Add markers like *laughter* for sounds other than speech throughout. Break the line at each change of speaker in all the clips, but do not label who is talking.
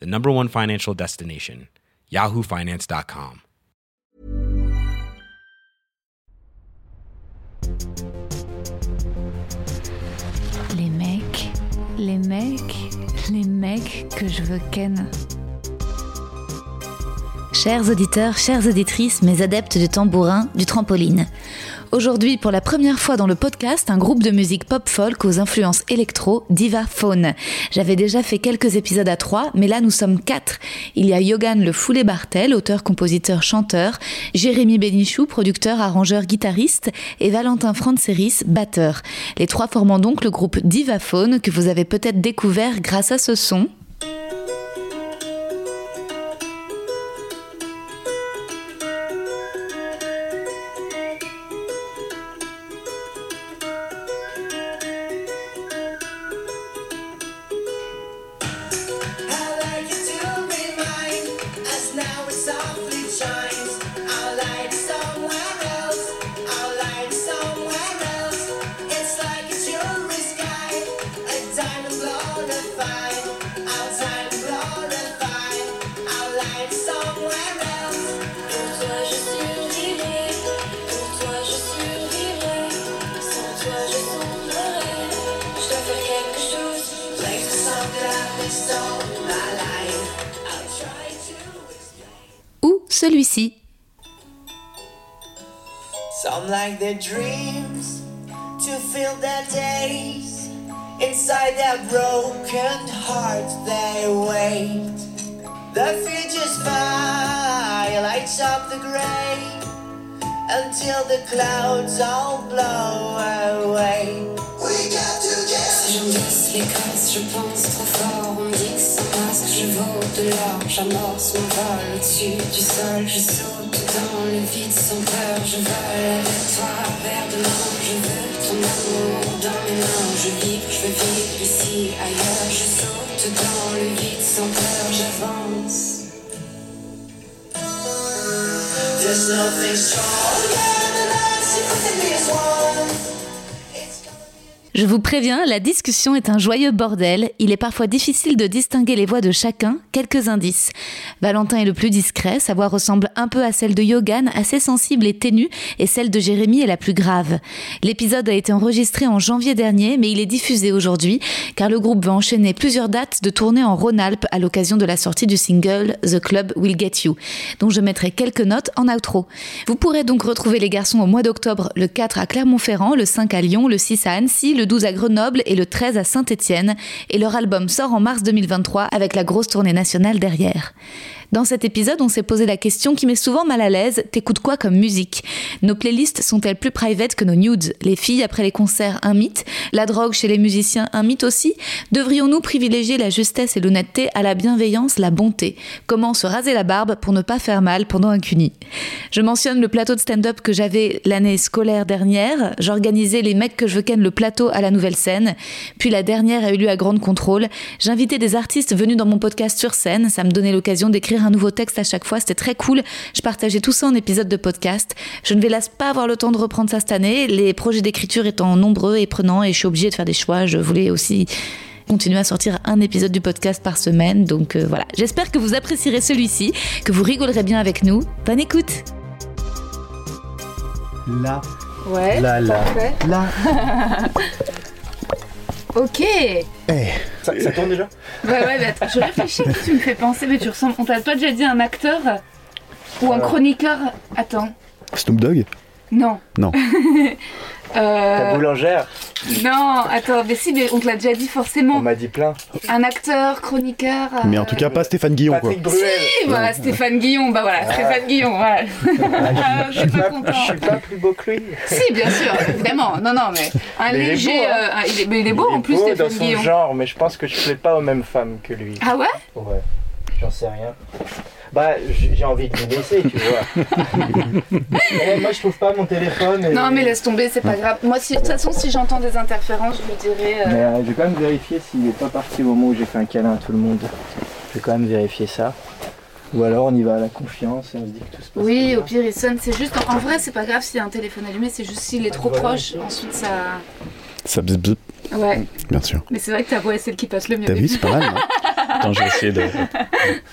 the number one financial destination, yahoofinance.com.
Les mecs, les mecs, les mecs que je veux ken. Chers auditeurs, chères auditrices, mes adeptes du tambourin, du trampoline. Aujourd'hui, pour la première fois dans le podcast, un groupe de musique pop folk aux influences électro, Diva Faune. J'avais déjà fait quelques épisodes à trois, mais là nous sommes quatre. Il y a Yogan Le Foulé Bartel, auteur, compositeur, chanteur, Jérémy Bénichou, producteur, arrangeur, guitariste, et Valentin Franceris, batteur. Les trois formant donc le groupe Diva Faune que vous avez peut-être découvert grâce à ce son.
I like it to be mine, as now it softly shines. I'll light somewhere else, I'll light somewhere else. It's like a jewelry sky, a diamond glorified, a diamond glorified. I'll light somewhere else. Pour toi je survivrai, pour toi je survivrai. Sans toi je sombrerai. Je dois faire quelque chose. Place the song that I missed all my life. I'll try to explain.
Ou celui-ci.
Some like their dreams to fill their days. Inside their broken hearts, they wait. The future's fire lights up the gray until the clouds all blow away. We got to
Je
get
lisse les crasses, je pense trop fort. On me dit que sans masque, je vaux de l'or. J'amorce mon vol au-dessus du sol. Je saute dans le vide sans peur. Je vole avec toi, vers demain. Je veux ton amour dans mes mains. Je vibre, je veux vivre ici, ailleurs. Je saute dans le vide sans peur. J'avance.
There's nothing stronger than us in this one. It's gonna be
Je vous préviens, la discussion est un joyeux bordel. Il est parfois difficile de distinguer les voix de chacun. Quelques indices. Valentin est le plus discret. Sa voix ressemble un peu à celle de Yogan, assez sensible et ténue, et celle de Jérémy est la plus grave. L'épisode a été enregistré en janvier dernier, mais il est diffusé aujourd'hui, car le groupe va enchaîner plusieurs dates de tournée en Rhône-Alpes à l'occasion de la sortie du single The Club Will Get You, dont je mettrai quelques notes en outro. Vous pourrez donc retrouver les garçons au mois d'octobre, le 4 à Clermont-Ferrand, le 5 à Lyon, le 6 à Annecy, le 12 à Grenoble et le 13 à Saint-Étienne, et leur album sort en mars 2023 avec la grosse tournée nationale derrière. Dans cet épisode, on s'est posé la question qui met souvent mal à l'aise, t'écoutes quoi comme musique Nos playlists sont-elles plus private que nos nudes Les filles après les concerts, un mythe La drogue chez les musiciens, un mythe aussi Devrions-nous privilégier la justesse et l'honnêteté à la bienveillance, la bonté Comment se raser la barbe pour ne pas faire mal pendant un cuni Je mentionne le plateau de stand-up que j'avais l'année scolaire dernière. J'organisais les mecs que je veux ken le plateau à la nouvelle scène. Puis la dernière a eu lieu à Grande Contrôle. J'invitais des artistes venus dans mon podcast sur scène. Ça me donnait l'occasion d'écrire un nouveau texte à chaque fois. C'était très cool. Je partageais tout ça en épisode de podcast. Je ne vais lasse pas avoir le temps de reprendre ça cette année. Les projets d'écriture étant nombreux et prenants et je suis obligée de faire des choix. Je voulais aussi continuer à sortir un épisode du podcast par semaine. Donc euh, voilà. J'espère que vous apprécierez celui-ci, que vous rigolerez bien avec nous. Bonne écoute!
Là,
Ouais.
là, là,
parfait.
*laughs*
là.
Ok.
Eh. Ça, tourne déjà
Ouais, ouais, bah, attends, je réfléchis.
Euh.
Tu me fais penser, mais tu ressembles. On t'a pas déjà dit un acteur ou un chroniqueur Attends.
Snoop Dogg
Non.
Non.
La
*laughs* Euh,
boulangère,
non, attends, mais si, mais on te l'a déjà dit
on
forcément.
m'a dit plein.
Un acteur, chroniqueur. euh,
Mais en tout cas, pas Stéphane Guillon, quoi.
Patrick Bruel.
oui, voilà, Stéphane Guillon, bah voilà, Stéphane Guillon, voilà.
Ah,
Ah, je suis pas
Pas- Je
content.
suis pas plus beau que lui.
Si, bien sûr, évidemment. Non, non, mais un
Mais il est
léger.
beau, hein.
euh, un- il est- mais il est beau
Il
en plus,
beau
Stéphane
dans son
Guillon.
genre, mais je pense que je plais pas aux mêmes femmes que lui.
Ah ouais
Ouais, j'en sais rien. Bah, j- j'ai envie de le laisser, tu vois. *laughs* Eh, moi, je trouve pas mon téléphone. et-
Non, mais laisse tomber, c'est pas grave. Moi, si- de toute façon, si j'entends des interférences, je lui dirai.
Mais
euh,
euh, je vais quand même vérifier s'il est pas parti au moment où j'ai fait un câlin à tout le monde. Je vais quand même vérifier ça. Ou alors on y va à la confiance et on se dit que tout se passe
Oui,
bien.
au pire, il sonne. C'est juste. En vrai, c'est pas grave s'il y a un téléphone allumé, c'est juste s'il est trop
Voilà.
proche. Ensuite, ça.
Ça bzz, bzz,
Ouais,
bien sûr.
mais c'est vrai que ta voix est celle qui passe le mieux.
T'as vu, c'est pas mal. hein
Attends, je vais essayer de, de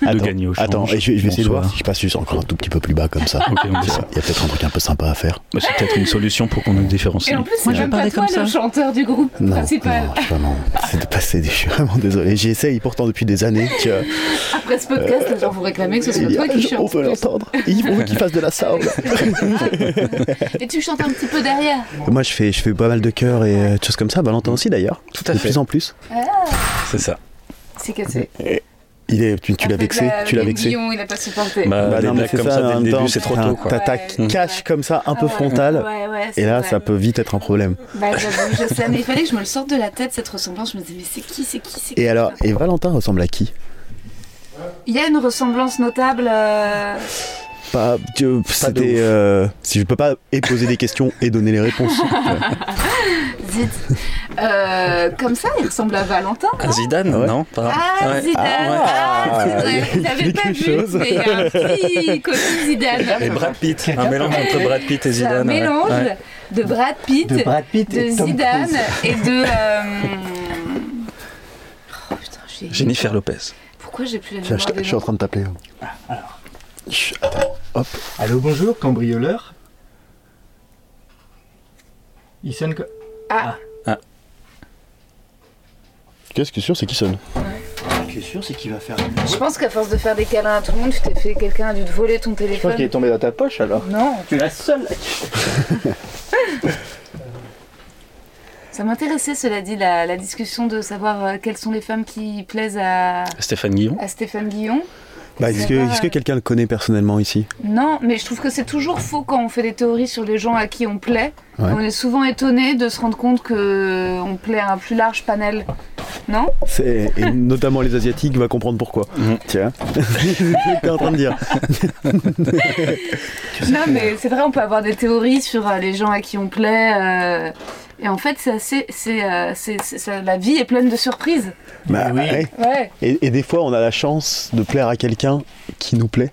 attends,
gagner au change.
attends, et je, vais- je vais essayer de
Bonsoir.
voir si je passe juste encore un tout petit peu plus bas comme ça.
*laughs* Ok, on
Il
dit
y a
ça.
peut-être un truc un peu sympa à faire.
Bah, C'est peut-être une solution pour qu'on nous différencie.
Et en plus, c'est
Moi, je
même pas
parlais
toi
comme ça.
le chanteur du groupe
Non,
principal.
non, je suis vraiment, c'est dépassé. Je suis vraiment désolé. J'essaye pourtant depuis des années. Tu vois.
Après ce podcast, les gens vont réclamer que ce soit
Il y a-
toi qui
on
chante.
veut l'entendre. Il faut qu'il fasse de la
*laughs*
soul.
Et tu chantes un petit peu derrière.
Moi, je fais, je fais pas mal de chœurs et euh, de choses comme ça. Valentin aussi, d'ailleurs.
Tout à
De
fait.
plus en plus.
C'est ça.
C'est cassé.
Il est, tu tu l'as vexé. Tu l'as vexé.
Guillon, il a pas supporté.
Bah, des
non, mais
blagues
c'est
comme ça,
en
dès
même
le
temps,
début, c'est trop
t'as-
tôt. Quoi.
t'as- T'as
Ouais.
cache comme ça, un peu
Ah ouais.
frontal.
Ouais, ouais, c'est
Et là,
vrai.
ça peut vite être un problème.
Bah, j'avoue, je sais, mais il fallait que je me le sorte de la tête, cette ressemblance. Je me disais, mais c'est qui, c'est qui, c'est qui
Et alors, et Valentin ressemble à qui
Il y a une ressemblance notable. euh,
Pas, Dieu, c'était. euh, si je peux pas et poser des questions et donner les réponses. *laughs*
Zit. Euh, comme ça, il ressemble à Valentin.
Ah, Zidane,
Ouais.
non pas...
Ah,
ouais.
Zidane
Ah,
Ah, c'est
il y
vrai,
a-
vous
il y a
l'avez pas
quelque
vu,
chose.
mais il y a un petit côté
Et
Zidane.
Brad Pitt, un mélange entre Brad Pitt et
C'est un
Zidane. ouais.
mélange
Ouais.
de Brad Pitt,
De
de,
Brad Pitt et Tom
Zidane
Cruise.
et de...
*laughs*
euh, Oh putain, j'ai...
Jennifer Lopez.
Pourquoi j'ai plus la
Tiens, je,
mémoire
t'a-
des
je suis en
noms
train de hein. t'appeler. Chut, attends. Hop.
Allô, bonjour, cambrioleur. Il sonne quoi
Ah,
Qu'est-ce que sûr, c'est qui sonne
Je suis sûr, c'est qu'il va faire.
je pense qu'à force de faire des câlins à tout le monde, tu t'es fait quelqu'un a dû te voler ton
Je pense
téléphone.
qu'il est tombé dans ta poche alors.
Non,
Tu es la seule.
ça m'intéressait cela dit la, la discussion de savoir euh, quelles sont les femmes qui plaisent à,
Stéphane Guillon.
à Stéphane Guillon.
Bah, Est-ce que, est-ce que quelqu'un le connaît personnellement ici
Non, mais je trouve que c'est toujours faux quand on fait des théories sur les gens à qui on plaît.
Ouais.
On est souvent étonné de se rendre compte que euh, on plaît à un plus large panel. Non
C'est- Et notamment les Asiatiques va comprendre pourquoi.
Mhm.
Tiens. *laughs* T'es en train de dire.
Non, mais c'est vrai, on peut avoir des théories sur euh, les gens à qui on plaît. euh, Et en fait, c'est assez, c'est, euh, c'est- c'est- ça- la vie est pleine de surprises.
Bah, ouais.
Ouais.
et, et des fois, on a la chance de plaire à quelqu'un qui nous plaît.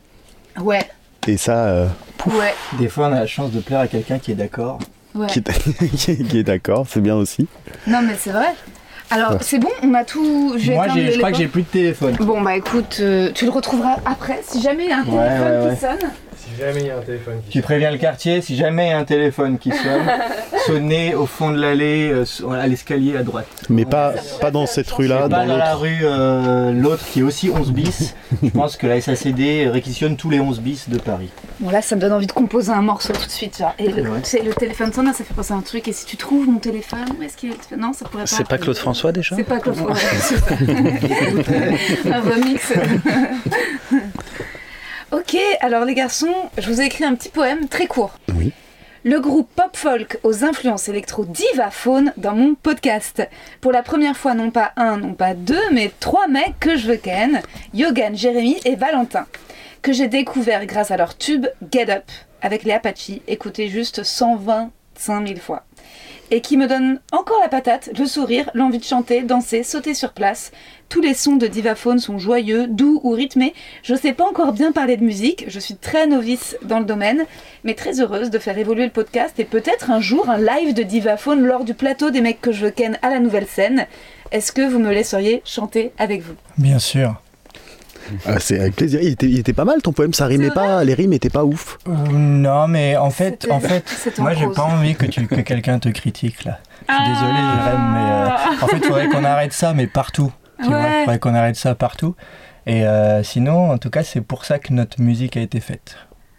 Ouais.
Et ça, euh,
Ouais.
Des fois, on a la chance de plaire à quelqu'un qui est d'accord.
Ouais.
qui est, qui est- *laughs* qui est d'accord, c'est bien aussi.
Non, mais c'est vrai. Alors, c'est bon, on a tout. je vais
Moi,
éteindre
j'ai-
le-
je crois
les-
que j'ai plus de téléphone.
Bon, bah écoute, euh, tu le retrouveras après. Si jamais il y a un
Ouais,
téléphone
ouais,
qui sonne.
Tu préviens le quartier si jamais il y a un téléphone qui sonne. Sonnez au fond de l'allée, euh, sur- à l'escalier à droite.
Mais pas, pas dans cette rue-là,
pas
dans
dans la
l'autre.
rue, euh, l'autre qui est aussi 11 bis. Je pense que la SACD réquisitionne tous les 11 bis de Paris.
Bon là ça me donne envie de composer un morceau tout de suite genre. Et le,
Ouais.
tu sais, le téléphone sonne, ça fait penser à un truc et si tu trouves mon téléphone, où est-ce qu'il est le téléphone Non ça pourrait pas.
C'est pas Claude François déjà
C'est pas Claude François, c'est ça. *laughs* un remix. ok, alors les garçons, je vous ai écrit un petit poème très court.
Oui.
Le groupe Pop Folk aux influences électro Diva Faune dans mon podcast. Pour la première fois, non pas un, non pas deux, mais trois mecs que je veux ken Yogan, Jérémy et Valentin. Que j'ai découvert grâce à leur tube Get Up avec les Apaches, écouté juste 125 000 fois et qui me donne encore la patate, le sourire, l'envie de chanter, danser, sauter sur place. Tous les sons de Divaphone sont joyeux, doux ou rythmés. Je sais pas encore bien parler de musique, je suis très novice dans le domaine, mais très heureuse de faire évoluer le podcast et peut-être un jour un live de Divaphone lors du plateau des mecs que je ken à la nouvelle scène. Est-ce que vous me laisseriez chanter avec vous
Bien sûr.
Ah, c'est avec plaisir. Il était, il était pas mal ton poème, ça rimait
C'est
pas, les rimes étaient pas ouf.
Euh, non, mais en fait,
C'était-
en fait,
c'était en
moi, j'ai
prose.
pas envie que, tu- que quelqu'un te critique là. Je suis désolé,
Ah.
Jérém, mais euh, en fait, faudrait qu'on arrête ça, mais partout. Tu vois,
Ah. Ouais.
faudrait qu'on arrête ça partout. Et euh, sinon, en tout cas, c'est pour ça que notre musique a été faite.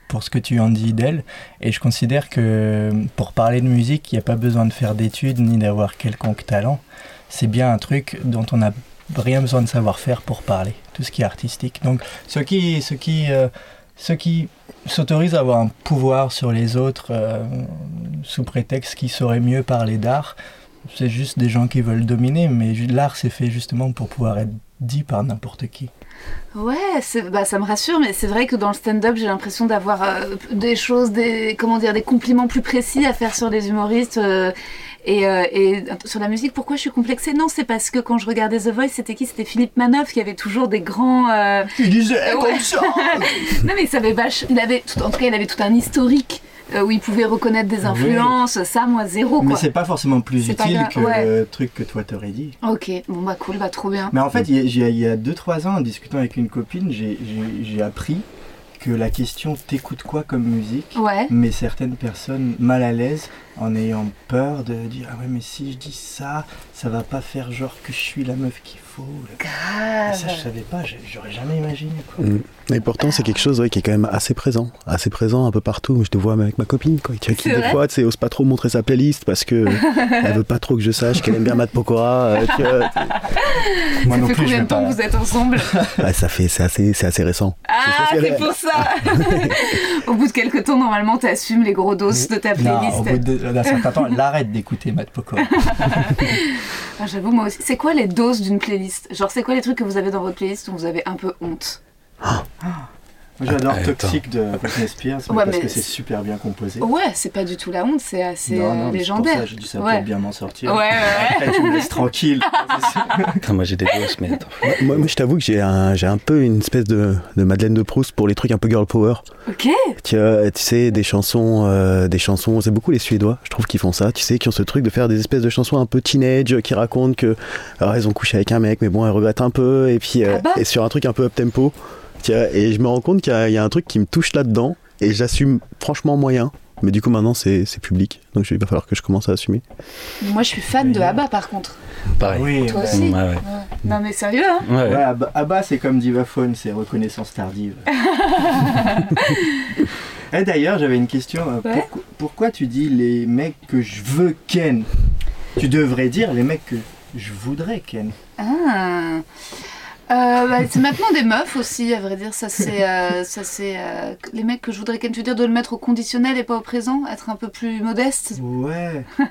pour ce que tu en dis d'elle. Et je considère que euh, pour parler de musique, il n'y a pas besoin de faire d'études ni d'avoir quelconque talent. C'est bien un truc dont on n'a rien besoin de savoir faire pour parler, tout ce qui est artistique. Donc ceux qui, ceux qui, euh, ceux qui s'autorisent à avoir un pouvoir sur les autres euh, sous prétexte qu'ils sauraient mieux parler d'art, c'est juste des gens qui veulent dominer, mais ju- l'art c'est fait justement pour pouvoir être dit par n'importe qui.
Ouais, c'est- bah, ça me rassure, mais c'est vrai que dans le stand-up, j'ai l'impression d'avoir euh, des choses, des, comment dire, des compliments plus précis à faire sur les humoristes euh, et, euh, et sur la musique. Pourquoi je suis complexée Non, c'est parce que quand je regardais The Voice, c'était qui C'était Philippe Manoff qui avait toujours des grands.
*laughs*
euh,
Il disait
comme Ouais.
*laughs*
ça
Non, mais il savait vache. Il avait, tout- en tout cas, il avait tout un historique euh, où il pouvait reconnaître des influences. Ça, moi, zéro
Ah Mais
quoi.
c'est pas forcément plus
C'est pas
utile
grave,
que
ouais.
le truc que toi t'aurais dit.
Ok, bon bah cool, bah trop bien.
Mais en fait, il y a- j'ai- il y a 2-3 ans, en discutant avec une copine, j'ai- j'ai j'ai appris que la question t'écoutes quoi comme musique
Ouais.
mais certaines personnes mal à l'aise en ayant peur de dire ah ouais mais si je dis ça ça va pas faire genre que je suis la meuf qu'il faut Et ça je savais pas j'ai- j'aurais jamais imaginé quoi.
Et pourtant, c'est quelque chose ouais, qui est quand même assez présent, assez présent un peu partout. Je te vois avec ma copine, quoi, qui, qui
C'est
des
vrai
fois, tu sais, ose pas trop montrer sa playlist
*laughs*
parce que elle veut pas trop que je sache qu'elle aime bien Matt Pokora. euh, tu vois.
moi
*laughs* ça
non
fait
plus
combien
je vais
de temps
pas
que vous êtes ensemble
Ouais, ça fait, c'est assez, c'est assez récent.
Ah,
C'est
c'est pour ça *laughs* Au bout de quelques temps, normalement, t'assumes les gros doses de ta
non, au
playlist.
bout de- d'un certain temps elle arrête d'écouter Matt Pokora
Ah, J'avoue, moi aussi. C'est quoi les doses d'une playlist Genre, c'est quoi les trucs que vous avez dans votre playlist dont vous avez un peu honte
Moi, j'adore
Attends.
Toxic de Britney Spears mais
Ouais,
parce
mais
que c'est
c'est-
super bien composé
Ouais, c'est pas du tout la honte, c'est assez
non,
euh,
non, mais c'est pour
légendaire.
ça j'ai dû ça
ouais.
pour bien m'en sortir
ouais, ouais, ouais.
Après, tu me
*laughs*
laisses tranquille
Putain, Ah, moi j'ai des doses, mais attends.
Moi, moi, je t'avoue que j'ai un, j'ai un peu une espèce de, de Madeleine de Proust pour les trucs un peu girl power.
*laughs* Ok
Tu, vois, tu sais, des chansons, euh, des chansons, c'est beaucoup les Suédois, je trouve qu'ils font ça, tu sais, qui ont ce truc de faire des espèces de chansons un peu teenage, euh, qui racontent que, alors, elles ont couché avec un mec, mais bon, elles regrettent un peu, et puis, euh,
Ah bah.
et sur un truc un peu up tempo. Tu vois, et je me rends compte qu'il y, a- il y a un truc qui me touche là-dedans, et j'assume franchement moyen. Mais du coup, maintenant, c'est c'est public, donc je- il va falloir que je commence à assumer.
Moi, je suis fan de
Ouais.
ABBA, par contre.
Pareil.
oui
Toi
bah,
aussi
Ouais, ouais.
Non, mais sérieux, hein
Ouais,
ouais,
ouais.
Abba, Abba, c'est comme Divaphone, c'est
*laughs*
reconnaissance tardive. Et d'ailleurs, j'avais une question. euh,
Ouais.
pourquoi- pourquoi tu dis les mecs que je veux ken Tu devrais dire les mecs que je voudrais ken.
Ah. Euh, bah, c'est maintenant des meufs aussi, à vrai dire. Ça, c'est. euh, ça, c'est euh, les mecs que je voudrais quand tu dire de le mettre au conditionnel et pas au présent, être un peu plus modeste.
Ouais. Moi,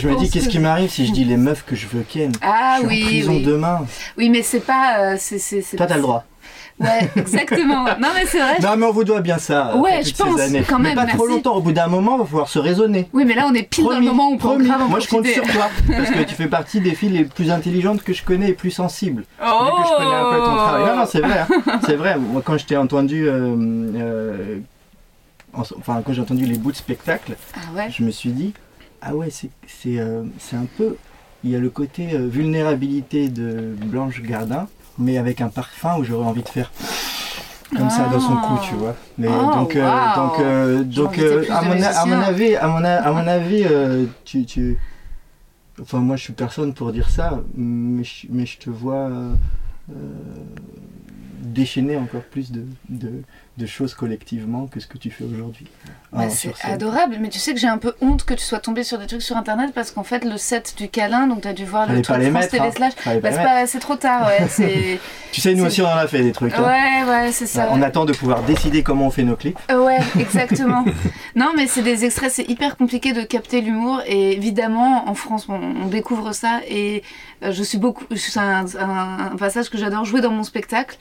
je me
pense
dis, qu'est-ce
que-
qui m'arrive si je dis les meufs que je veux ken
Ah
Je suis en
oui,
prison
oui.
demain.
Oui, mais c'est pas. euh, c'est, c'est, c'est-
Toi, t'as le droit.
Ouais,
*laughs*
exactement. Non, mais c'est vrai.
Non, mais on vous doit bien ça. euh,
Ouais,
pour
je
toutes ces
pense,
années.
quand
Mais
même,
pas trop
merci.
longtemps. Au bout d'un moment, on va falloir se raisonner.
Oui, mais là, on est pile dans le
Promis,
moment où on prend
promis.
grave en
Moi, je compte
profiter. *laughs*
sur toi parce que tu fais partie des filles les plus intelligentes que je connais et plus sensibles. Vu
Oh
que je connais un peu ton travail. Non, non, c'est vrai. hein. C'est vrai. Moi, quand je t'ai entendu, euh, euh, en- enfin, quand j'ai entendu les bouts de spectacle,
Ah ouais.
je me suis dit, ah ouais, c'est, c'est, euh, c'est un peu. Il y a le côté euh, vulnérabilité de Blanche Gardin, mais avec un parfum où j'aurais envie de faire. Comme ça dans son cou,
Ah.
tu vois. Mais
Oh,
donc, euh,
wow.
donc, euh, donc,
envie d'être
euh,
plus
à,
de
mon, a- à mon
musicien.
avis, à mon, a- à mon avis, euh, tu, tu, enfin moi je suis personne pour dire ça, mais je, mais je te vois euh, euh, déchaîner encore plus de, de, de choses collectivement que ce que tu fais aujourd'hui.
Bah,
Ah,
c'est
sur scène.
adorable, mais tu sais que j'ai un peu honte que tu sois tombé sur des trucs sur internet parce qu'en fait, le set du câlin, donc t'as dû voir le
Fallait pas
truc
les
France
mettre.
TV
hein.
slash.
Fallait pas
Bah,
les
c'est,
mettre.
pas- c'est trop tard, ouais.
*laughs*
C'est...
Tu sais, nous
c'est-
aussi on en a fait des trucs. hein.
Ouais, ouais, c'est ça.
On attend de pouvoir décider comment on fait nos clips.
Euh, Ouais,
*laughs*
exactement. non, mais c'est des extraits, c'est hyper compliqué de capter l'humour. Et évidemment, en France, on, on découvre ça. Et euh, je suis beaucoup. C'est un, un- un passage que j'adore jouer dans mon spectacle.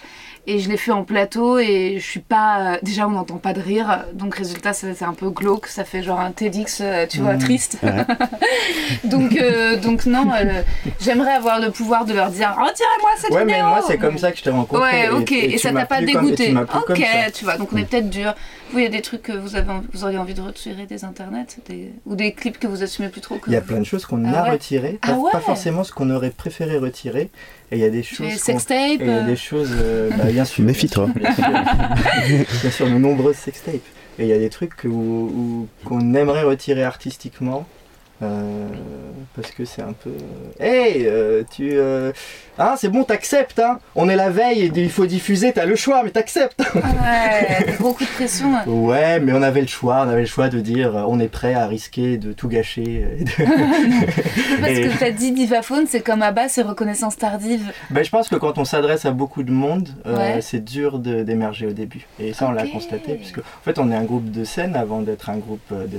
Et je l'ai fait en plateau. Et je suis pas. euh, déjà, on n'entend pas de rire. Donc, résultat, c'est c'est un peu glauque. Ça fait genre un TEDx, euh, tu
Mmh,
vois, triste.
Ouais.
*laughs* donc, euh, donc, non, euh, j'aimerais avoir le pouvoir de leur dire Retirez-moi cette
Ouais, mais
vidéo
moi c'est comme ça que je t'ai rencontré.
oh. Ouais, ok, et,
tu
ça
m'as
t'a pas
plu comme- et tu
dégoûté.
m'as plu comme
ok,
ça. Mm.
tu vois, donc on est peut-être dur. Vous, il y a des trucs que vous, avez, env- vous auriez envie de retirer des internets des- ou des clips que vous assumez plus trop que.
Il y a plein de choses qu'on
Ah
a
ouais.
retirées,
Ah
pas, pas
ouais.
forcément ce qu'on aurait préféré retirer, et il y a des
Les
choses qu'on-
sextapes.
et il y a
euh,
des choses, euh, bah, bien sûr.
Méfie-toi.
Bien *laughs* sûr, Bien sûr, de nombreuses sextapes. Et il y a des trucs que- où- où- qu'on aimerait retirer artistiquement, Euh, parce que c'est un peu. euh, Hey, euh, tu. euh, Hein, c'est bon, t'acceptes, hein On est la veille, il faut diffuser, t'as le choix, mais t'acceptes
ah Ouais, des gros coup de
*laughs*
pression. hein.
Ouais, mais on avait le choix, on avait le choix de dire euh, on est prêt à risquer de tout gâcher. et de-
Parce
Et-
que t'as dit divaphone, c'est comme Abba, c'est reconnaissance tardive.
Ben, je pense que quand on s'adresse à beaucoup de monde, euh,
Ouais.
c'est dur de- d'émerger au début. Et ça, on l'a
Ok.
constaté, puisque en fait, on est un groupe de scène avant d'être un groupe euh, de,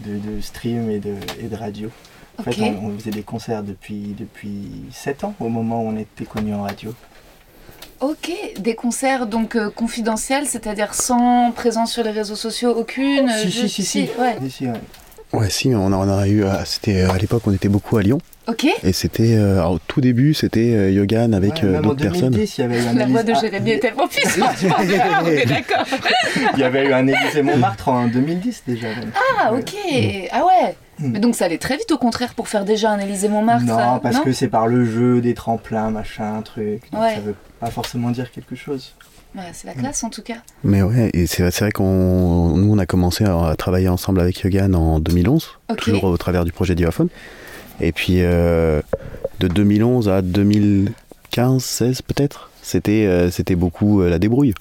de, de stream et de, et de radio. En fait,
Ok.
on, on faisait des concerts depuis, depuis 7 ans, au moment où on était connu en radio.
Ok, des concerts donc euh, confidentiels, c'est-à-dire sans présence sur les réseaux sociaux aucune. euh,
si, si,
juste-
si, si.
ouais.
Si, si, ouais.
Ouais, si, on a, on a eu. euh, C'était euh, à l'époque, on était beaucoup à Lyon.
Ok,
Et c'était. euh, alors, au tout début, c'était euh, Yogan avec
Ouais,
euh,
même en
d'autres personnes.
2010, il y avait eu Ah, un
la voix de
Élysée-
Jérémy est
*laughs*
tellement puissante, je pense que on est d'accord.
Il y avait eu un Élysée Montmartre en 2010 déjà. même.
Ah, ok, ah ouais.
Mm.
Mais donc ça allait très vite au contraire pour faire déjà un Élysée Montmartre.
Non,
ça,
parce que c'est par le jeu des tremplins, machin, truc. Donc
Ouais.
Ça veut pas forcément dire quelque chose.
Ouais, c'est la
Hmm.
classe en tout cas.
Mais ouais, et c'est c'est vrai qu'on. Nous, on a commencé à, à travailler ensemble avec Yogan en 2011,
Ok.
toujours au travers du projet Divaphone. Et puis, euh, de 2011 à 2015, 16 peut-être, c'était euh, c'était beaucoup euh, la débrouille.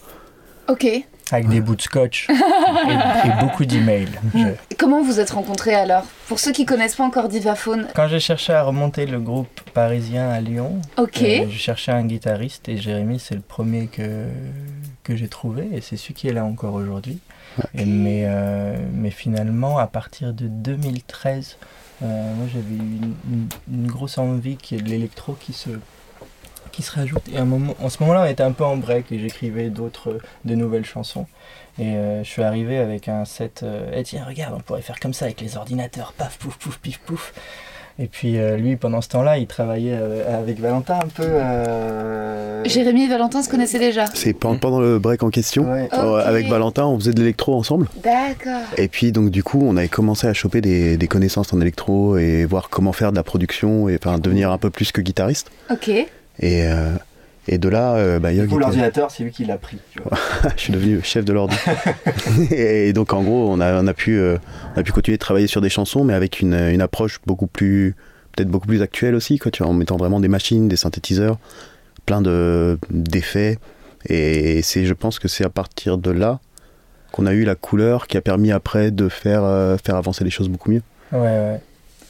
Ok, Et
Avec des bouts de scotch et, et beaucoup d'emails. Je-
comment vous êtes rencontrés alors Pour ceux qui connaissent pas encore Divaphone,
Quand j'ai cherché à remonter le groupe parisien à Lyon,
ok.
euh, je cherchais un guitariste et Jérémy, c'est le premier que, que j'ai trouvé et c'est celui qui est là encore aujourd'hui. Et Mais, euh, mais finalement, à partir de 2013, euh, moi j'avais eu une, une- une grosse envie qu'il y ait de l'électro qui se qui se rajoute et à un moment en ce moment-là on était un peu en break et j'écrivais d'autres de nouvelles chansons et euh, je suis arrivé avec un set euh, Eh, tiens regarde on pourrait faire comme ça avec les ordinateurs paf pouf pouf pif pouf et puis euh, lui, pendant ce temps-là, il travaillait euh, avec Valentin un peu. euh,
Jérémy et Valentin se connaissaient déjà.
C'est pen- pendant le break en question.
ouais.
Mm. Ok.
euh, Avec Valentin, on faisait de l'électro ensemble.
D'accord.
Et puis, donc, du coup, on avait commencé à choper des, des connaissances en électro et voir comment faire de la production et enfin, devenir un peu plus que guitariste.
Ok.
Et, euh, et de là, euh, bah,
Du
Yog
coup,
était-
l'ordinateur, c'est lui qui l'a pris. tu vois.
je suis devenu chef de l'ordre. et donc, en gros, on a, on, a pu, euh, on a pu continuer de travailler sur des chansons, mais avec une, une approche beaucoup plus, peut-être beaucoup plus actuelle aussi, quoi, tu vois, en mettant vraiment des machines, des synthétiseurs, plein de, d'effets. Et c'est, je pense que c'est à partir de là qu'on a eu la couleur qui a permis après de faire, euh, faire avancer les choses beaucoup mieux.
Ouais, ouais.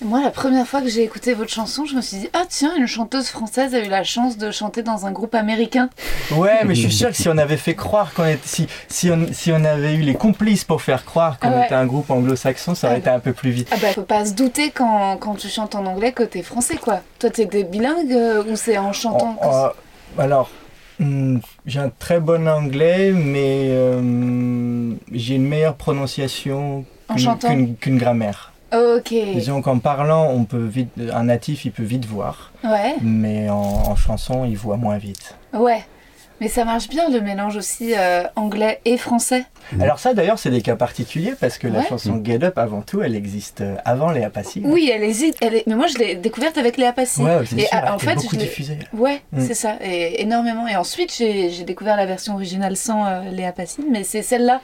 Moi, la première fois que j'ai écouté votre chanson, je me suis dit Ah, tiens, une chanteuse française a eu la chance de chanter dans un groupe américain.
Ouais, mais je suis sûr que si on avait fait croire qu'on était. Si, si, on, si on avait eu les complices pour faire croire qu'on
Ah ouais.
était un groupe anglo-saxon, ça
Ah
aurait été un peu plus vite.
Ah, bah, faut pas se douter quand, quand tu chantes en anglais que t'es français, quoi. Toi, t'es des bilingues euh, ou c'est en chantant que-
Oh, oh, alors, hmm, j'ai un très bon anglais, mais euh, j'ai une meilleure prononciation
En
qu'une-
chantant.
qu'une qu'une grammaire.
Ok.
Disons qu'en parlant, on peut vite, un natif, il peut vite voir,
Ouais,
mais en, en chanson, il voit moins vite.
ouais. Mais ça marche bien le mélange aussi euh, anglais et français.
Alors ça d'ailleurs c'est des cas particuliers parce que la
Ouais.
chanson Get Up avant tout elle existe euh, avant Léa Passy.
Oui, elle hésite. Elle est... Mais moi, je l'ai découverte avec Léa Passy.
Ouais, c'est
Et,
sûr,
ah,
elle
en
était
fait,
beaucoup
je l'ai-
diffusée.
Ouais,
Mm.
c'est ça, et énormément. Et ensuite, j'ai j'ai découvert la version originale sans euh, Léa Passy, mais c'est celle-là.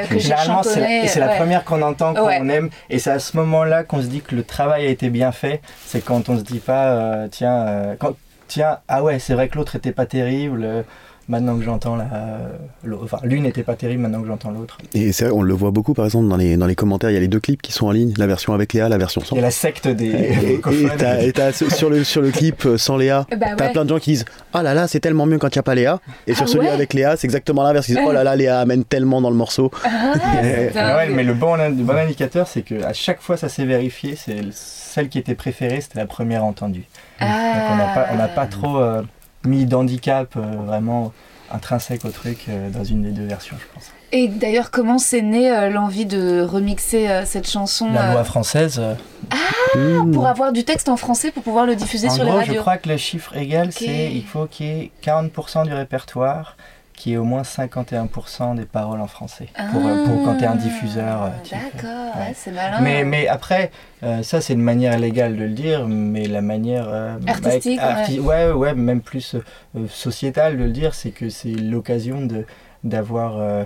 Et, euh, que j'ai
généralement c'est la,
chantonnée,
et c'est la
ouais.
première qu'on entend, qu'on
Ouais.
aime, et c'est à ce moment-là qu'on se dit que le travail a été bien fait. C'est quand on se dit pas euh, tiens euh, quand- tiens ah ouais c'est vrai que l'autre était pas terrible. euh, Maintenant que j'entends la, euh, l'au- enfin l'une n'était pas terrible. Maintenant que j'entends l'autre,
Et c'est vrai, on le voit beaucoup, par exemple, dans les, dans les commentaires, il y a les deux clips qui sont en ligne, la version avec Léa, la version sans.
il y a la secte des
Et- Et
francophones.
t'as- et t'as sur sur le, sur le clip euh, sans Léa,
Bah
t'as
ouais.
plein de gens qui disent Ah là là, c'est tellement mieux quand il n'y a pas Léa. Et sur
Ah
celui
ouais
avec Léa, c'est exactement l'inverse. Ils disent Oh là là, Léa amène tellement dans le morceau.
Ah,
*laughs*
c'est
Ah ouais,
dingue.
mais le bon, le bon indicateur, c'est que à chaque fois, ça s'est vérifié. C'est le- celle qui était préférée, c'était la première entendue. Donc on n'a pas, on n'a
Ah.
pas trop euh, mis d'handicap euh, vraiment intrinsèque au truc euh, dans une des deux versions, je pense.
Et d'ailleurs, comment s'est née euh, l'envie de remixer euh, cette chanson
La
euh,
loi française, euh,
Mmh.
pour avoir du texte en français pour pouvoir le diffuser
En
sur
gros,
les
je
radios
crois que le chiffre égal,
Ok.
c'est il faut qu'il y ait 40% du répertoire qui est au moins 51% des paroles en français pour, euh, pour quand t'es un diffuseur. euh, type.
Ah, D'accord,
ouais.
Ah ouais, c'est malin.
Mais, mais après, euh, ça c'est une manière légale de le dire, mais la manière euh,
Artistique,
arti- ouais. ouais, même plus euh, euh, sociétale de le dire, c'est que c'est l'occasion de d'avoir euh,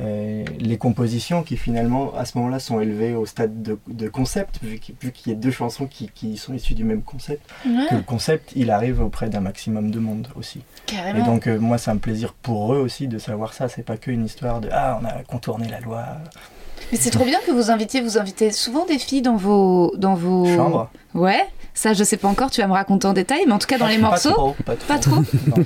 euh, les compositions qui finalement à ce moment-là sont élevées au stade de, de concept, vu qu'il vu qu'il y a deux chansons qui, qui sont issues du même concept,
Ah.
que le concept il arrive auprès d'un maximum de monde aussi. Et
Carrément.
donc euh, moi c'est un plaisir pour eux aussi de savoir ça, c'est pas qu'une histoire de ah on a contourné la loi,
Mais c'est trop bien que vous invitiez, vous invitez souvent des filles dans vos, dans vos
chambre.
Ouais. Ça, je sais pas encore. Tu vas me raconter en détail, mais en tout cas dans les morceaux,
Ah, pas trop.
pas trop.
Non.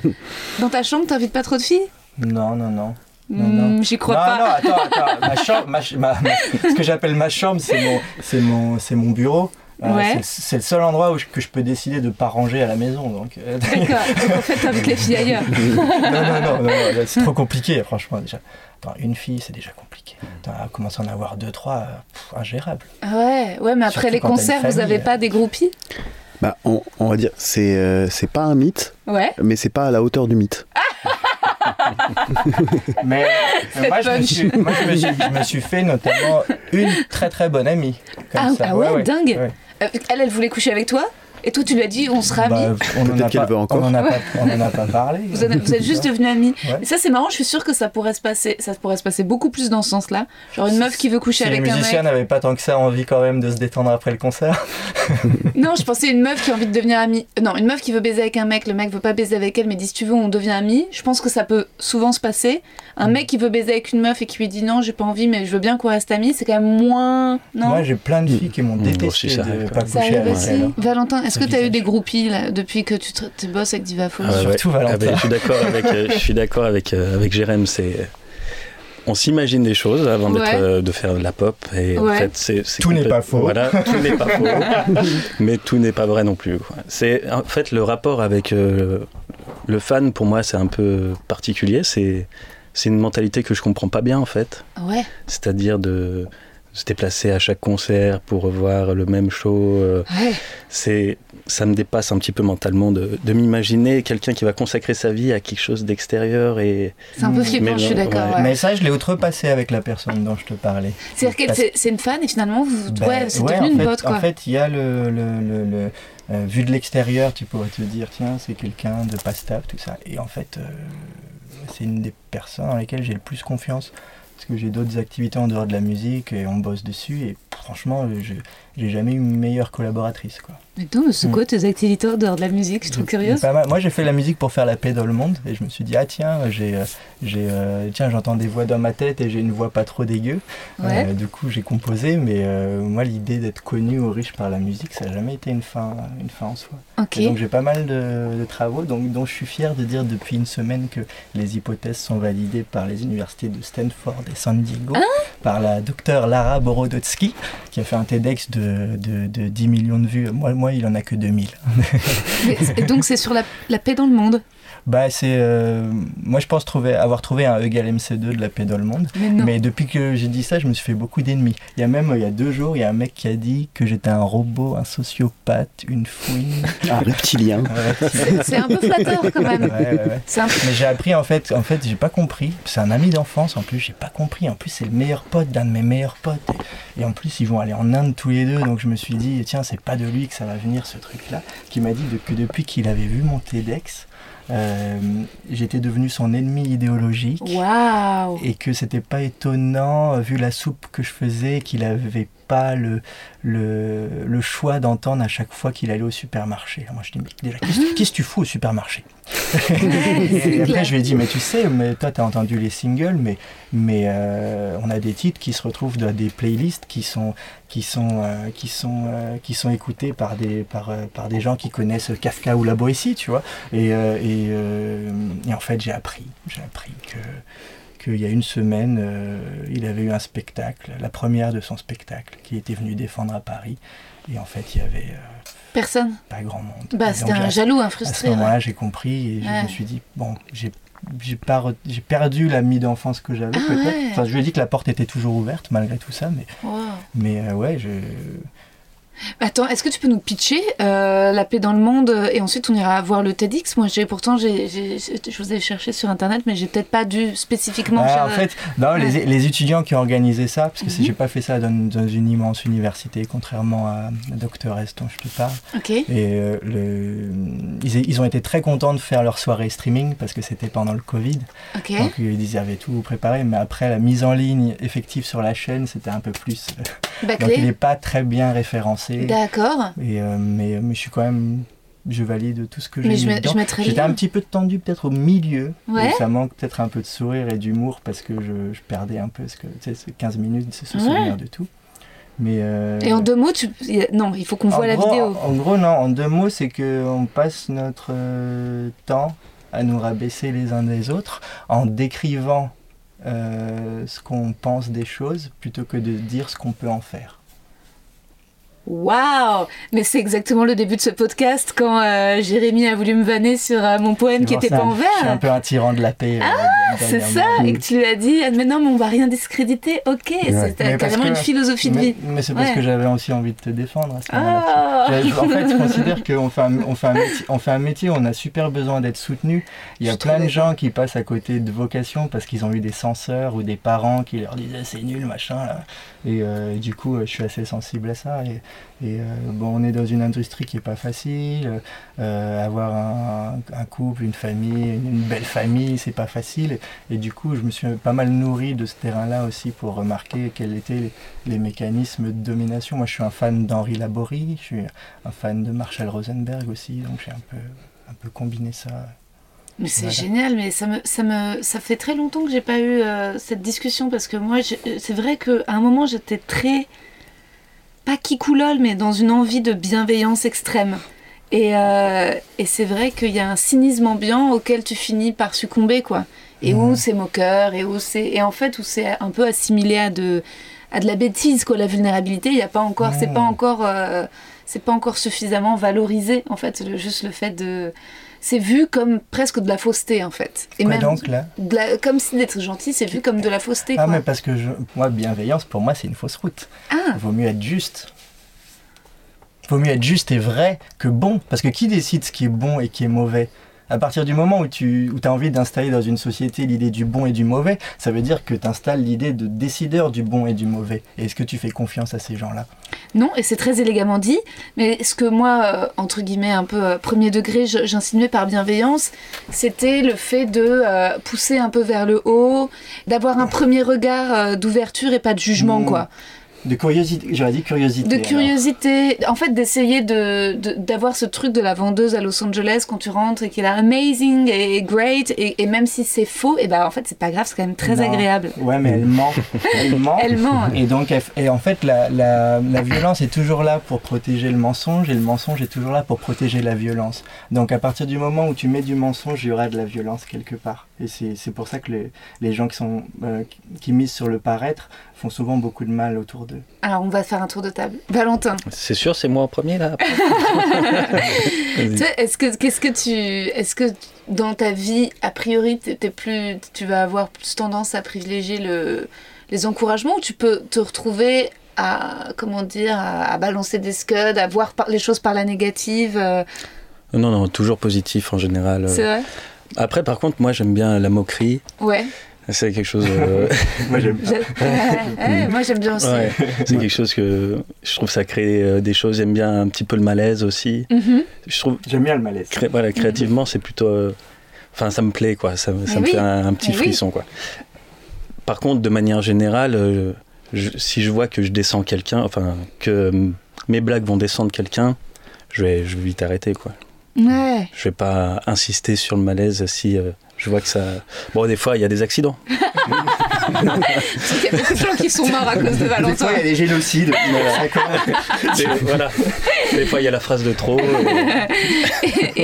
Dans ta chambre, t'invites pas trop de filles
*laughs* Non, non, non. Non, non.
Hmm, J'y crois
non,
pas.
non, attends, attends. Ma chambre, ma ch- ma- ma- ce que j'appelle ma chambre, c'est mon, c'est mon, c'est mon bureau. Euh,
Ouais.
c'est le- C'est le seul endroit où je- que je peux décider de pas ranger à la maison. Donc,
*laughs*
euh, *laughs*
D'accord. Donc, en fait, t'invites les filles ailleurs.
non, non, non, non, non, c'est trop compliqué, franchement déjà. Attends, une fille, c'est déjà compliqué. Attends, commencer à en avoir deux, trois, euh, pff, ingérable.
Ouais, ouais, mais après
Surtout
les
quand t'as une
concerts, vous
famille,
avez pas des groupies
Bah, on, on va dire, c'est euh, c'est pas un mythe,
Ouais.
mais c'est pas à la hauteur du mythe.
*laughs*
Mais euh, moi, je me,
punch.
suis, moi, je me suis- je me suis fait notamment une très très bonne amie. Comme
Ah,
ça.
ah ouais, dingue.
ouais.
Euh, elle, elle voulait coucher avec toi, et toi, tu lui as dit, on sera amis.
Bah, on en
Peut-être
a
qu'elle
pas-
veut encore.
On en a pas, on en a pas parlé.
Vous, en- vous êtes juste devenus amis.
Ouais.
Et ça, c'est marrant. Je suis sûre que ça pourrait se passer, ça pourrait se passer beaucoup plus dans ce sens-là. Genre une meuf qui veut coucher
Si les
avec un
musiciens
mec.
n'avaient pas tant que ça envie quand même de se détendre après le concert.
Non, je pensais une meuf qui a envie de devenir amie. Euh, Non, une meuf qui veut baiser avec un mec. Le mec veut pas baiser avec elle, mais dit si tu veux, on devient amis. Je pense que ça peut souvent se passer. Un mec qui veut baiser avec une meuf et qui lui dit non, j'ai pas envie, mais je veux bien qu'on reste amis, c'est quand même moins. Non.
Moi j'ai plein de filles qui m'ont
Mmh. Moi aussi,
détesté
ça
de
arrive,
pas
ouais.
Ça
coucher
arrive
avec hein.
aussi.
elles.
Valentin, est-ce que
Le
tu as eu
visage.
des groupies là, depuis que tu te, tu bosses avec Divafone
Ah ouais,
Surtout
ouais.
Valentin.
Ah ben, je suis d'accord avec, euh, je suis d'accord avec, euh, avec Jérém. C'est, on s'imagine des choses avant d'être,
Ouais.
euh, de faire de la pop et en
Ouais.
fait, c'est, c'est
Tout n'est
complète-
pas faux.
Voilà, tout n'est pas faux,
*laughs*
mais tout n'est pas vrai non plus. quoi. C'est en fait le rapport avec euh, le fan pour moi, c'est un peu particulier. C'est, c'est une mentalité que je comprends pas bien en fait.
Ah Ouais.
c'est-à-dire de se déplacer à chaque concert pour revoir le même show. euh,
Ah Ouais.
C'est, ça me dépasse un petit peu mentalement de, de m'imaginer quelqu'un qui va consacrer sa vie à quelque chose d'extérieur et
C'est un peu flippant,
Mais
je suis
non,
d'accord.
ouais.
ouais.
Mais ça je l'ai outrepassé avec la personne dont je te parlais.
C'est-à-dire qu'elle,
Parce-
c'est- c'est une fan et finalement, vous, ouais,
Ben,
c'est
ouais,
devenu
en
une
fait,
pote, quoi.
En fait, il y a le, le- le- le- euh, vu de l'extérieur, tu pourrais te dire tiens, c'est quelqu'un de pas stable, tout ça. Et en fait, euh, c'est une des personnes dans lesquelles j'ai le plus confiance parce que j'ai d'autres activités en dehors de la musique et on bosse dessus. Et franchement, je j'ai jamais eu une meilleure collaboratrice quoi.
Mais non, mais c'est
Mm.
quoi tes activités en dehors de la musique Je
Hmm.
suis trop curieuse.
Pas mal. Moi, j'ai fait la musique pour faire la paix dans le monde et je me suis dit ah tiens, j'ai euh, j'ai euh, tiens, j'entends des voix dans ma tête et j'ai une voix pas trop dégueu.
Ouais.
Euh, du coup, j'ai composé, mais euh, moi, l'idée d'être connu ou riche par la musique, ça n'a jamais été une fin, une fin en soi.
ok.
Et euh, donc, j'ai pas mal de, de travaux, donc, dont je suis fier de dire depuis une semaine que les hypothèses sont validées par les universités de Stanford et San Diego,
Ah.
par la docteure Lara Borodotsky, qui a fait un TEDx de, de, de 10 millions de vues. Moi, moi, il en a que 2000.
Mais- et donc, c'est sur la, la paix dans le monde.
Bah, c'est. euh, moi, je pense trouver, avoir trouvé un E égale MC2 de la paix dans le monde.
Mais non.
Mais depuis que j'ai dit ça, je me suis fait beaucoup d'ennemis. Il y a même, il y a deux jours, il y a un mec qui a dit que j'étais un robot, un sociopathe,
*laughs*
une fouine.
Un reptilien.
un reptile.
C'est- C'est un peu flatteur quand
Ouais,
même.
ouais, ouais.
C'est un-
Mais j'ai appris en fait, en fait, j'ai pas compris. C'est un ami d'enfance en plus, j'ai pas compris. En plus, c'est le meilleur pote d'un de mes meilleurs potes. Et, et en plus, ils vont aller en Inde tous les deux. Donc je me suis dit, tiens, c'est pas de lui que ça va venir ce truc-là. Qui m'a dit de- que depuis qu'il avait vu mon TEDx, euh, j'étais devenu son ennemi idéologique
Waouh
et que c'était pas étonnant euh, vu la soupe que je faisais qu'il avait pas le, le, le choix d'entendre à chaque fois qu'il allait au supermarché. Moi je dis mais déjà qu'est-ce que- qu'est-ce que tu fous
*laughs*
au supermarché Et après
clair.
je lui ai dit mais tu sais mais toi t'as entendu les singles mais mais euh, on a des titres qui se retrouvent dans des playlists qui sont qui sont euh, qui sont euh, qui sont écoutés par des par, euh, par des gens qui connaissent Kafka ou la Boétie tu vois et euh, et, euh, et en fait j'ai appris j'ai appris que qu'il y a une semaine, euh, il avait eu un spectacle, la première de son spectacle, qu'il était venu défendre à Paris. Et en fait, il y avait euh,
Personne.
pas grand monde. Et
Bah,
donc,
c'était un
à-
jaloux, un
À ce
frustré. ouais.
moment-là, j'ai compris et je
Ouais.
me suis dit, bon, j'ai j'ai pas re- j'ai perdu l'ami d'enfance que j'avais
Ah
peut-être.
ouais.
Enfin, je lui ai dit que la porte était toujours ouverte malgré tout ça, mais
Waouh.
mais euh, ouais, je
Attends, est-ce que tu peux nous pitcher euh, La paix dans le monde euh, et ensuite on ira voir le TEDx Moi, j'ai pourtant, j'ai, j'ai- je vous ai cherché sur internet, mais j'ai peut-être pas dû spécifiquement.
Ah, en
chercher-
fait, non, les, les étudiants qui ont organisé ça, parce que
Mhm.
c'est- j'ai pas fait ça dans, dans une immense université, contrairement à Dr. Est dont je te parle.
Ok.
Et euh, le- ils, ils ont été très contents de faire leur soirée streaming parce que c'était pendant le Covid.
Ok.
Donc euh, ils avaient tout préparé, mais après la mise en ligne effective sur la chaîne, c'était un peu plus. euh, Donc il
Bâclé.
n'est pas très bien référencé.
D'accord.
Et, euh, mais, mais je suis quand même. Je valide tout ce que j'ai
Mais
mis
je, mets-
dedans.
je mettrai le
J'étais
lien.
un petit peu tendu peut-être au milieu.
Ouais.
Donc ça manque peut-être un peu de sourire et d'humour parce que je, je perdais un peu ce que, tu sais, ce 15 minutes, ce, ce
Ouais.
souvenir de tout. Mais euh,
Et en deux mots, tu... non, il faut qu'on
en
voit la
gros-
vidéo.
En gros, non, en deux mots, c'est qu'on passe notre euh, temps à nous rabaisser les uns des autres en décrivant euh, ce qu'on pense des choses plutôt que de dire ce qu'on peut en faire.
Waouh Mais c'est exactement le début de ce podcast quand euh, Jérémy a voulu me vanner sur euh, mon poème qui
C'est pour
était
ça,
pas en
Je suis un
verre.
peu un tyran de la paix. euh,
C'est
dernièrement.
ça Et que tu lui as dit, ah, mais non, mais on va rien discréditer. Ok, c'était
Mais parce
carrément
que-
une philosophie de
Mais,
vie.
mais c'est parce
Ouais.
que j'avais aussi envie de te défendre à ce moment-là.
Ah
J'avais- En
*laughs*
fait, je considère qu'on fait, un- on fait, un métier- on fait un métier, on a super besoin d'être soutenu. Il y
Je
a
suis
plein
trop
de gens qui passent à côté de vocation parce qu'ils ont eu des censeurs ou des parents qui leur disaient c'est nul, machin. Là. Et euh, du coup, euh, je suis assez sensible à ça. Et, et, euh, bon, on est dans une industrie qui est pas facile. Euh, avoir un, un couple, une famille, une, une belle famille, c'est pas facile. Et du coup, je me suis pas mal nourri de ce terrain-là aussi pour remarquer quels étaient les, les mécanismes de domination. Moi, je suis un fan d'Henri Laborie, je suis un fan de Marshall Rosenberg aussi, donc j'ai un peu, un peu combiné ça.
Mais c'est
Voilà.
génial, mais ça me, ça me, ça fait très longtemps que j'ai pas eu euh, cette discussion parce que moi, je- euh, c'est vrai que à un moment j'étais très pas kikoulol, mais dans une envie de bienveillance extrême. Et, euh, et c'est vrai qu'il y a un cynisme ambiant auquel tu finis par succomber, quoi. Et où
Mhm.
c'est moqueur, et où c'est, et en fait où c'est un peu assimilé à de, à de la bêtise, quoi. La vulnérabilité, il y a pas encore, c'est pas
Mhm.
encore, euh, c'est pas encore suffisamment valorisé, en fait. le- juste le fait de, c'est vu comme presque de la fausseté en fait. Et
Quoi
même
donc là
de la- comme si d'être gentil, c'est vu comme de la fausseté.
Ah,
quoi.
mais parce que je, moi, bienveillance, pour moi, c'est une fausse route.
Ah,
Vaut mieux être juste. Vaut mieux être juste et vrai que bon. Parce que qui décide ce qui est bon et qui est mauvais À partir du moment où tu où as envie d'installer dans une société l'idée du bon et du mauvais, ça veut dire que tu installes l'idée de décideur du bon et du mauvais. Et est-ce que tu fais confiance à ces gens-là
non, et c'est très élégamment dit. Mais ce que moi, euh, entre guillemets, un peu euh, premier degré, je- j'insinuais par bienveillance, c'était le fait de euh, pousser un peu vers le haut, d'avoir un premier regard euh, d'ouverture et pas de jugement,
Mhm.
quoi.
De curiosité, j'aurais dit curiosité.
De
alors.
curiosité, en fait, d'essayer de de- d'avoir ce truc de la vendeuse à Los Angeles quand tu rentres et qu'il a amazing et great et, et même si c'est faux, et ben en fait c'est pas grave, c'est quand même très
Non. *laughs*
agréable.
Ouais, mais elle ment. Elle ment.
Elle ment.
Et donc, elle f- et en fait, la, la- la violence est toujours là pour protéger le mensonge, et le mensonge est toujours là pour protéger la violence. Donc, à partir du moment où tu mets du mensonge, il y aura de la violence quelque part. Et c'est c'est pour ça que les, les gens qui, sont, euh, qui- qui misent sur le paraître font souvent beaucoup de mal autour d'eux.
Alors on va faire un tour de table. Valentin,
C'est sûr, c'est moi en premier
*laughs*
là. après. Vas-y.
toi, est-ce que qu'est-ce que tu est-ce que dans ta vie a priori t'es t'es plus tu vas avoir plus tendance à privilégier le les encouragements ou tu peux te retrouver à comment dire à, à balancer des scuds, à voir par- les choses par la négative, euh,
Non, non, toujours positif en
Euh,
général.
c'est vrai
Après, par contre, moi, j'aime bien la moquerie.
Ouais.
C'est quelque chose.
*laughs*
euh,
Moi, j'aime
Je- *laughs* Ouais, ouais, moi j'aime bien aussi.
ouais, c'est quelque chose que je trouve ça crée euh, des choses. J'aime bien un petit peu le malaise aussi.
Mhm.
Je trouve
j'aime bien le malaise.
cré- voilà, créativement, c'est plutôt. euh, Enfin, ça me plaît quoi. Ça, me- ça
Mais
me
oui.
fait un, un petit
Mais oui.
frisson quoi. Par contre, de manière générale, euh, je- si je vois que je descends quelqu'un, enfin que hum, mes blagues vont descendre quelqu'un, je vais, je vais vite arrêter quoi.
Ouais.
Je vais pas insister sur le malaise si euh, je vois que ça. Bon, des fois, il y a des
*laughs*
accidents.
Parce qu'il y a beaucoup de gens qui sont morts à cause de
Des fois,
Valentin.
il y a
*laughs*
des génocides. Ça commence.
Ah.
Des, voilà. Des fois, il y a la phrase de trop. euh, et-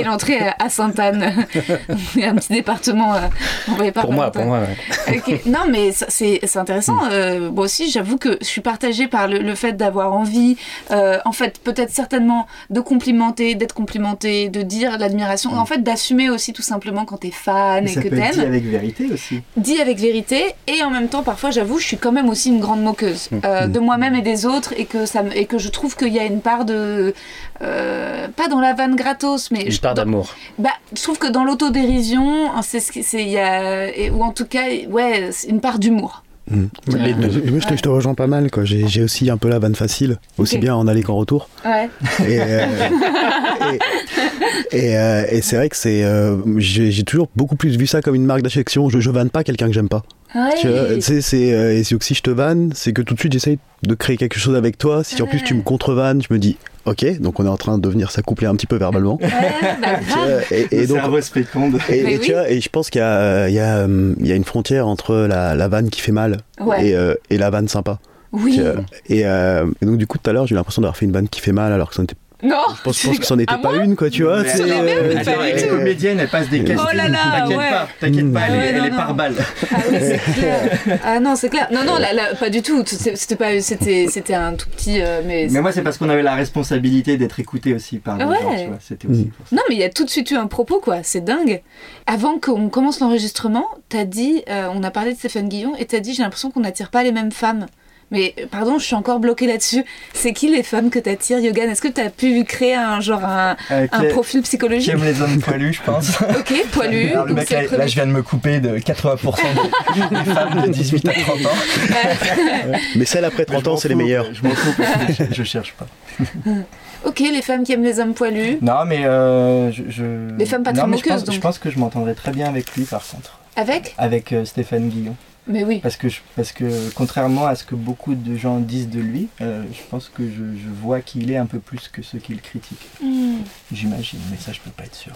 *laughs* Et l'entrée à- à Sainte-Anne. *laughs* Il y a un petit département euh, envoyé par
Pour moi,
Valentin.
pour moi. ouais.
Ok. Non, mais ça, c'est c'est intéressant. Euh, moi aussi, j'avoue que je suis partagée par le, le fait d'avoir envie, euh, en fait, peut-être certainement de complimenter, d'être complimentée, de dire l'admiration, en fait, d'assumer aussi tout simplement quand t'es fan
Mais
et
ça
que
peut être dit
t'aimes.
avec vérité aussi.
Dis avec vérité et en en même temps, parfois, j'avoue, je suis quand même aussi une grande moqueuse
Mm.
euh, de moi-même et des autres, et que ça me- et que je trouve qu'il y a une part de euh, pas dans la vanne gratos, mais
Une
je,
part
dans-
d'amour.
Mm.
bah, je trouve que dans l'autodérision, hein, c'est ce qui- c'est il y a et- ou en tout cas, ouais, c'est une part d'humour.
Mm.
Les deux.
Mais- mais je, te, je te rejoins pas mal. quoi. J'ai j'ai aussi un peu la vanne facile, aussi
Ok.
bien en aller qu'en retour.
Ouais. *laughs*
Et, euh, et- et, euh, et c'est vrai que c'est, euh, j'ai j'ai toujours beaucoup plus vu ça comme une marque d'affection. Je, je vanne pas quelqu'un que j'aime pas. Tu vois, tu sais, c'est, euh, et si si je te vanne, c'est que tout de suite j'essaye de créer quelque chose avec toi. Si en plus tu me contre-vannes, je me dis, ok, donc on est en train de venir s'accoupler un petit peu verbalement.
*laughs* Ouais, bah,
*laughs* Tu vois,
grave.
et, et
Le
donc,
cerveau se féconde.
Mais
et, et
oui.
tu vois, et je pense qu'il y, a, euh, il y, a, hum, il y a une frontière entre la, la vanne qui fait mal
Ouais.
et, euh, et la vanne sympa.
Oui.
Tu vois. Et, euh, et donc du coup tout à l'heure j'ai eu l'impression d'avoir fait une vanne qui fait mal alors que ça n'était-
Non.
je pense, je pense que ça n'était
Ah,
pas une quoi tu vois.
Mais
c'est- euh,
alors,
Mais
Attends,
pas du
elle est
tout.
comédienne, elle passe des caisses.
Oh là là,
T'inquiète
ouais.
pas, t'inquiète pas, elle,
Mm.
Ouais,
est-
non,
elle est
non.
par balle.
Ah oui,
*laughs*
c'est clair. Ah non, c'est clair. Non, non, là, là, pas du tout. C'était c'était pas, c'était, c'était un tout petit, euh, mais.
Mais moi, c'est parce qu'on avait la responsabilité d'être écouté aussi par les
Ouais.
gens, tu vois. C'était aussi pour ça.
Non, mais il y a tout de suite eu un propos, quoi. C'est dingue. Avant qu'on commence l'enregistrement, t'as dit, euh, on a parlé de Stéphane Guillon, et t'as dit, j'ai l'impression qu'on n'attire pas les mêmes femmes. Mais euh, pardon, je suis encore bloquée là-dessus. C'est qui les femmes que t'attires, Yogan Est-ce que t'as pu créer un genre un,
Euh,
*laughs* un
qui-
profil psychologique
J'aime les hommes poilus, je pense.
*laughs* Ok, poilu.
Alors, le
donc
mec,
c'est
là,
le
là, je viens de me couper de 80% des, des femmes de 18 à 30 ans.
premier.
Mais celle après 30 ans c'est
*laughs*
les meilleurs.
Je m'en fous, je, je cherche pas.
ok, les femmes qui aiment les hommes poilus.
Non, mais euh, je, je.
Les femmes pas
non,
très
mais je
moqueuses,
pense, je
donc.
pense que je m'entendrais très bien avec lui, par contre.
Avec
Avec euh, Stéphane Guillon.
Mais oui.
Parce que, je- parce que contrairement à ce que beaucoup de gens disent de lui, euh, je pense que je, je vois qu'il est un peu plus que ce qu'il critique.
Hmm.
J'imagine, mais ça, je peux pas être sûr.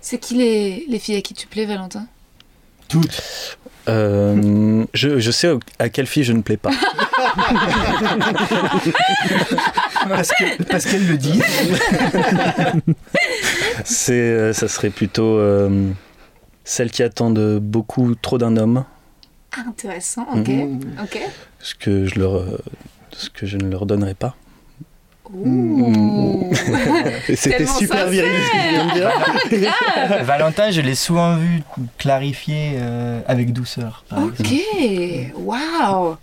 C'est qui les, les filles à qui tu plais, Valentin
Toutes.
Euh, je, je sais au- à quelle fille je ne *laughs* plais pas.
Parce que- parce qu'elles le disent.
*laughs* C'est, euh, ça serait plutôt euh, celle qui attendent beaucoup trop d'un homme,
Ah, intéressant, ok.
Mhm.
Ok.
ce que je leur, euh, ce que je ne leur donnerai pas.
Hmm.
Ouh.
Et C'était
Tellement
super viril ce que tu viens de dire.
Valentin, je l'ai souvent vu clarifier euh, avec douceur.
Oh.
par exemple.
ok, waouh.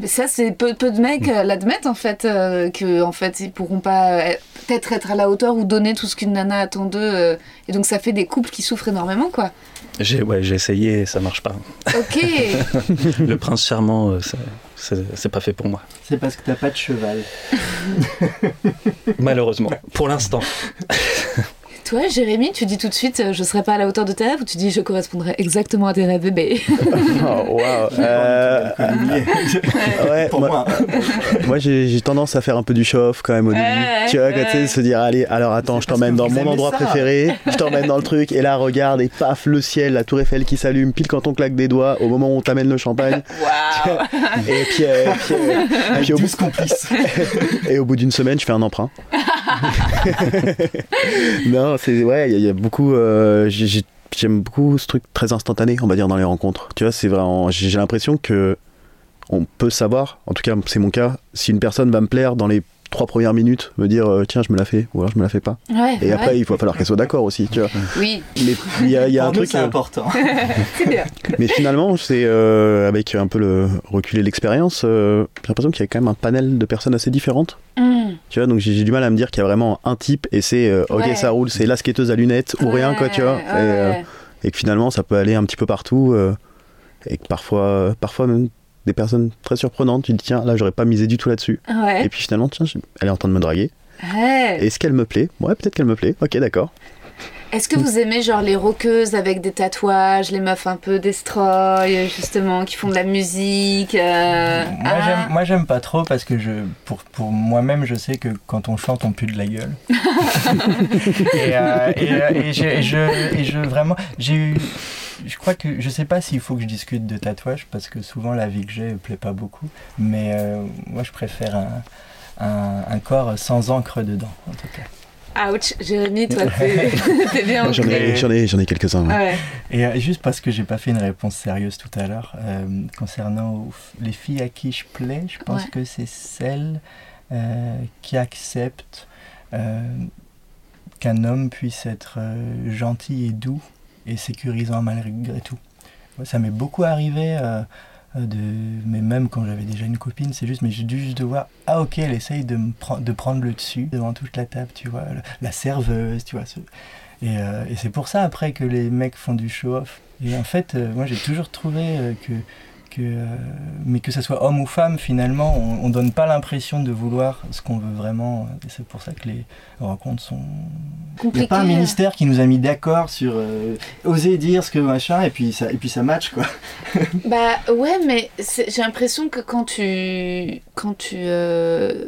Mais ça, c'est peu, peu de mecs euh, l'admettent en fait, euh, que en fait ils pourront pas euh, peut-être être à la hauteur ou donner tout ce qu'une nana attend d'eux. euh, et donc ça fait des couples qui souffrent énormément, quoi.
J'ai, ouais, j'ai essayé, et ça marche pas.
Ok.
Le prince charmant, euh, ça- c'est, c'est pas fait pour moi.
C'est parce que t'as pas de cheval.
Malheureusement, pour l'instant.
Toi, Jérémy, tu dis tout de suite, euh, je serai pas à la hauteur de tes rêves, ou tu dis, je correspondrai exactement à tes rêves, bébé.
Oh, waouh. Euh, *laughs* ouais,
Pour
moi-
moi,
Moi, j'ai j'ai tendance à faire un peu du chauffe quand même au début.
Ouais,
tu vois, quand
ouais.
tu sais, se dire, allez, alors attends, je t'emmène dans
vous
mon
aimez
endroit
ça.
préféré, je t'emmène dans le truc, et là, regarde, et paf, le ciel, la tour Eiffel qui s'allume, pile quand on claque des doigts, au moment où on t'amène le champagne. et puis, euh,
*laughs*
puis, euh, puis au bout,
tous complices.
*laughs* et au bout d'une semaine, je fais un emprunt. *laughs* non, c'est, ouais, il y a- il y, a beaucoup, euh, j'ai- j'ai- j'aime beaucoup ce truc très instantané, on va dire, dans les rencontres. Tu vois, c'est vraiment, j'ai j'ai l'impression que on peut savoir, en tout cas c'est mon cas, si une personne va me plaire dans les trois premières minutes, me dire euh, tiens je me la fais ou alors je me la fais pas.
Ouais.
Et après il va falloir qu'elle soit d'accord aussi,
*laughs*
tu vois.
Oui.
Mais il y a, il y a un
Pour nous,
truc.
c'est
euh,
important.
C'est bien.
mais finalement c'est euh, avec un peu le recul et l'expérience, euh, j'ai l'impression qu'il y a quand même un panel de personnes assez différentes.
Hmm.
Tu vois donc j'ai j'ai du mal à me dire qu'il y a vraiment un type et c'est euh, ok
Ouais.
ça roule, c'est la skateuse à lunettes ou rien quoi, tu vois.
Ouais,
Et, euh,
ouais.
et que finalement ça peut aller un petit peu partout euh, et que parfois euh, parfois même des personnes très surprenantes, tu te dis tiens là j'aurais pas misé du tout là-dessus.
Ouais.
Et puis finalement, tiens, j'ai- elle est en train de me draguer.
Ouais.
Est-ce qu'elle me plaît Ouais, peut-être qu'elle me plaît. Ok, d'accord.
Est-ce que vous aimez genre les rockeuses avec des tatouages, les meufs un peu destroy, justement, qui font de la musique euh,
Moi,
ah,
j'aime- Moi, j'aime pas trop parce que je, pour, pour moi-même, je sais que quand on chante, on pue de la gueule. et, euh, et, euh, et je, et je- et je- vraiment, j'ai eu. Je crois que je sais pas s'il faut que je discute de tatouage parce que souvent la vie que j'ai plaît pas beaucoup, mais euh, moi je préfère un, un- un corps sans encre dedans en tout cas.
Ouch, Jérémy, toi, t'es *laughs* t'es bien.
Moi, J'en ai,
Ok.
j'en ai, j'en ai quelques-uns. ouais.
Ouais.
Et euh, juste parce que j'ai pas fait une réponse sérieuse tout à l'heure, euh, concernant aux f- les filles à qui je plais, je pense
Ouais.
que c'est celles euh, qui acceptent euh, qu'un homme puisse être euh, gentil et doux et sécurisant malgré tout. Ça m'est beaucoup arrivé, euh, de... mais même quand j'avais déjà une copine, c'est juste, mais j'ai dû juste de voir, ah ok, elle essaye de, me pre- de prendre le dessus devant toute la table, tu vois, le- la serveuse, tu vois. ce- Et, euh, et c'est pour ça après que les mecs font du show-off. Et en fait, euh, moi j'ai toujours trouvé euh, que... que, euh, mais que ce soit homme ou femme, finalement, on ne donne pas l'impression de vouloir ce qu'on veut vraiment. Et c'est pour ça que les rencontres sont, il n'y a pas un ministère qui nous a mis d'accord sur euh, oser dire ce que machin et puis ça et puis ça match quoi.
Bah ouais, mais c'est- j'ai l'impression que quand tu. Quand tu. euh,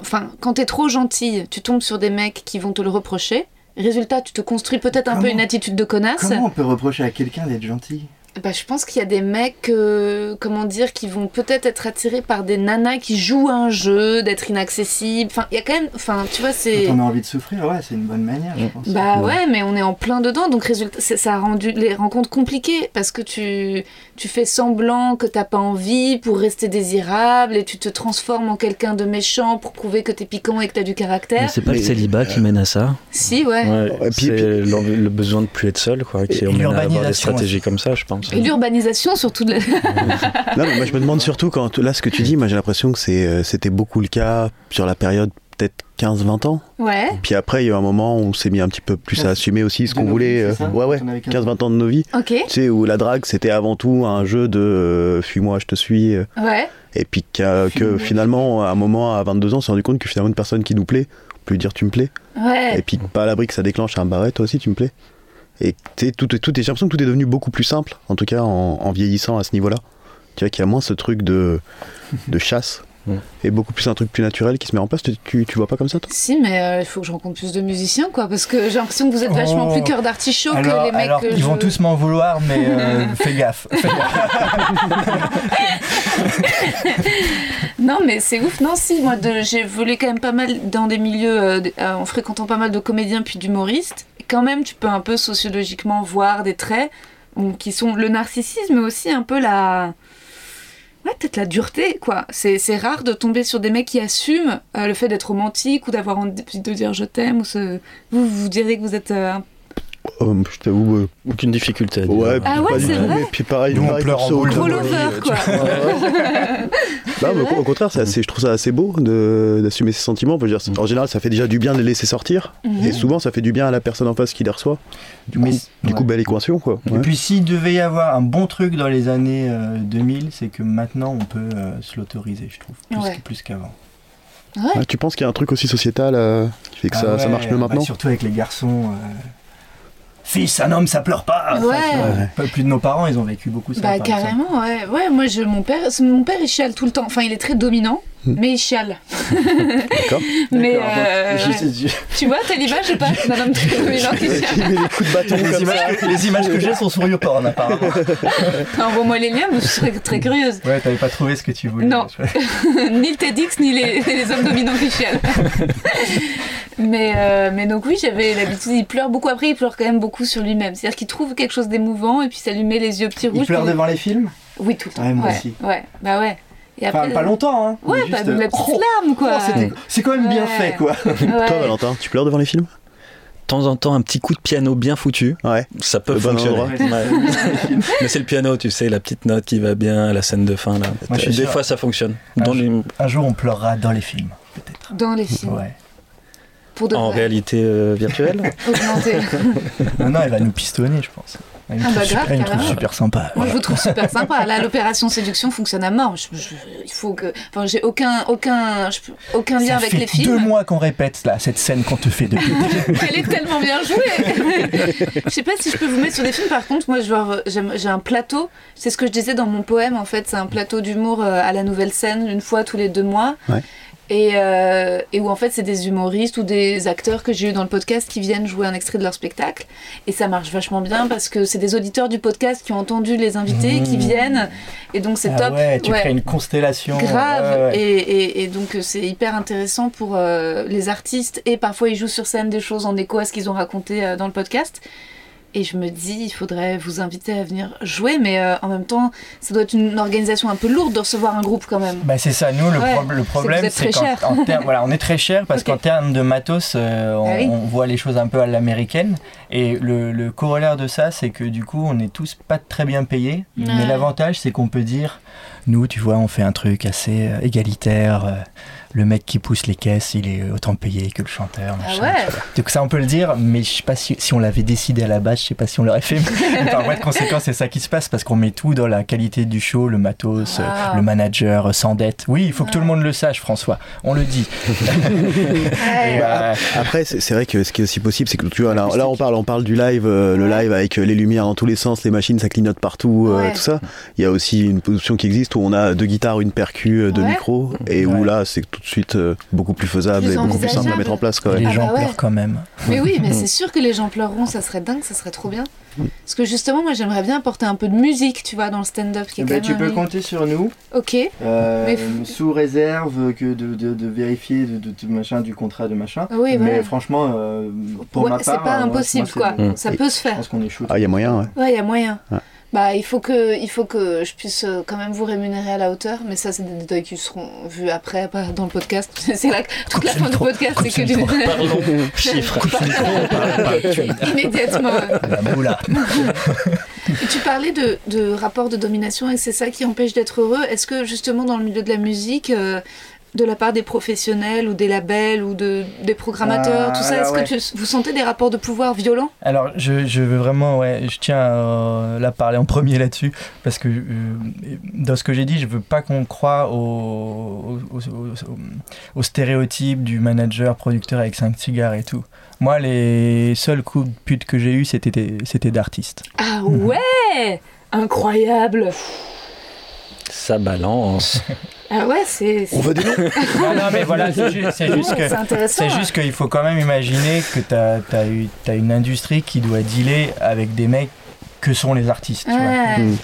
Enfin, quand t'es trop gentille, tu tombes sur des mecs qui vont te le reprocher. Résultat, tu te construis peut-être un peu
Comment
une attitude de connasse.
Comment on peut reprocher à quelqu'un d'être gentil
Bah, je pense qu'il y a des mecs, euh, comment dire, qui vont peut-être être attirés par des nanas qui jouent à un jeu, d'être inaccessibles. Enfin, il y a quand même. Enfin, tu vois, c'est.
Quand on a envie de souffrir, ouais, c'est une bonne manière,
Mm.
je pense.
Bah ouais, mais on est en plein dedans, donc résultat, c'est- ça a rendu les rencontres compliquées parce que tu, tu fais semblant que t'as pas envie pour rester désirable et tu te transformes en quelqu'un de méchant pour prouver que t'es piquant et que t'as du
Mais
caractère.
c'est pas
Mais-
le célibat qui mène à ça.
Si, ouais.
Ouais, puis-
c'est l'en- le besoin de plus être seul, quoi, qui
Et
emmène à avoir des
l'urbanisation
stratégies comme ça, je pense.
Et l'urbanisation, surtout de la. *laughs*
Non, mais moi je me demande surtout quand là ce que tu dis, moi j'ai l'impression que c'est, euh, c'était beaucoup le cas sur la période peut-être 15-20 ans.
Ouais.
Puis après il y a eu un moment où on s'est mis un petit peu plus à assumer aussi ce
Oh. De
qu'on
nos
voulait.
vies,
euh,
c'est ça
ouais ouais,
Quand on avait 15
15-20 ans de nos vies.
Ok.
Tu sais, où la drague c'était avant tout un jeu de euh, fuis-moi, je te suis. euh,
Ouais.
Et puis qu'a- que
Fuis-moi.
finalement à un moment à 22 ans on s'est rendu compte que finalement une personne qui nous plaît, on peut lui dire tu me plais.
Ouais.
Et puis pas à l'abri que ça déclenche un barret, toi aussi tu me plais. Et tu sais, tout, est- tout est, j'ai l'impression que tout est devenu beaucoup plus simple, en tout cas en, en vieillissant à ce niveau-là. Tu vois qu'il y a moins ce truc de, de
*laughs*
chasse.
Mm.
Et beaucoup plus un truc plus naturel qui se met en place. Tu, tu, tu vois pas comme ça, toi
Si, mais euh, il faut que je rencontre plus de musiciens, quoi, parce que j'ai l'impression que vous êtes vachement
Oh.
plus cœur d'artichaut que
alors
les mecs.
alors,
que
ils
je-
vont tous m'en vouloir, mais
*laughs*
euh, fais gaffe. fais gaffe.
Non, mais c'est ouf. Non, si, moi, de- j'ai volé quand même pas mal dans des milieux, euh, de- euh, en fréquentant pas mal de comédiens puis d'humoristes. Quand même, tu peux un peu sociologiquement voir des traits bon, qui sont le narcissisme, mais aussi un peu la. Ouais, peut-être la dureté, quoi. C'est c'est rare de tomber sur des mecs qui assument euh, le fait d'être romantique ou d'avoir envie de dire je t'aime. ou ce- Vous, vous direz que vous êtes euh, un
Oh, Je t'avoue. euh,
Aucune difficulté. à dire.
Ouais,
Ah ouais,
pas du
c'est
tout.
vrai
Mais puis pareil,
euh, Nous, on
pareil
pleure
pour
en
ça,
boule de
autant-
gros
Drôle,
lover,
oui,
quoi. *laughs*
Non, mais Bah, au- au contraire, c'est assez- je trouve ça assez beau de- d'assumer ses sentiments. Enfin, je veux dire, c'est- En général, ça fait déjà du bien de les laisser sortir.
Mhm. Mm-hmm.
Et souvent, ça fait du bien à la personne en face qui les reçoit. Du coup,
Mais-
du coup
ouais.
belle équation, quoi. Ouais.
Et puis s'il devait y avoir un bon truc dans les années euh, 2000, c'est que maintenant on peut euh, se l'autoriser, je trouve, plus,
Ouais.
que- plus qu'avant.
Ouais.
Ah, tu penses qu'il y a un truc aussi sociétal euh, qui fait que ça,
Ah
ça
ouais,
marche mieux
bah,
maintenant *laughs*
surtout avec les garçons. euh, Fils, un homme, ça pleure pas.
Ouais.
Pas plus de nos parents, ils ont vécu beaucoup ça.
Bah
par
hein.
exemple.
carrément, ouais. Ouais, moi je, mon père, c'est- mon père il chiale tout le temps. Enfin, il est très dominant, mais il chiale. *laughs*
D'accord.
Mais
Hmm. D'accord,
euh,
bon, je-
ouais.
je- je-
tu vois, t'as l'image ou pas d'un homme très dominant qui chiale.
met des coups
*laughs*
de bâton
Les images, que- les images que j'ai sont sur YouPorn apparemment.
Enfin, bon, moi les liens, je serais très curieuse. *laughs*
Ouais, t'avais pas trouvé ce que tu voulais.
Non.
je crois.
ni le TEDx, ni les, *laughs* les hommes dominants
*laughs*
qui chialent. mais, euh, mais donc oui, j'avais l'habitude, il pleure beaucoup. Après, il pleure quand même beaucoup sur lui-même. C'est-à-dire qu'il trouve quelque chose d'émouvant et puis ça lui met les yeux petits rouges.
Il pleure
puis-
devant les films
Oui, tout le temps.
Ouais, moi
ouais,
aussi.
ouais. bah ouais. Et
Enfin,
après-
pas longtemps, hein.
Ouais,
mais
bah,
juste, euh,
la petite
oh,
larme, quoi.
oh, c'était- C'est quand même bien
Ouais.
fait, quoi.
Ouais.
Toi, Valentin, tu pleures devant les films
De temps en temps, un petit coup de piano bien foutu,
Ouais.
ça peut
Le bon
fonctionner.
endroit.
*laughs*
Ouais. Mais c'est le piano, tu sais, la petite note qui va bien à la scène de fin. Là.
Moi, je suis
Des
sûr.
fois, ça fonctionne.
Ah,
Dans
je-
les-
Un jour, on pleurera dans les films, peut-être.
Dans les films.
Ouais.
Pour de
En
vrai.
réalité euh,
*laughs*
virtuelle
*laughs*
Augmenter.
Non, non, elle va nous pistonner, je pense. Elle nous
Ah
trouve
bah
super,
grave,
elle nous trouve
carrément.
super sympa.
Moi, je
Voilà.
vous trouve super sympa. Là, l'opération séduction fonctionne à mort. Je- je- il faut que. Enfin, j'ai aucun, aucun, je- aucun lien
Ça
avec
fait
les
deux
films.
mois qu'on répète là, cette scène qu'on te fait depuis.
Elle est tellement bien jouée. je sais pas si je peux vous mettre sur des films. Par contre, moi, genre, j'aime- j'ai un plateau. C'est ce que je disais dans mon poème. En fait, c'est un plateau d'humour euh, à la nouvelle scène, une fois tous les deux mois.
Ouais.
Et, euh, et où en fait c'est des humoristes ou des acteurs que j'ai eu dans le podcast qui viennent jouer un extrait de leur spectacle et ça marche vachement bien parce que c'est des auditeurs du podcast qui ont entendu les invités qui
Mmh.
viennent et donc *laughs* c'est
Ah
top
Ouais, tu
Ouais.
crées une constellation.
Grave.
ouais, ouais.
Et, et- et donc euh, c'est hyper intéressant pour euh, les artistes et parfois ils jouent sur scène des choses en écho à ce qu'ils ont raconté euh, dans le podcast. Et je me dis, il faudrait vous inviter à venir jouer, mais euh, en même temps, ça doit être une organisation un peu lourde de recevoir un groupe quand même.
Bah c'est ça, nous le,
Ouais,
prob- le
c'est que vous
problème
êtes
c'est
très cher.
qu'en en termes- voilà, on est très
*laughs*
cher parce qu'en termes de matos, euh, on,
Ah oui.
on voit les choses un peu à l'américaine. Et le, le corollaire de ça, c'est que du coup, on est tous pas très bien payés. Mais
Ouais.
l'avantage, c'est qu'on peut dire, nous, tu vois, on fait un truc assez euh, égalitaire. euh, le mec qui pousse les caisses, il est autant payé que le chanteur. machin,
Ah ouais.
tu vois. Donc ça, on peut le dire, mais je sais pas si, si on l'avait décidé à la base, je sais pas si on
*laughs*
l'aurait fait. Mais par voie de conséquence, c'est ça qui se passe parce qu'on met tout dans la qualité du show, le matos, euh,
Ah.
le manager euh, s'endette. Oui, il faut que tout
Ah.
le monde le sache, François. On le dit. Et,
bah.
euh,
Après, c'est c'est vrai que ce qui est aussi possible, c'est que tu vois, là, là, on parle, on parle du live, euh, le live avec euh, les lumières dans tous les sens, les machines, ça clignote partout, euh,
Ouais.
tout ça. Il y a aussi une option qui existe où on a deux guitares, une percu, euh, deux
Ouais.
micros, et où là, c'est tout de suite euh, beaucoup plus faisable
Plus
et beaucoup plus simple à
envisageable.
mettre en place. Quoi,
Et les Ah gens bah ouais. pleurent
quand même.
Mais oui,
*laughs*
mais c'est sûr que les gens pleureront, ça serait dingue, ça serait trop bien. Parce que justement, moi j'aimerais bien apporter un peu de musique, tu vois, dans le stand-up qui est
Bah,
quand même
tu
un
peux
milieu-
compter sur nous.
Ok.
Euh,
Mais f-
Sous réserve que de, de- de vérifier de, de- de machin, du contrat, de machin.
Oui,
Mais
voilà.
franchement, euh, pour
Ouais,
ma part,
c'est pas
euh, moi,
impossible,
moi, c'est-
quoi. Ça peut se faire.
Je pense qu'on est chaud.
Ah, il y a moyen, ouais.
Ouais, il y a moyen.
Ouais.
Bah, il faut que, il faut que je puisse euh, quand même vous rémunérer à la hauteur, mais ça, c'est des détails qui seront vus après, pas dans le podcast. *laughs* C'est là que- toute la fin du podcast, c'est que du
Parlons chiffres.
Immédiatement. ouais.
Ah bah, Boula.
Et tu parlais de, de rapport de domination et c'est ça qui empêche d'être heureux. Est-ce que justement dans le milieu de la musique, euh, de la part des professionnels ou des labels ou de, des programmateurs,
Ah,
tout ça,
là,
est-ce
ouais.
que tu- vous sentez des rapports de pouvoir violents
Alors, je, je veux vraiment, ouais, je tiens à euh, là, parler en premier là-dessus, parce que euh, dans ce que j'ai dit, je veux pas qu'on croie au, au, au- au- au stéréotype du manager producteur avec 5 cigares et tout. Moi, les seuls coups de pute que j'ai eu, c'était c'était d'artistes.
Ah ouais Incroyable
Ça balance.
Ah ouais, c'est...
On veut des noms
non, Ah, non, mais voilà, c'est ju- c'est juste,
Ouais,
que-
c'est intéressant,
c'est juste qu'il faut quand même imaginer que tu as, une industrie qui doit dealer avec des mecs que sont les artistes. tu vois.
Ouais.
Mm.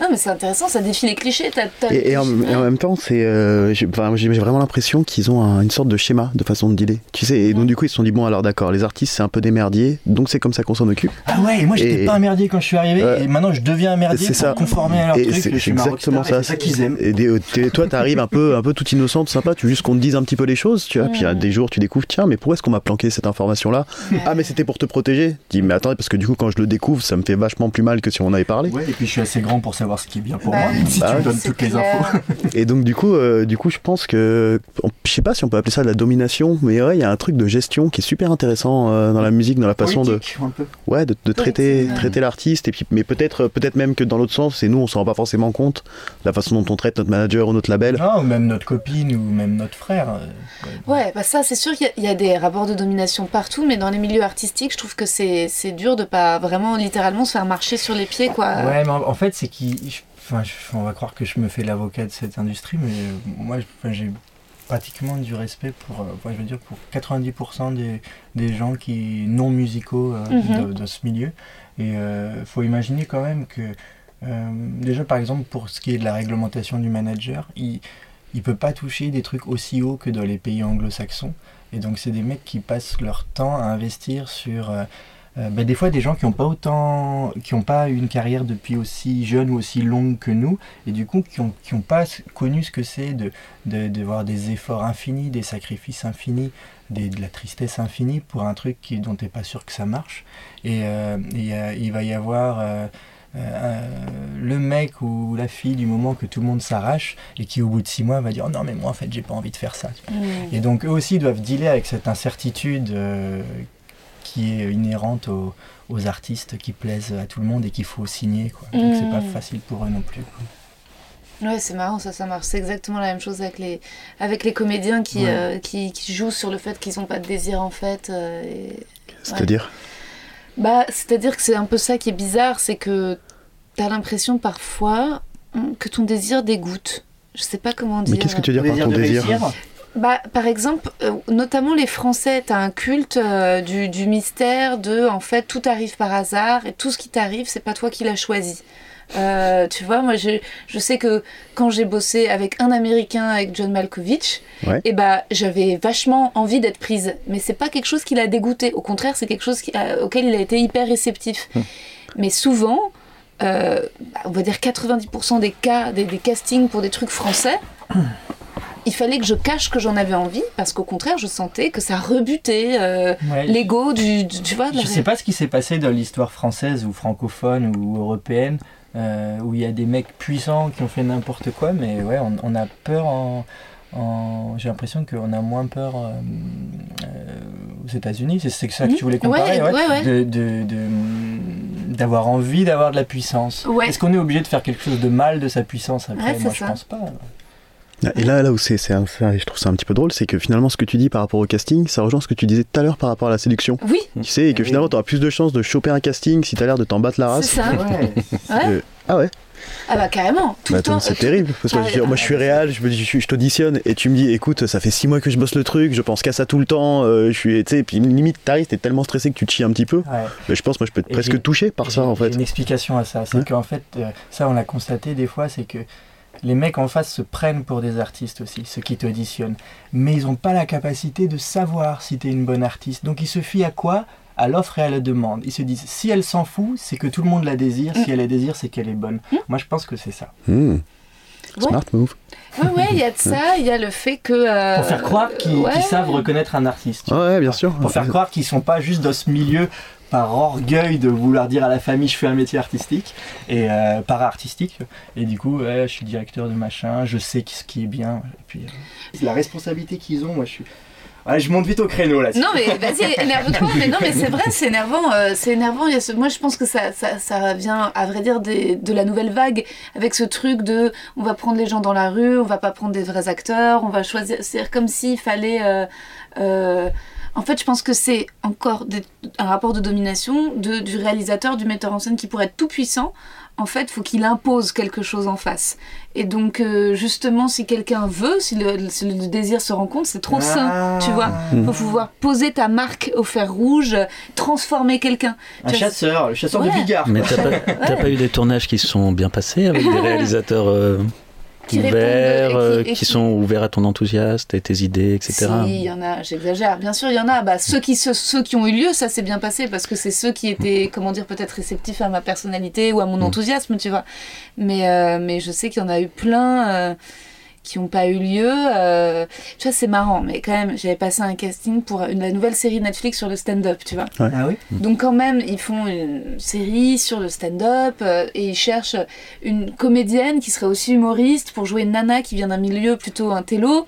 Non mais c'est intéressant, ça défie les clichés. T'as, t'as-
Et, et en, et en même temps, c'est, euh, j'ai enfin, j'ai- j'ai vraiment l'impression qu'ils ont un- une sorte de schéma de façon de dealer. Tu sais, et donc du coup, ils se sont dit, bon, alors d'accord, les artistes, c'est un peu des merdiers, donc c'est comme ça qu'on s'en occupe.
Ah ouais, et moi j'étais
Et-
pas un merdier quand je suis arrivé, et maintenant je deviens un merdier
C'est
pour
ça.
conformer à leur
et
truc.
C'est
je
c'est
suis ma
exactement
rockstar,
ça.
et c'est qu'ils aiment.
Et des- t'es- toi, t'arrives un peu, un peu toute innocente, sympa. Tu veux juste qu'on te dise un petit peu les choses, tu vois. Puis euh, des jours, tu découvres, tiens, mais pourquoi est-ce qu'on m'a planqué cette information-là Ah, mais c'était pour te protéger. Tu dis, mais attendez, parce que du coup, quand je le découvre, ça me fait vachement plus mal que si on en avait parlé.
Ouais, et puis je suis assez grand pour savoir ce qui est bien pour
Bah,
moi. Si
bah
tu
ouais.
me donnes
C'est
toutes les
clair.
infos.
Et donc du coup, euh, du coup, je pense que on- je sais pas si on peut appeler ça de la domination, mais ouais, il y a un truc de gestion qui est super intéressant euh, dans la musique, dans la façon
de,
ouais, de, de traiter, traiter l'artiste. Et puis, mais peut-être, euh, peut-être même que dans l'autre sens, et nous, on s'en rend pas forcément compte la façon dont on traite notre manager ou notre label.
Ah, ou même notre copine ou même notre frère.
*laughs* Ouais, bah ça c'est sûr qu'il y a- il y, a des rapports de domination partout, mais dans les milieux artistiques, je trouve que c'est c'est dur de pas vraiment littéralement se faire marcher sur les pieds, quoi.
Ah.
Ouais, mais en, en fait, c'est qui. je- Enfin, je- on va croire que je me fais l'avocat de cette industrie, mais euh, moi, je- enfin, j'ai pratiquement du respect pour, euh, enfin, je veux dire, pour 90% des, des gens qui non musicaux euh,
Mhm.
de, de ce milieu. Et euh, faut imaginer quand même que, euh, déjà, par exemple, pour ce qui est de la réglementation du manager, il il peut pas toucher des trucs aussi hauts que dans les pays anglo-saxons. Et donc, c'est des mecs qui passent leur temps à investir sur. euh, euh, bah, des fois, des gens qui n'ont pas autant, qui n'ont pas eu une carrière depuis aussi jeune ou aussi longue que nous, et du coup, qui n'ont qui ont pas s- connu ce que c'est de, de, de voir des efforts infinis, des sacrifices infinis, des- de la tristesse infinie pour un truc qui, dont tu n'es pas sûr que ça marche. Et euh, il y a- il va y avoir. euh, euh, le mec ou la fille du moment que tout le monde s'arrache et qui au bout de six mois va dire Oh non mais moi en fait j'ai pas envie de faire ça
Mm.
et donc eux aussi doivent dealer avec cette incertitude euh, qui est inhérente aux, aux artistes qui plaisent à tout le monde et qu'il faut signer quoi. donc c'est pas
Mm.
facile pour eux non plus quoi.
Ouais, c'est marrant, ça, ça marche. C'est exactement la même chose avec les, avec les comédiens qui,
Ouais.
euh, qui, qui jouent sur le fait qu'ils n'ont pas de désir en fait. euh, et-
C'est-à-dire.
Ouais. bah, C'est-à-dire que c'est un peu ça qui est bizarre, c'est que tu as l'impression parfois hum, que ton désir dégoûte. Je sais pas comment dire.
Mais qu'est-ce que tu veux dire par ton désir
Bah, par exemple, euh, notamment les Français, t'as un culte euh, du, du mystère de, en fait, tout arrive par hasard et tout ce qui t'arrive, c'est pas toi qui l'as choisi. Euh, tu vois, moi, je, je sais que quand j'ai bossé avec un Américain, avec John Malkovich,
Ouais.
et bah, j'avais vachement envie d'être prise. Mais c'est pas quelque chose qui l'a dégoûté. Au contraire, c'est quelque chose qui- à- auquel il a été hyper réceptif. Mais souvent, euh, bah, on va dire 90% des cas, des, des castings pour des trucs français, il fallait que je cache que j'en avais envie parce qu'au contraire, je sentais que ça rebutait euh,
Ouais.
l'ego du, du- tu vois. de la
Je sais pas ce qui s'est passé dans l'histoire française ou francophone ou européenne, euh, où il y a des mecs puissants qui ont fait n'importe quoi, mais ouais, on, on a peur en. en- J'ai l'impression qu'on a moins peur euh, euh, aux États-Unis, c'est- c'est ça que
Mhm.
tu voulais comparer,
Ouais, ouais, ouais.
de- de- de- d'avoir envie d'avoir de la puissance.
Ouais.
Est-ce qu'on est obligé de faire quelque chose de mal de sa puissance après
Ouais, c'est
Moi, je
ça.
pense pas.
Ah, Et là, là où c'est, c'est un- ça, je trouve ça un petit peu drôle, c'est que finalement, ce que tu dis par rapport au casting, ça rejoint ce que tu disais tout à l'heure par rapport à la séduction.
Oui,
Tu sais, et que finalement, t'auras plus de chances de choper un casting si t'as l'air de t'en battre la
c'est
race.
ça.
Ouais.
Euh, ah ouais
Ah bah carrément, tout
Bah
le temps.
attends, c'est
euh, tout-
terrible. Parce que
Ah,
je veux dire, moi, je suis réel, je, me dis- je- je t'auditionne et tu me dis, écoute, ça fait six mois que je bosse le truc, je pense qu'à ça tout le temps, euh, je suis, tu sais, puis limite, t'arrives, t'es tellement stressé que tu te chies un petit peu.
*laughs* Ouais.
Mais je pense, moi, je peux être
Et
presque
j'ai-
touché par
J'ai-
ça, en
j'ai
fait.
Une explication à ça, c'est
Ouais.
qu'en fait, euh, ça on l'a constaté des fois, c'est que les mecs en face se prennent pour des artistes aussi, ceux qui t'auditionnent. Mais ils n'ont pas la capacité de savoir si t'es une bonne artiste. Donc ils se fient à quoi À l'offre et à la demande. Ils se disent, si elle s'en fout, c'est que tout le monde la désire.
Mm.
Si elle la désire, c'est qu'elle est bonne. Moi je pense que c'est ça.
Hmm.
Ouais.
Smart move.
Ouais, ouais, il y a de ça, il y a le fait que. euh,
Pour faire croire qu'ils
ouais.
qu'ils savent reconnaître un artiste. tu
Ouais, ouais, bien sûr.
*laughs* Pour faire croire qu'ils sont pas juste dans ce milieu par orgueil de vouloir dire à la famille je fais un métier artistique et euh, para-artistique et du coup ouais, je suis directeur de machin je sais ce qui est bien et puis euh,
C'est la responsabilité qu'ils ont, moi je suis. Ouais, je monte vite au créneau là.
Non mais vas-y, énerve-toi, mais non mais c'est vrai, c'est énervant, euh, c'est énervant. Il y a ce- Moi je pense que ça, ça, ça vient à vrai dire des- de la nouvelle vague avec ce truc de on va prendre les gens dans la rue, on va pas prendre des vrais acteurs, on va choisir, c'est comme s'il fallait... euh, euh, en fait, je pense que c'est encore des- un rapport de domination de- du réalisateur, du metteur en scène qui pourrait être tout puissant. En fait, faut qu'il impose quelque chose en face. Et donc, euh, justement, si quelqu'un veut, si le, si le désir se rencontre, c'est
Ah,
trop sain. tu vois.
Ah.
Faut pouvoir poser ta marque au fer rouge, euh, transformer quelqu'un.
Un
Tu vois,
chasseur, le chasseur
Ouais.
de Bigard.
Mais t'as pas, t'as pas eu des tournages qui se sont bien passés avec des réalisateurs euh,
Qui répondent,
ouverts,
euh, et
euh,
qui- et
qui
qui-
sont ouverts à ton enthousiasme et tes idées, etc.
Si, il y en a, j'exagère. Bien sûr, il y en a. Bah, ceux, qui, se- ceux qui ont eu lieu, ça s'est bien passé parce que c'est ceux qui étaient, comment dire, peut-être réceptifs à ma personnalité ou à mon enthousiasme, tu vois. Mais, euh, mais je sais qu'il y en a eu plein euh, qui n'ont pas eu lieu. euh. Tu vois, c'est marrant, mais quand même, j'avais passé un casting pour une, la nouvelle série Netflix sur le stand-up, tu vois.
ah oui
Donc quand même, ils font une série sur le stand-up euh, et ils cherchent une comédienne qui serait aussi humoriste pour jouer une nana qui vient d'un milieu plutôt un télo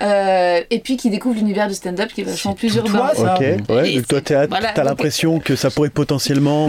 euh, et puis qui découvre l'univers du stand-up qui est vachement
C'est
plus
tout
urbain.
toi, ça.
Ok, ouais,
Et
donc toi,
c'est-
t'as,
voilà,
t'as
donc-
l'impression que ça pourrait potentiellement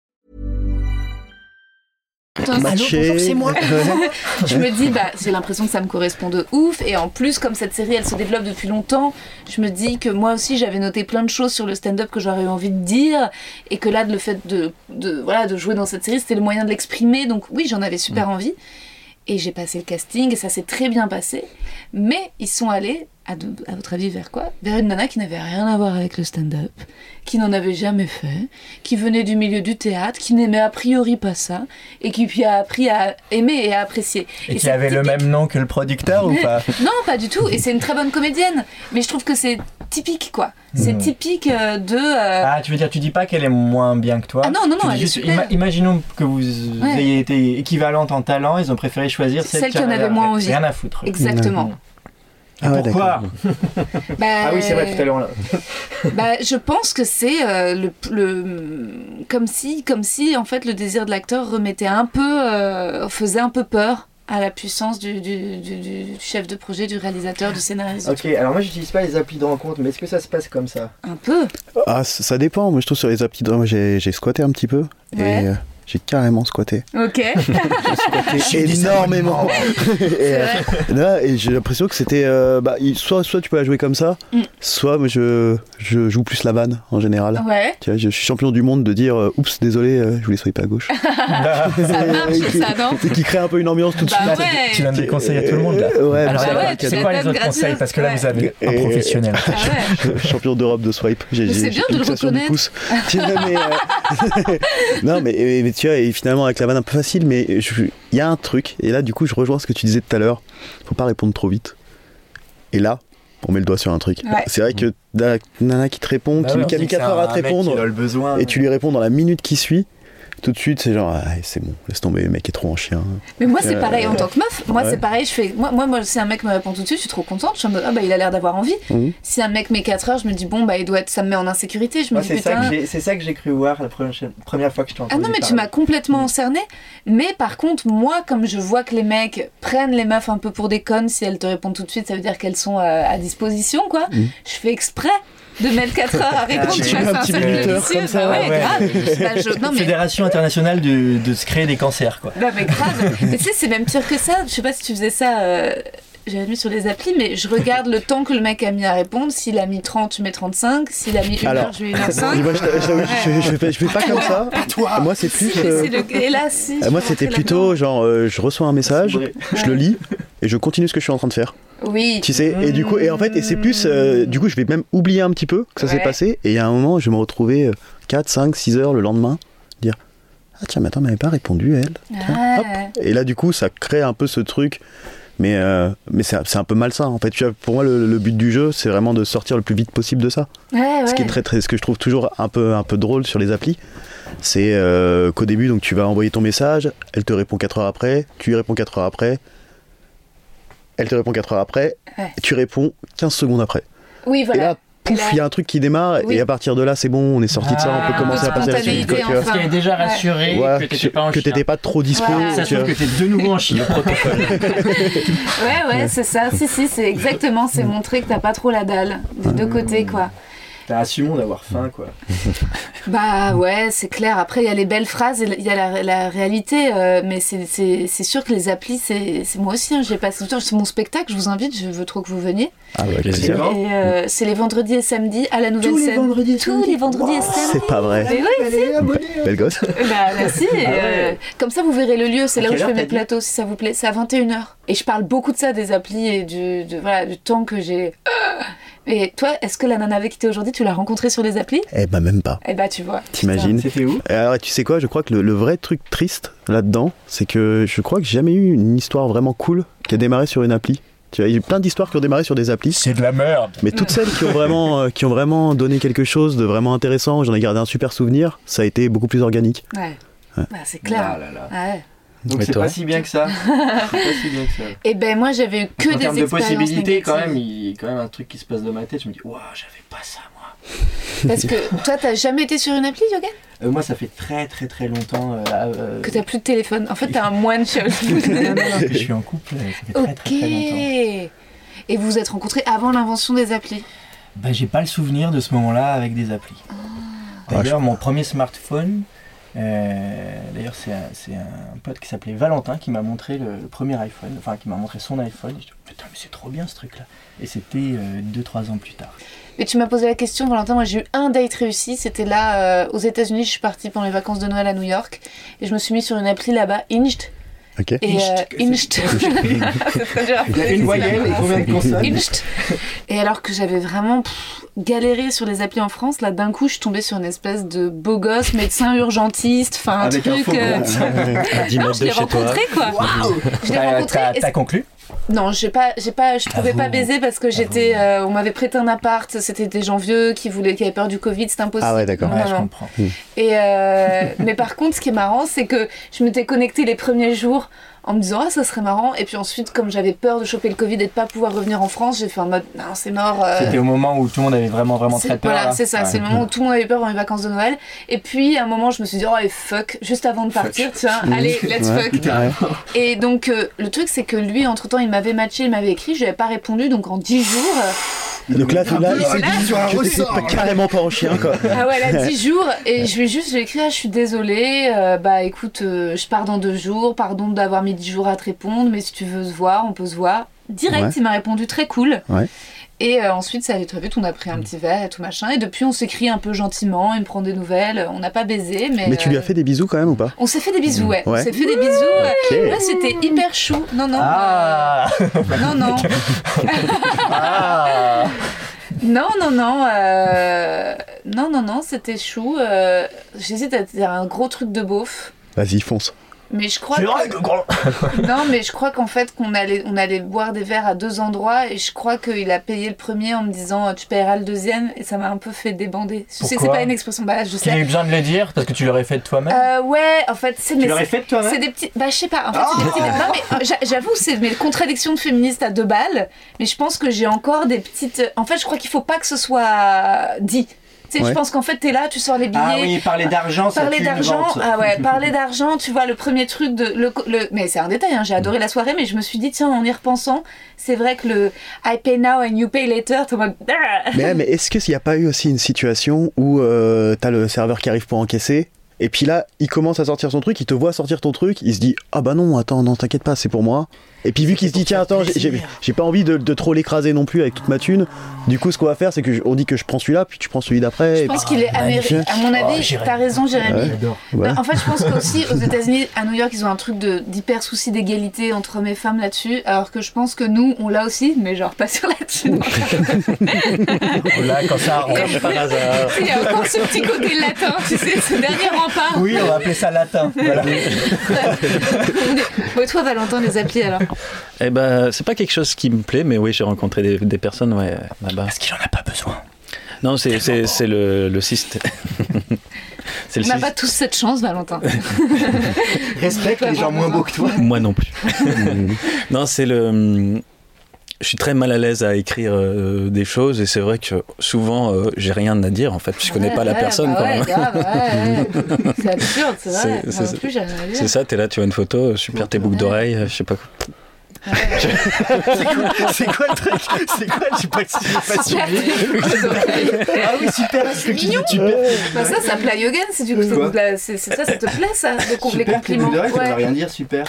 matcher.
*laughs* Je me dis, bah, j'ai l'impression que ça me correspond de ouf. Et en plus, comme cette série, elle se développe depuis longtemps, je me dis que moi aussi, j'avais noté plein de choses sur le stand-up que j'aurais eu envie de dire. Et que là, le fait de, de, voilà, de jouer dans cette série, c'était le moyen de l'exprimer. Donc oui, j'en avais super
Mm.
envie. Et j'ai passé le casting et ça s'est très bien passé. Mais ils sont allés, à, de- à votre avis, vers quoi Vers une nana qui n'avait rien à voir avec le stand-up, qui n'en avait jamais fait, qui venait du milieu du théâtre, qui n'aimait a priori pas ça, et qui puis a appris à aimer et à apprécier.
et, qui
c'est
avait le
typique-
même nom que le producteur ou pas
Non, pas du tout. Et c'est une très bonne comédienne. Mais je trouve que c'est typique, quoi. C'est typique euh, de... euh,
Hmm. ah tu veux dire tu dis pas qu'elle est moins bien que toi
Ah non, non,
Tu
non,
dis
elle est
juste,
super.
ima- imaginons que vous
Ouais.
ayez été équivalente en talent ils ont préféré choisir
C'est
celle,
celle qui en avait
a-
moins envie.
rien à foutre
Exactement.
Ah ouais,
pourquoi
Bah,
Ah oui, c'est vrai, tout à l'heure là.
Bah, je pense que c'est euh, le, le- comme si comme si en fait le désir de l'acteur remettait un peu euh, faisait un peu peur à la puissance du, du- du- du chef de projet, du réalisateur, du scénariste.
Ok, alors moi j'utilise pas les applis de rencontre, mais est-ce que ça se passe comme ça
Un peu.
Ah, c- ça dépend. Moi, je trouve sur les applis. de- Moi, j'ai j'ai squatté un petit peu.
Ouais.
Et euh, j'ai carrément squatté.
Ok.
J'ai squatté énormément. *laughs* et, euh, là, et j'ai l'impression que c'était. euh, bah, il- soit, soit tu peux la jouer comme ça,
Mm.
soit moi, je, je joue plus la vanne en général.
*laughs* Ouais.
Tu vois, je suis champion du monde de dire euh, Oups, désolé, euh, je voulais swiper à
*laughs*
gauche.
Ah,
*laughs*
ça
Euh,
marche, ça, non
Et *laughs* qui crée un peu une ambiance tout de
Bah
suite.
ouais.
Tu donnes des Ah conseils à tout le monde là.
Euh, ouais,
Alors,
bah,
c'est
Ah ouais,
quoi-
tu
c'est
les
quoi les
donnes
autres conseils
gratuites,
Parce que là,
ouais.
vous avez un
Et-
professionnel.
Ah ouais.
*laughs* champion d'Europe de swipe. J'ai
Mais c'est bien de le reconnaître.
non, mais, euh, *laughs* non, mais- mais- mais tu vois, et finalement avec la vanne un peu facile, mais je- il y a un truc. Et là, du coup, je rejoins ce que tu disais tout à l'heure. Faut pas répondre trop vite. Et là, on met le doigt sur un truc.
Ouais.
C'est vrai que la nana qui te
Bah Ah
répond, qui, qui a mis 4 heures à te répondre,
le besoin.
et tu lui réponds dans la minute qui suit. Tout de suite, c'est genre, Ah, c'est bon, laisse tomber, le mec est trop en chien.
Mais moi, c'est
Euh,
pareil en tant que meuf. Moi,
ouais.
c'est pareil. Je fais. Moi, moi, moi, si un mec me répond tout de suite, je suis trop contente. Je suis en mode, ah bah, il a l'air d'avoir envie.
Mhm.
Si un mec met 4 heures, je me dis, bon, bah, il doit être. Ça me met en insécurité. Je
Moi,
me dis,
c'est ça
putain.
que j'ai- c'est ça que j'ai cru voir la première, première fois que je t'ai
Ah
entendu
non, mais tu
parler.
m'as complètement cernée. Mais par contre, moi, comme je vois que les mecs prennent les meufs un peu pour des connes, si elles te répondent tout de suite, ça veut dire qu'elles sont euh, à disposition, quoi. Je fais exprès de mettre 4 heures
*laughs* Ah,
à répondre.
tu
tu
mets
vois,
un
c'est un
petit
cercle
minuteur
vicieux.
comme ça,
Bah ouais,
ouais. *laughs*
grave. Bah, je- Non, mais
Fédération internationale de, de se créer des cancers, quoi.
Non mais grave. mais tu sais, c'est même pire que ça. Je sais pas si tu faisais ça. euh, J'avais mis sur les applis, mais je regarde le temps que le mec a mis à répondre. S'il a mis 30, je mets 35. S'il a mis 1
Alors.
heure, je mets 1h05.
Moi, je, je- je- je- je fais pas- je fais pas comme ça. Moi, c'est plus. euh,
Et là, si. je
Euh,
peux
Moi, c'était
rentrer
plutôt genre, euh, je reçois un message, je le lis et je continue ce que je suis en train de faire.
là-dedans. Oui.
Tu sais, et du coup, et en fait, et c'est plus, euh, du coup, je vais même oublier un petit peu que ça s'est
Ouais.
passé. Et il y a un moment, je vais me retrouver euh, 4, 5, 6 heures le lendemain, dire Ah, tiens, mais attends, elle m'avait pas répondu, elle. Tiens, hein, hop.
Ouais.
Et là, du coup, ça crée un peu ce truc. Mais, euh, mais c'est c'est un peu malsain. En fait, tu vois, pour moi, le, le but du jeu, c'est vraiment de sortir le plus vite possible de ça.
Ouais,
Ce qui est
ouais.
très, très, ce que je trouve toujours un peu, un peu drôle sur les applis, c'est euh, qu'au début, donc tu vas envoyer ton message, elle te répond 4 heures après, tu lui réponds 4 heures après, elle te répond 4 heures après,
Ouais.
tu réponds 15 secondes après.
Oui,
Et là,
voilà.
pouf,
Et là-
il y a un truc qui démarre,
Oui
et à partir de là, c'est bon, on est sorti de ça, on
Ah,
peut commencer à
un peu de
passer à la suite. quoi,
spontanéité,
tu vois.
enfin.
Parce qu'elle est déjà
Ouais.
rassurée
Voilà,
que t'étais pas en
que
chien.
t'étais pas trop dispo.
Voilà.
Ça
tu
se trouve
vois.
que t'es de nouveau en chien. protocole.
Ouais, ouais, c'est ça. Si, si, c'est exactement. C'est montrer que t'as pas trop la dalle. Des deux côtés, quoi.
T'as assumons d'avoir faim, quoi.
Bah ouais, c'est clair. Après, il y a les belles phrases, et il y a la, la réalité, euh, mais c'est- c'est c'est sûr que les applis, c'est c'est- moi aussi, hein, j'ai passé du temps. C'est mon spectacle, je vous invite, je veux trop que vous veniez.
Ah ouais,
Plaisir.
Et
plaisir.
euh, c'est les vendredis et samedis à la nouvelle scène.
vendredis.
Tous les vendredis et samedis.
C'est pas vrai.
Mais oui,
Allez, abonnez
Belle gosse.
bah, bah si, et, euh, comme ça vous verrez le lieu, c'est
Ah À
là où
quelle
je fais
heure t'as
mes
dit
plateaux si ça vous plaît, c'est à 21h. Et je parle beaucoup de ça, des applis et du, de- voilà, du temps que j'ai. Et toi, est-ce que la nana avec qui t'es aujourd'hui, tu l'as rencontrée sur les applis
Eh bah, même pas.
Eh bah tu vois.
T'imagines
C'était où
Et Alors, tu sais quoi, je crois que le, le vrai truc triste là-dedans, c'est que je crois que j'ai jamais eu une histoire vraiment cool qui a démarré sur une appli. Tu vois, il y a eu plein d'histoires qui ont démarré sur des applis,
C'est de la merde.
mais toutes celles qui ont vraiment, euh, qui ont vraiment donné quelque chose de vraiment intéressant, où j'en ai gardé un super souvenir, ça a été beaucoup plus organique.
Ouais. Bah, c'est
Ah
clair.
là là.
Ouais.
Donc
Mais
c'est
toi
pas si bien que ça. C'est pas si bien que ça.
Et ben moi j'avais eu *laughs* que
en
des
termes de
expériences
possibilités, quand
négatives.
même, il y a quand même un truc qui se passe dans ma tête. Je me dis, waouh, j'avais pas ça, moi. *laughs*
Parce que toi t'as jamais été sur une appli Yoga
Euh, moi, ça fait très très très longtemps. euh, là, euh,
Que t'as plus de téléphone. En fait t'as un moine
*laughs*
chez Hollywood.
Je suis en couple, ça fait très
ok.
très très longtemps.
Et vous vous êtes rencontrés avant l'invention des applis.
Bah, j'ai pas le souvenir de ce moment-là avec des applis.
Ah.
Ah,
D'ailleurs, mon premier smartphone, euh, d'ailleurs, c'est un, c'est un pote qui s'appelait Valentin qui m'a montré le, le premier iPhone, enfin qui m'a montré son iPhone. Et je dis, putain, mais c'est trop bien ce truc-là. Et c'était 2-3 ans plus tard.
Mais tu m'as posé la question Valentin, moi j'ai eu un date réussi, c'était là euh, aux états unis je suis partie pendant les vacances de Noël à New York et je me suis mis sur une appli là-bas, Inged.
Ok.
Et euh, Inged. *laughs* C'est très dur à
Il y a une voyelle et combien
*laughs*
de consonnes
Inst. Et alors que j'avais vraiment pff, galéré sur les applis en France, là d'un coup je suis tombée sur une espèce de beau gosse médecin urgentiste, enfin un
Avec un
truc.
faux hein,
euh,
compte.
*laughs* Non, je l'ai rencontré quoi. Je l'ai
T'as
rencontré.
t'as-
et-
t'as conclu
Non, j'ai pas, j'ai pas, je pouvais pas
vous.
baiser parce que j'étais, euh, on m'avait prêté un appart, c'était des gens vieux qui voulaient, qui avaient peur du Covid, c'était impossible.
Ah ouais, d'accord.
Non,
Ouais, je
non.
comprends.
Et euh, mais par contre, ce qui est marrant, c'est que je m'étais connectée les premiers jours en me disant ah ça serait marrant et puis ensuite comme j'avais peur de choper le Covid et de pas pouvoir revenir en France j'ai fait en mode non c'est mort euh,
C'était au moment où tout le monde avait vraiment, vraiment
c'est-
très peur.
Voilà,
là.
c'est ça, c'est le
Ouais. Mm.
moment où tout le monde avait peur dans les vacances de Noël. Et puis, à un moment, je me suis dit, oh, allez, fuck, juste avant de partir, tiens,
Mhm.
allez, let's
Ouais,
fuck.
carrément.
Et donc, euh, le truc, c'est que lui, entre temps, il m'avait matché, il m'avait écrit, je lui avais pas répondu, donc en 10 jours. euh,
Donc là,
Ah,
là,
oui,
il s'est
voilà.
dit que t'étais pas- carrément pas en chien, quoi.
Ah ouais, là,
*laughs*
10 jours, et je lui ai juste, je lui ai écrit, ah, je suis désolée, euh, bah écoute, euh, je pars dans deux jours, pardon d'avoir mis 10 jours à te répondre, mais si tu veux se voir, on peut se voir. Direct,
Ouais.
il m'a répondu très cool.
Ouais.
Et euh, ensuite, ça allait très vite, on a pris un petit verre et tout machin. Et depuis, on s'écrit un peu gentiment, il me prend des nouvelles, on n'a pas baisé, mais.
Mais tu lui as
euh,
fait des bisous quand même ou pas
On s'est fait des bisous, ouais. On
Ouais.
s'est fait des bisous.
Ok.
Là, c'était hyper chou. Non, non.
Ah.
Ah! *laughs*
Non, non.
Ah.
Non, non, non. euh, Non, non, non, c'était chou. euh, J'hésite à dire un gros truc de beauf.
Vas-y, fonce.
Mais je crois
C'est
que-
vrai que gros-
non, mais je crois qu'en fait qu'on allait on allait boire des verres à deux endroits et je crois qu'il a payé le premier en me disant tu paieras le deuxième et ça m'a un peu fait débander. Je sais que c'est
Pourquoi
pas une expression bah je
Tu as eu
sais.
besoin de le dire parce que tu l'aurais fait de toi-même.
Euh, ouais, en fait, c'est
Tu
mais
l'aurais
c'est-
fait toi-même
C'est des petits. Bah, je sais pas. En fait, c'est des
Ah.
petits- Non, mais euh, j'a- j'avoue, c'est mes contradictions de féministe à deux balles. Mais je pense que j'ai encore des petites. euh, En fait, je crois qu'il faut pas que ce soit dit. Tu sais,
Ouais.
je pense qu'en fait, t'es là, tu sors les billets.
Ah oui, parler d'argent, ça
Parler
tue une
d'argent,
vente. *laughs*
ah ouais, parler d'argent, tu vois, le premier truc de. Le, le- mais c'est un détail, hein, j'ai adoré la soirée, mais je me suis dit, tiens, en y repensant, c'est vrai que le I pay now and you pay later, t'es en mode. *laughs*
Mais, ouais, mais est-ce qu'il n'y a pas eu aussi une situation où euh, t'as le serveur qui arrive pour encaisser et puis là, il commence à sortir son truc, il te voit sortir ton truc, il se dit Ah bah non, attends, non, t'inquiète pas, c'est pour moi. Et puis vu qu'il se dit Tiens, attends, j'ai- j'ai j'ai pas envie de, de trop l'écraser non plus avec toute ma thune, du coup, ce qu'on va faire, c'est qu'on dit que je prends celui-là, puis tu prends celui d'après.
Je
et
Eh
pense
puis-
ben,
qu'il est américain. À mon
Oh,
avis,
j'irai.
t'as raison, Jérémy.
Ouais.
*laughs*
Ouais.
Non, en fait, je pense qu'aussi aux États-Unis, à New York, ils ont un truc de- d'hyper souci d'égalité entre hommes et femmes là-dessus, alors que je pense que nous, on l'a aussi, mais genre pas sur la thune.
*laughs*
Là, quand ça arrange.
Comme par hasard. *laughs* Il y a encore ce petit côté latin, tu sais, ce dernier rempart.
Oui, on va appeler ça latin. Voilà.
Bon, toi, Valentin, les applis alors.
Eh ben, c'est pas quelque chose qui me plaît, mais oui, j'ai rencontré des, des personnes ouais, là-bas. Parce
qu'il en a pas besoin.
Non, c'est, c'est, c'est le,
*laughs*
le système. *laughs* c'est
On
le
n'a
syst-
pas tous cette chance,
*laughs*
Valentin.
Respecte les gens moins beaux que toi.
Moi
*laughs*
non plus. non, c'est le. hum, Je suis très mal à l'aise à écrire euh, des choses et c'est vrai que souvent euh, j'ai rien à dire en fait. Je connais
Ouais,
pas la
ouais,
personne
bah
quand
ouais,
même.
grave, ouais, ouais. C'est absurde, c'est vrai.
C'est-
Moi
c'est-
non plus, j'ai rien à dire.
C'est ça, t'es là, tu as une photo, euh, super tes boucles d'oreilles, euh, je sais pas quoi.
C'est quoi, c'est quoi le truc C'est quoi J'ai pas, j'ai pas
Super. *laughs*
suivi. Ah oui, super, c'est mignon. Super.
Bah ça, ça plaît à Yogan, c'est du coup, ça, nous plaît- c'est- c'est ça, ça te plaît ça, de com- les
Super, t'es
compliments.
boudin, ça
Ouais.
veut rien dire, super.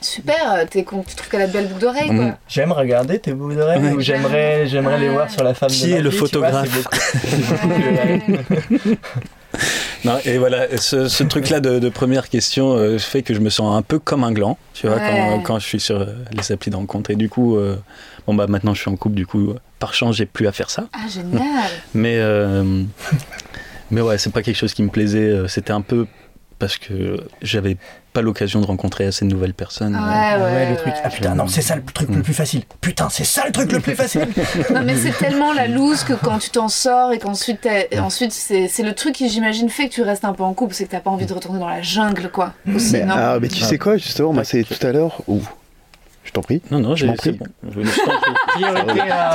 Super, euh, t'es con, tu trouves qu'elle a de belles boucles d'oreilles quoi.
J'aime regarder tes bouts d'oreilles ou j'aimerais, j'aimerais les voir sur la femme de
Qui
ma
est le
vie, tu vois,
photographe
c'est beaucoup-
Mm.
c'est
*laughs*
beaucoup de-
Non, et voilà, ce, ce truc-là de, de première question euh, fait que je me sens un peu comme un gland, tu vois, quand,
Ouais.
quand je suis sur euh, les applis de rencontre. Et du coup, euh, bon, bah maintenant je suis en couple, du coup, euh, par chance, j'ai plus à faire ça.
Ah génial.
Mais, euh, mais ouais, c'est pas quelque chose qui me plaisait. euh, C'était un peu parce que j'avais pas l'occasion de rencontrer assez de nouvelles
Mm.
personnes.
Ah ouais,
Ah
ouais,
ouais, le truc. Ah putain, non, c'est ça le truc le plus facile. Putain, c'est ça le truc le plus facile.
Non mais c'est tellement la loose que quand tu t'en sors et qu'ensuite t'as-
Mm.
et ensuite c'est c'est le truc qui j'imagine fait que tu restes un peu en couple, c'est que t'as pas envie de retourner dans la jungle quoi. Aussi,
mais,
non
ah, mais tu sais quoi, justement, moi, c'est tout à l'heure où. Je t'en prie.
Non, non,
je
j'ai-
m'en
c'est
prie.
bon. Je- je t'en prie. *laughs*
Priorité à-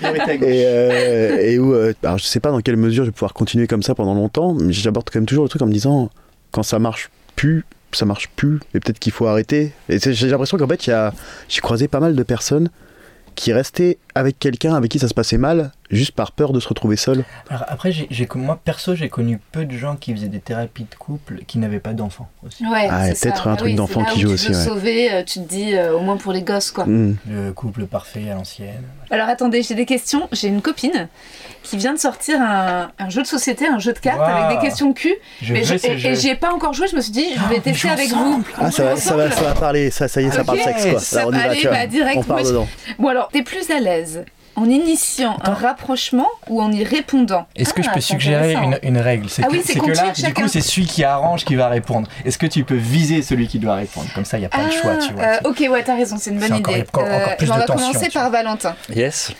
priorité à gauche.
et, euh, et où, euh, alors je sais pas dans quelle mesure je vais pouvoir continuer comme ça pendant longtemps, mais j'aborde quand même toujours le truc en me disant quand ça marche plus, ça marche plus, et peut-être qu'il faut arrêter. Et c'est- j'ai l'impression qu'en fait, il y a- j'ai croisé pas mal de personnes qui restaient avec quelqu'un avec qui ça se passait mal, juste par peur de se retrouver seul.
*laughs* Alors après, j'ai, j'ai- moi perso, j'ai connu peu de gens qui faisaient des thérapies de couple qui n'avaient pas d'enfants aussi.
Ouais,
Ah,
c'est
peut-être
ça.
un
Ah
truc
oui,
d'enfant
c'est là
qui
où
joue
tu
aussi,
veux
ouais. Mm.
sauver, euh, tu te dis euh, au moins pour les gosses quoi.
Hmm.
Le couple parfait à l'ancienne.
Alors attendez, j'ai des questions. J'ai une copine qui vient de sortir un, un jeu de société, un jeu de cartes
Waouh.
avec des questions cul.
Je
mais
veux
je-
ce
et,
jeu.
et j'y ai pas encore joué. Je me suis dit, je vais tester avec vous.
Ah, ça, va- ça, va, ça va parler, ça, ça y est, ça
Ok.
parle sexe quoi.
Ça
Là, on y
va
va,
aller,
tu vois.
bah, direct,
on part
moi, je-
dedans.
Bon alors, t'es plus à l'aise en initiant un rapprochement ou en y répondant
Est-ce que
Ah,
je peux
c'est
suggérer une,
intéressant.
une règle C'est
Ah
que,
oui, c'est
c'est
qu'on
que là,
tire
du
chacun.
coup, c'est celui qui arrange qui va répondre. Est-ce que tu peux viser celui qui doit répondre Comme ça, il n'y a pas de choix, tu vois.
Ah, euh, ok, ouais, t'as raison, c'est une bonne
C'est
idée.
encore- encore- encore plus
mais on
de
va
tension,
commencer
tu
par Valentin.
Yes.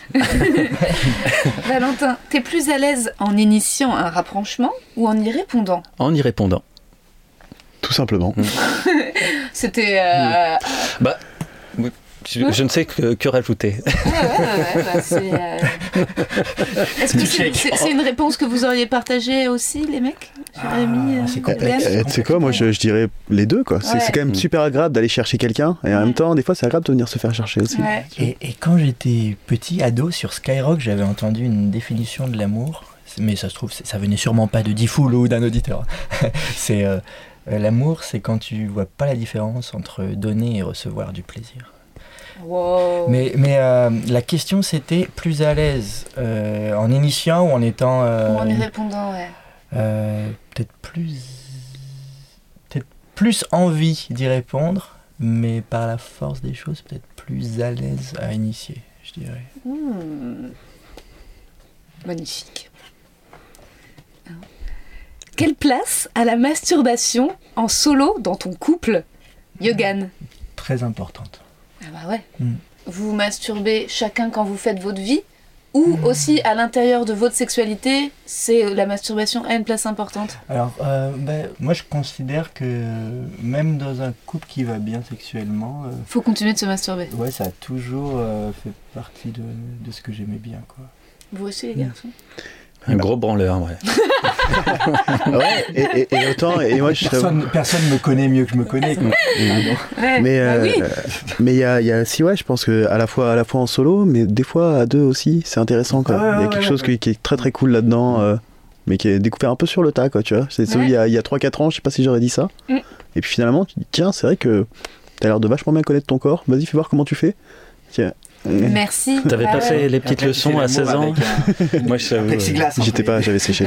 Valentin, t'es plus à l'aise en initiant un rapprochement ou en y répondant
En y répondant.
Tout simplement.
C'était.
Hmm.
euh,
Bah, oui,
Hmm
je, je ne sais que, que rajouter.
ouais, ouais, ouais, bah, c'est, euh,
*laughs*
Est-ce que c'est- c'est c'est une réponse que vous auriez partagée aussi, les mecs
Ah,
Jérémy, euh, Glenn
Euh, Tu sais quoi, moi je, je dirais les deux quoi. C'est
Ouais.
c'est quand même super agréable d'aller chercher quelqu'un et en même temps, des fois c'est agréable de venir se faire chercher aussi.
Ouais.
Et, et quand j'étais petit ado sur Skyrock, j'avais entendu une définition de l'amour, mais ça se trouve, c'est- ça venait sûrement pas de Diffoul ou d'un auditeur. *laughs* c'est euh, euh, l'amour, c'est quand tu vois pas la différence entre donner et recevoir du plaisir.
Wow.
Mais, mais euh, la question c'était plus à l'aise euh, en initiant ou en étant euh,
Ou en y répondant, ouais.
euh, peut-être plus peut-être plus envie d'y répondre, mais par la force des choses peut-être plus à l'aise à initier, je dirais.
Hmm. Magnifique. Hein Quelle place a la masturbation en solo dans ton couple,
Mm.
Yogan
Très importante.
Ah bah ouais.
Hmm.
Vous vous masturbez chacun quand vous faites votre vie ou
Mm.
aussi à l'intérieur de votre sexualité, c'est euh, la masturbation a une place importante.
Alors, euh, ben, moi je considère que même dans un couple qui va bien sexuellement, euh,
Faut continuer de se masturber.
ouais, ça a toujours euh, fait partie de, de ce que j'aimais bien. Quoi.
Vous aussi
Mm.
les garçons
Un gros branleur, ouais.
Ah Ouais, et, et- et autant, et moi je serais-
Personne, personne me connaît mieux que je me connais. quoi.
Ouais,
Mais
bah
euh,
oui.
mais il y a, il y a si ouais, je pense que à la fois à la fois en solo, mais des fois à deux aussi, c'est intéressant quoi.
Ouais,
Il y a
ouais,
quelque
ouais,
chose
ouais.
qui, qui est très très cool là-dedans, euh, mais qui est découvert un peu sur le tas quoi, tu vois. C'est c'est-
Mm. Ouais.
il y a il y a trois quatre ans, je sais pas si j'aurais dit ça.
Mm.
Et puis finalement, tu te dis tiens, c'est vrai que t'as l'air de vachement bien connaître ton corps. Vas-y, fais voir comment tu fais. Tiens.
Merci.
T'avais
Ah
pas
ouais.
fait les petites
Après, tu
leçons
fais
à
Ah
16 ans
l'amour avec un-
*laughs* Moi, je
un
savais.
plexiglas, en
J'étais
fait.
pas, j'avais séché.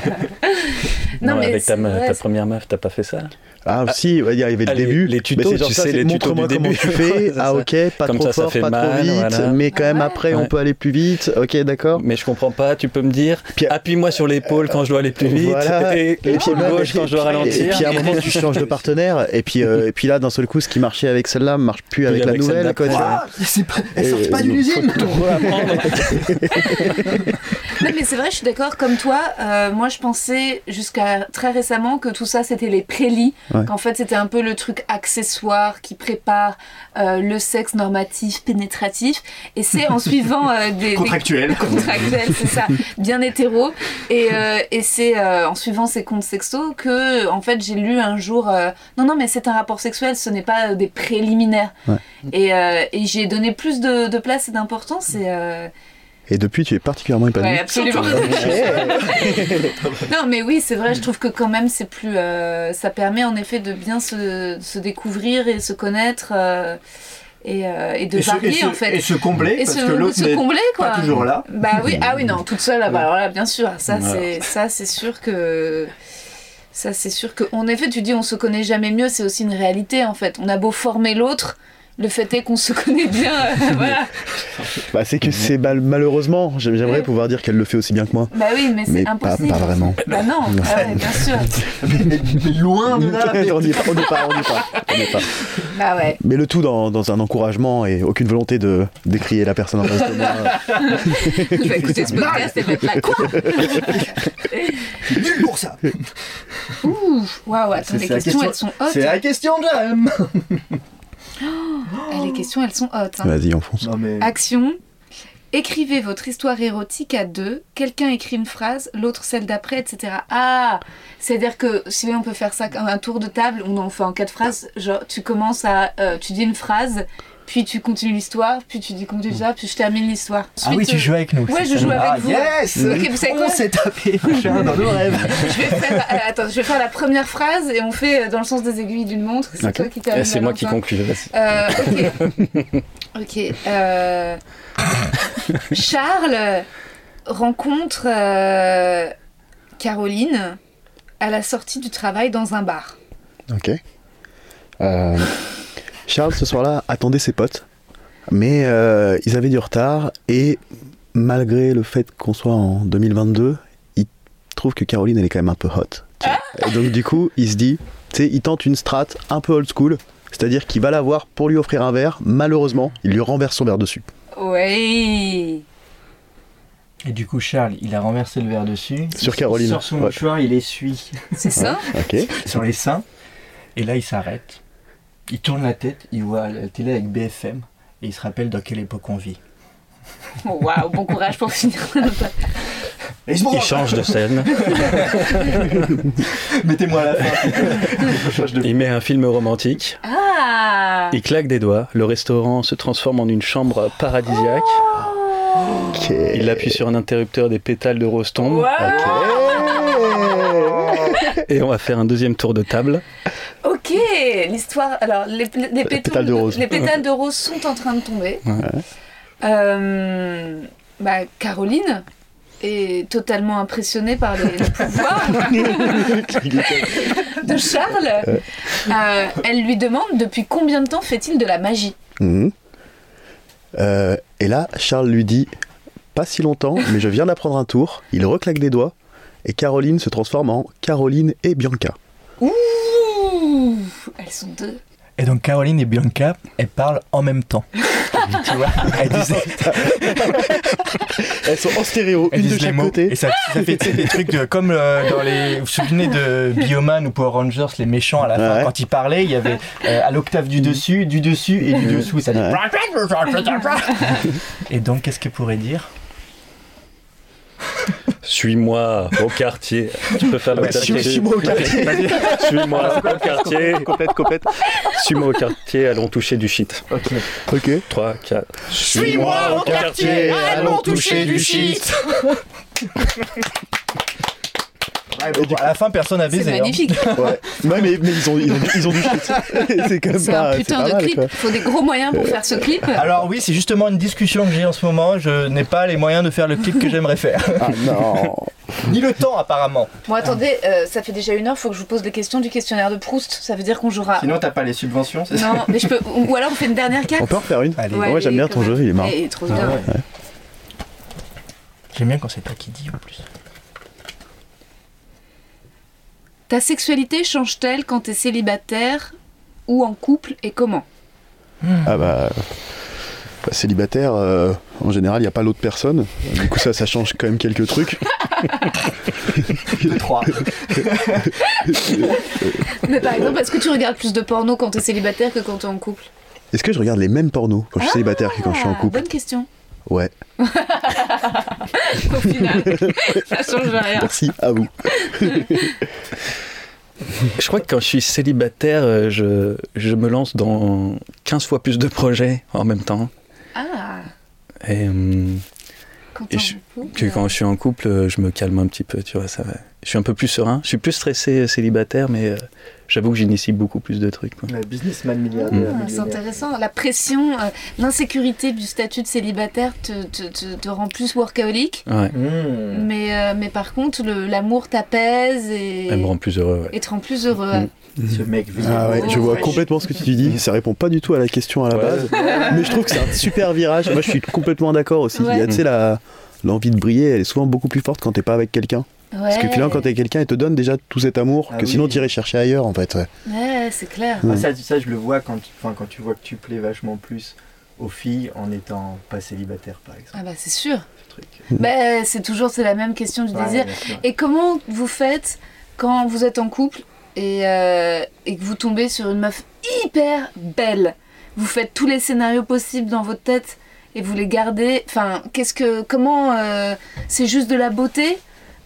Non, mais
avec ta,
c'est
me-
vrai,
ta
c'est-
première meuf, t'as pas fait ça
Ah, si, ouais, il y avait le
Ah, les-
début.
les tutos,
Mais c'est-
genre
tu
ça,
sais,
les tutos du
montre-moi comment
début.
tu
*laughs*
fais. ah,
Ouais,
ok, pas
Comme
trop
ça, ça
fort,
fait
pas
mal,
trop vite,
voilà.
mais quand même
ouais.
après on
Ouais.
peut aller plus vite. Ok, d'accord.
Mais je comprends pas, tu peux me dire,
Puis-
appuie-moi sur l'épaule quand je dois aller plus vite,
Voilà.
et l'épaule
là,
gauche
et
quand je dois
puis-
ralentir.
Et puis à un moment, tu changes de partenaire. Et puis, euh, et puis là, d'un seul coup, ce qui marchait avec celle-là marche plus avec la
avec celle
nouvelle. Quoi, tu
d'après.
vois.
Ah, c'est pas-
Et-
elle sort pas
et
d'une
donc,
usine
*laughs*
Non, mais c'est vrai, je suis d'accord. Comme toi, euh, moi, je pensais jusqu'à très récemment que tout ça, c'était les prélits.
Ouais.
Qu'en fait, c'était un peu le truc accessoire qui prépare euh, le sexe normatif, pénétratif. Et c'est
*laughs*
en suivant euh, des. des-
Contractuel.
*laughs* contractuel, c'est ça, bien hétéro. Et, euh, et c'est euh, en suivant ces comptes sexto que, en fait, j'ai lu un jour euh, Non, non, mais c'est un rapport sexuel, ce n'est pas euh, des préliminaires.
Ouais.
Et, euh, et j'ai donné plus de, de place et d'importance. Et, euh,
Et depuis, tu es particulièrement épanoui.
Ouais, absolument.
*laughs*
*laughs* non, mais oui, c'est vrai, je trouve que quand même, c'est plus. euh, ça permet en effet de bien se, se découvrir et se connaître euh, et, euh, et de
Et se-
varier
et se-
en fait.
Et se combler,
Et
parce
se-
que l'autre
se
n'est
combler,
pas
quoi.
toujours
*laughs*
là.
Bah oui, ah oui, non, toute seule, ah bah
Ouais.
alors là, bien sûr, ça
Voilà.
c'est ça c'est sûr que. Ça c'est sûr que. En effet, tu dis on se connaît jamais mieux, c'est aussi une réalité en fait. On a beau former l'autre, le fait est qu'on se *laughs* connaît bien, euh, voilà.
*laughs* Bah, c'est que c'est mal- malheureusement, j'aim- j'aimerais
Ouais.
pouvoir dire qu'elle le fait aussi bien que moi.
Bah oui, mais
Mais
c'est
pas-
impossible.
pas vraiment.
Bah
*laughs*
non, ah ouais, bien sûr.
Mais mais loin
Oh,
*laughs* on
de
n'est pas,
là. mais-
on n'est pas, on n'est pas, on n'est pas.
Bah ouais.
Mais le tout dans, dans un encouragement et aucune volonté de décrier la personne en face de moi.
Tu vas *laughs* écouter ce podcast et mettre là. Quoi
Nul pour ça.
Ouh Waouh, attends,
C'est-
les
c'est la
questions,
question-
elles sont hautes. hein.
C'est la question de l'âme.
Ah, les questions, elles sont hautes. hein.
Vas-y, enfonce.
Non mais
Action. Écrivez votre histoire érotique à deux. Quelqu'un écrit une phrase, l'autre celle d'après, etc. Ah C'est-à-dire que si on peut faire ça comme un tour de table, on en fait en quatre phrases. Genre, tu commences à. euh, tu dis une phrase, puis tu continues l'histoire, puis tu dis continues ça, puis je termine l'histoire.
Ah oui,
Ensuite,
tu
euh,
joues avec nous.
Ouais,
c'est
je
ça.
joue avec
ah
vous.
yes,
Ok, vous savez quoi
on s'est tapé machin dans nos rêves.
Je vais faire, euh, attends, je vais faire la première phrase et on fait euh, dans le sens des aiguilles d'une montre. C'est toi qui termine.
Eh, C'est moi qui
Valentin.
conclue. vas-y.
Euh, ok. *laughs* ok. euh, Charles rencontre euh, Caroline à la sortie du travail dans un bar.
Ok. Euh, Charles, ce soir-là, attendait ses potes, mais euh, ils avaient du retard et malgré le fait qu'on soit en 2022, il trouve que Caroline, elle est quand même un peu hot. tu vois. Et donc du coup, il se dit, tu sais, il tente une strat un peu old school, c'est-à-dire qu'il va la voir pour lui offrir un verre. Malheureusement, il lui renverse son verre dessus.
Oui.
Et du coup, Charles, il a renversé le verre dessus.
Sur
Il
Caroline.
Sur son
*laughs*
Ouais.
mouchoir, il essuie
C'est ça
Ok.
sur les seins.
Et là, il s'arrête. Il tourne la tête, il voit la télé avec BFM et il se rappelle dans quelle époque on vit.
Bon, Waouh, bon courage pour
*laughs*
finir.
Il change *laughs* de scène.
Mettez-moi
*laughs*
la fin.
Il met un film romantique.
Ah
Il claque des doigts. Le restaurant se transforme en une chambre paradisiaque. Il appuie sur un interrupteur. Des pétales de rose tombent. Et on va faire un deuxième tour de table.
Ok, l'histoire. Alors, les, les
Euh,
pétales
pétales de rose.
les pétales de rose sont en train de tomber.
Ouais.
Euh, bah, Caroline est totalement impressionnée par les les pouvoirs
*laughs*
de Charles.
Ouais.
Euh, elle lui demande depuis combien de temps fait-il de la magie
Mhm. Euh, et là, Charles lui dit Pas si longtemps, mais je viens d'apprendre un tour. Il reclaque des doigts et Caroline se transforme en Caroline et Bianca.
Ouh Elles sont deux.
Et donc Caroline et Bianca, elles parlent en même temps. tu vois, elles disent...
Elles sont en stéréo,
une de chaque côté. Et ça, ça fait tu sais, des trucs de- comme euh, dans les... Vous vous souvenez de Bioman ou Power Rangers, les méchants à la fin, quand ils parlaient, il y avait euh, à l'octave du dessus, du dessus et du
Euh,
dessous. Ça dit... Et donc, qu'est-ce que pourrait dire
Suis-moi au quartier. Tu peux faire le
Ouais, suis- suis-moi au quartier. Vas-y.
Suis-moi
Alors,
au quartier. Complète, complète. Suis-moi au quartier, allons toucher du shit. Ok.
Ok.
3, 4.
Suis-moi au quartier,
Ah,
allons toucher du shit.
Et du coup, à la fin, personne n'a
C'est
baisé. hein.
*laughs*
magnifique.
Ouais. Ouais, mais, mais ils, ont, ils, ont, ils ont du shit. *laughs* C'est quand même
C'est
pas.
un
Bah, c'est
putain
pas
de
mal,
clip.
quoi. Euh,
Il faut des gros moyens pour faire ce clip.
Alors oui, c'est justement une discussion que j'ai en ce moment. Je n'ai pas les moyens de faire le clip que j'aimerais
*laughs*
faire.
Ah non
Ni le temps apparemment.
Bon, attendez, euh, ça fait déjà une heure, faut que je vous pose les questions du questionnaire de Proust. Ça veut dire qu'on jouera.
Sinon, t'as pas les subventions, c'est
Non, mais je peux. Ou alors on fait une dernière carte.
On peut en faire une Allez.
Ouais,
Ouais, j'aime
allez,
bien ton
quand
jeu,
même.
il est marrant. Ah
Et il est trop bien.
Ouais.
J'aime bien quand c'est pas qui dit en plus.
Ta sexualité change-t-elle quand t'es célibataire ou en couple et comment
Ah bah. bah, Célibataire, euh, en général, il n'y a pas l'autre personne. Du coup, ça, ça change quand même quelques trucs.
Deux, trois.
Mais par exemple, est-ce que tu regardes plus de porno quand t'es célibataire que quand t'es en couple
Est-ce que je regarde les mêmes pornos quand je suis célibataire que quand je suis en
Ah,
couple
Bonne question.
Ouais.
Au
*laughs*
final, ça change rien.
Merci à vous.
Je crois que quand je suis célibataire, euh, je, je me lance dans 15 fois plus de projets en même temps.
Ah,
Et, hum,
quand
et
t'es
je-
en couple.
que quand je suis en couple, euh, je me calme un petit peu, tu vois, ça va. Je suis un peu plus serein. Je suis plus stressé euh, célibataire, mais euh, j'avoue que j'initie beaucoup plus de trucs. quoi.
Le businessman milliardaire.
Ah,
millionnaire.
c'est intéressant. La pression, euh, l'insécurité du statut de célibataire te, te- te- te rend plus workaholic.
Ouais.
Mmh.
Mais, euh, mais par contre, le- l'amour t'apaise et,
Elle me rend plus heureux, ouais.
et te rend plus heureux.
Mm.
Ce mec vit.
Ah ouais, je vois
Ouais.
complètement ce que tu dis. Ça répond pas du tout à la question à la base. Mais je trouve que c'est un super virage. Moi, je suis complètement d'accord aussi. Il y a, tu sais, la- l'envie de briller, elle est souvent beaucoup plus forte quand t'es pas avec quelqu'un. Parce que
Ouais.
finalement, quand t'es avec quelqu'un, il te donne déjà tout cet amour
Ah
que
oui.
sinon t'irais chercher ailleurs, en fait. ouais.
Ouais, c'est clair.
Ah, ça, ça, je le vois quand, tu- enfin, quand tu vois que tu plais vachement plus aux filles en étant pas célibataire, par exemple.
Ah bah c'est sûr.
Ce truc.
Bah, c'est toujours c'est la même question du
Ouais,
désir.
bien sûr.
Et comment vous faites quand vous êtes en couple et, euh, et que vous tombez sur une meuf hyper belle Vous faites tous les scénarios possibles dans votre tête et vous les gardez. Enfin, qu'est-ce que comment euh, c'est juste de la beauté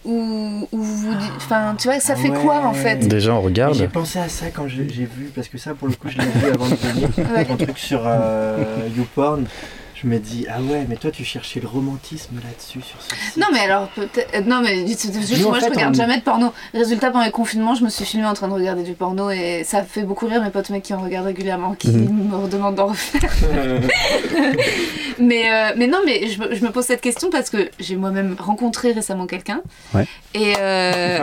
ou, ou vous vous dites- enfin tu vois ça fait quoi en fait
Déjà, on
Mais J'ai
regarde.
pensé à ça quand j'ai j'ai vu, parce que ça, pour le coup, je l'ai vu avant de venir,
*laughs* Ouais.
un truc sur euh, YouPorn. Je me dis, ah ouais, mais toi, tu cherchais le romantisme là-dessus, sur ce site.
Non mais alors peut-être euh, non mais dites- dites- juste,
Nous, en
moi je
fait,
regarde
on-
jamais de porno. Résultat pendant les confinements je me suis filmée en train de regarder du porno et ça fait beaucoup rire mes potes mecs qui en regardent régulièrement qui
Mhm.
me redemandent d'en refaire.
*laughs*
mais euh, mais non mais je, me- je me pose cette question parce que j'ai moi-même rencontré récemment quelqu'un.
Ouais.
Et euh...
*laughs*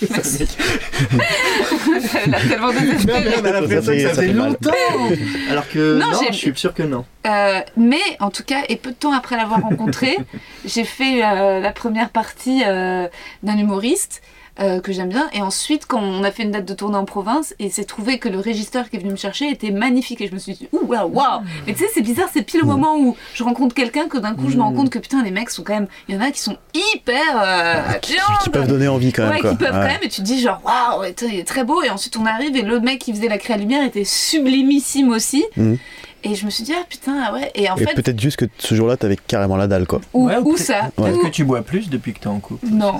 *laughs* merci. *laughs* Elle a tellement détesté.
on a l'impression que ça
fait
faisait
mal.
longtemps Alors que
Non,
non,
j'ai-
je suis sûr que non.
Euh, mais en tout cas, et peu de temps après
*laughs*
l'avoir rencontré, j'ai fait euh, la première partie euh, d'un humoriste euh, que j'aime bien. Et ensuite, quand on a fait une date de tournée en province, et s'est trouvé que le régisseur qui est venu me chercher était magnifique. Et je me suis dit, ouh, waouh,
Ah.
waouh Mais tu sais, c'est bizarre, c'est pile au moment où je rencontre quelqu'un que d'un coup je me rends
Mm.
compte que putain, les mecs sont quand même. Il y en a qui sont hyper. euh,
Ah, qui,
viande.
qui peuvent donner envie quand même.
Ouais,
quoi.
qui peuvent
Ouais.
quand même, et tu te dis genre waouh, attends, il est très beau. Et ensuite on arrive, et l'autre mec qui faisait la créa lumière était sublimissime aussi.
Mhm.
Et je me suis dit, ah putain, ah ouais. Et en
Et
fait,
peut-être juste que ce jour-là, t'avais carrément la dalle, quoi.
Ou- Ouais, ou ou peut- ça.
Ouais.
peut-être que
Tu bois plus depuis que t'es en couple.
non.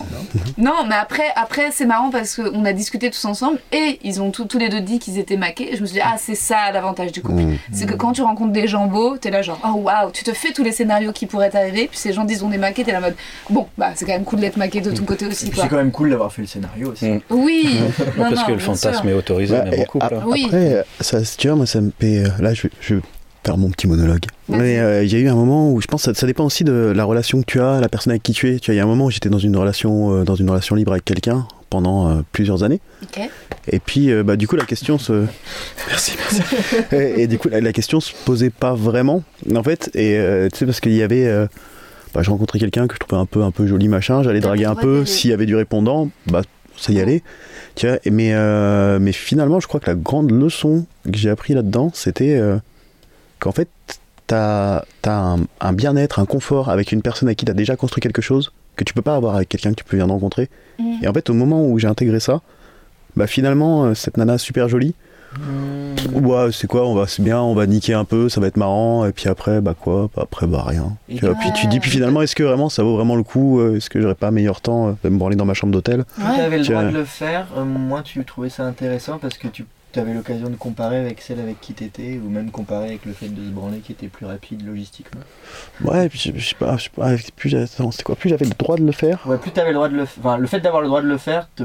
Non, mais après, après c'est marrant parce qu'on a discuté tous ensemble et ils ont tous- tous les deux dit qu'ils étaient maqués. Et je me suis dit, ah, c'est ça l'avantage du couple.
Mm.
C'est que quand tu rencontres des gens beaux, t'es là genre, oh waouh, tu te fais tous les scénarios qui pourraient t'arriver. Puis ces gens disent, on est maqués, t'es là en mode, bon, bah c'est quand même cool d'être maqué de ton côté aussi,
Et puis
quoi.
c'est quand même cool d'avoir fait le scénario aussi.
*laughs*
Oui, non,
parce
non,
que le
bien
fantasme
sûr.
est autorisé,
Ouais,
mais
et
beaucoup.
ap-
là.
Oui.
Après, euh, ça, si tu vois, moi, ça me fait. euh, Là, je, je vais faire mon petit monologue. Mais euh, il y a eu un moment où je pense que ça, ça dépend aussi de la relation que tu as, la personne avec qui tu es. Tu vois, il y a un moment où j'étais dans une relation, euh, dans une relation libre avec quelqu'un pendant euh, plusieurs années.
Ok.
Et puis, euh, bah, du coup, la question se. Merci, merci. *laughs* et, et du coup, la, la question se posait pas vraiment, en fait. Et euh, tu sais, parce qu'il y avait. euh, bah, je rencontrais quelqu'un que je trouvais un peu, un peu joli, machin. J'allais draguer un peu. S'il y avait du répondant, bah, ça y allait. Tu vois, et- mais, euh, mais finalement, je crois que la grande leçon que j'ai appris là-dedans, c'était euh, qu'en fait, t'as as un, un bien-être, un confort avec une personne avec qui t'as déjà construit quelque chose que tu peux pas avoir avec quelqu'un que tu peux viens de rencontrer.
Mm.
Et en fait, au moment où j'ai intégré ça, bah finalement, euh, cette nana super jolie, pff, ouais, c'est quoi, on va, c'est bien, on va niquer un peu, ça va être marrant, et puis après, bah quoi, bah après, bah rien.
Et
Tu vois,
du
puis
coup-
tu dis, puis finalement, est-ce que vraiment ça vaut vraiment le coup euh, Est-ce que j'aurais pas meilleur temps euh, de me branler dans ma chambre d'hôtel
Plus t'avais le
Tu
droit
vois.
de le faire, euh, moins tu trouvais ça intéressant parce que tu avais l'occasion de comparer avec celle avec qui t'étais ou même comparer avec le fait de se branler qui était plus rapide logistiquement.
Ouais, et puis je je sais pas, je sais pas, plus j'avais- attends, c'était quoi Plus j'avais le droit de le faire
Ouais, plus t'avais le droit de le faire, enfin, le fait d'avoir le droit de le faire te-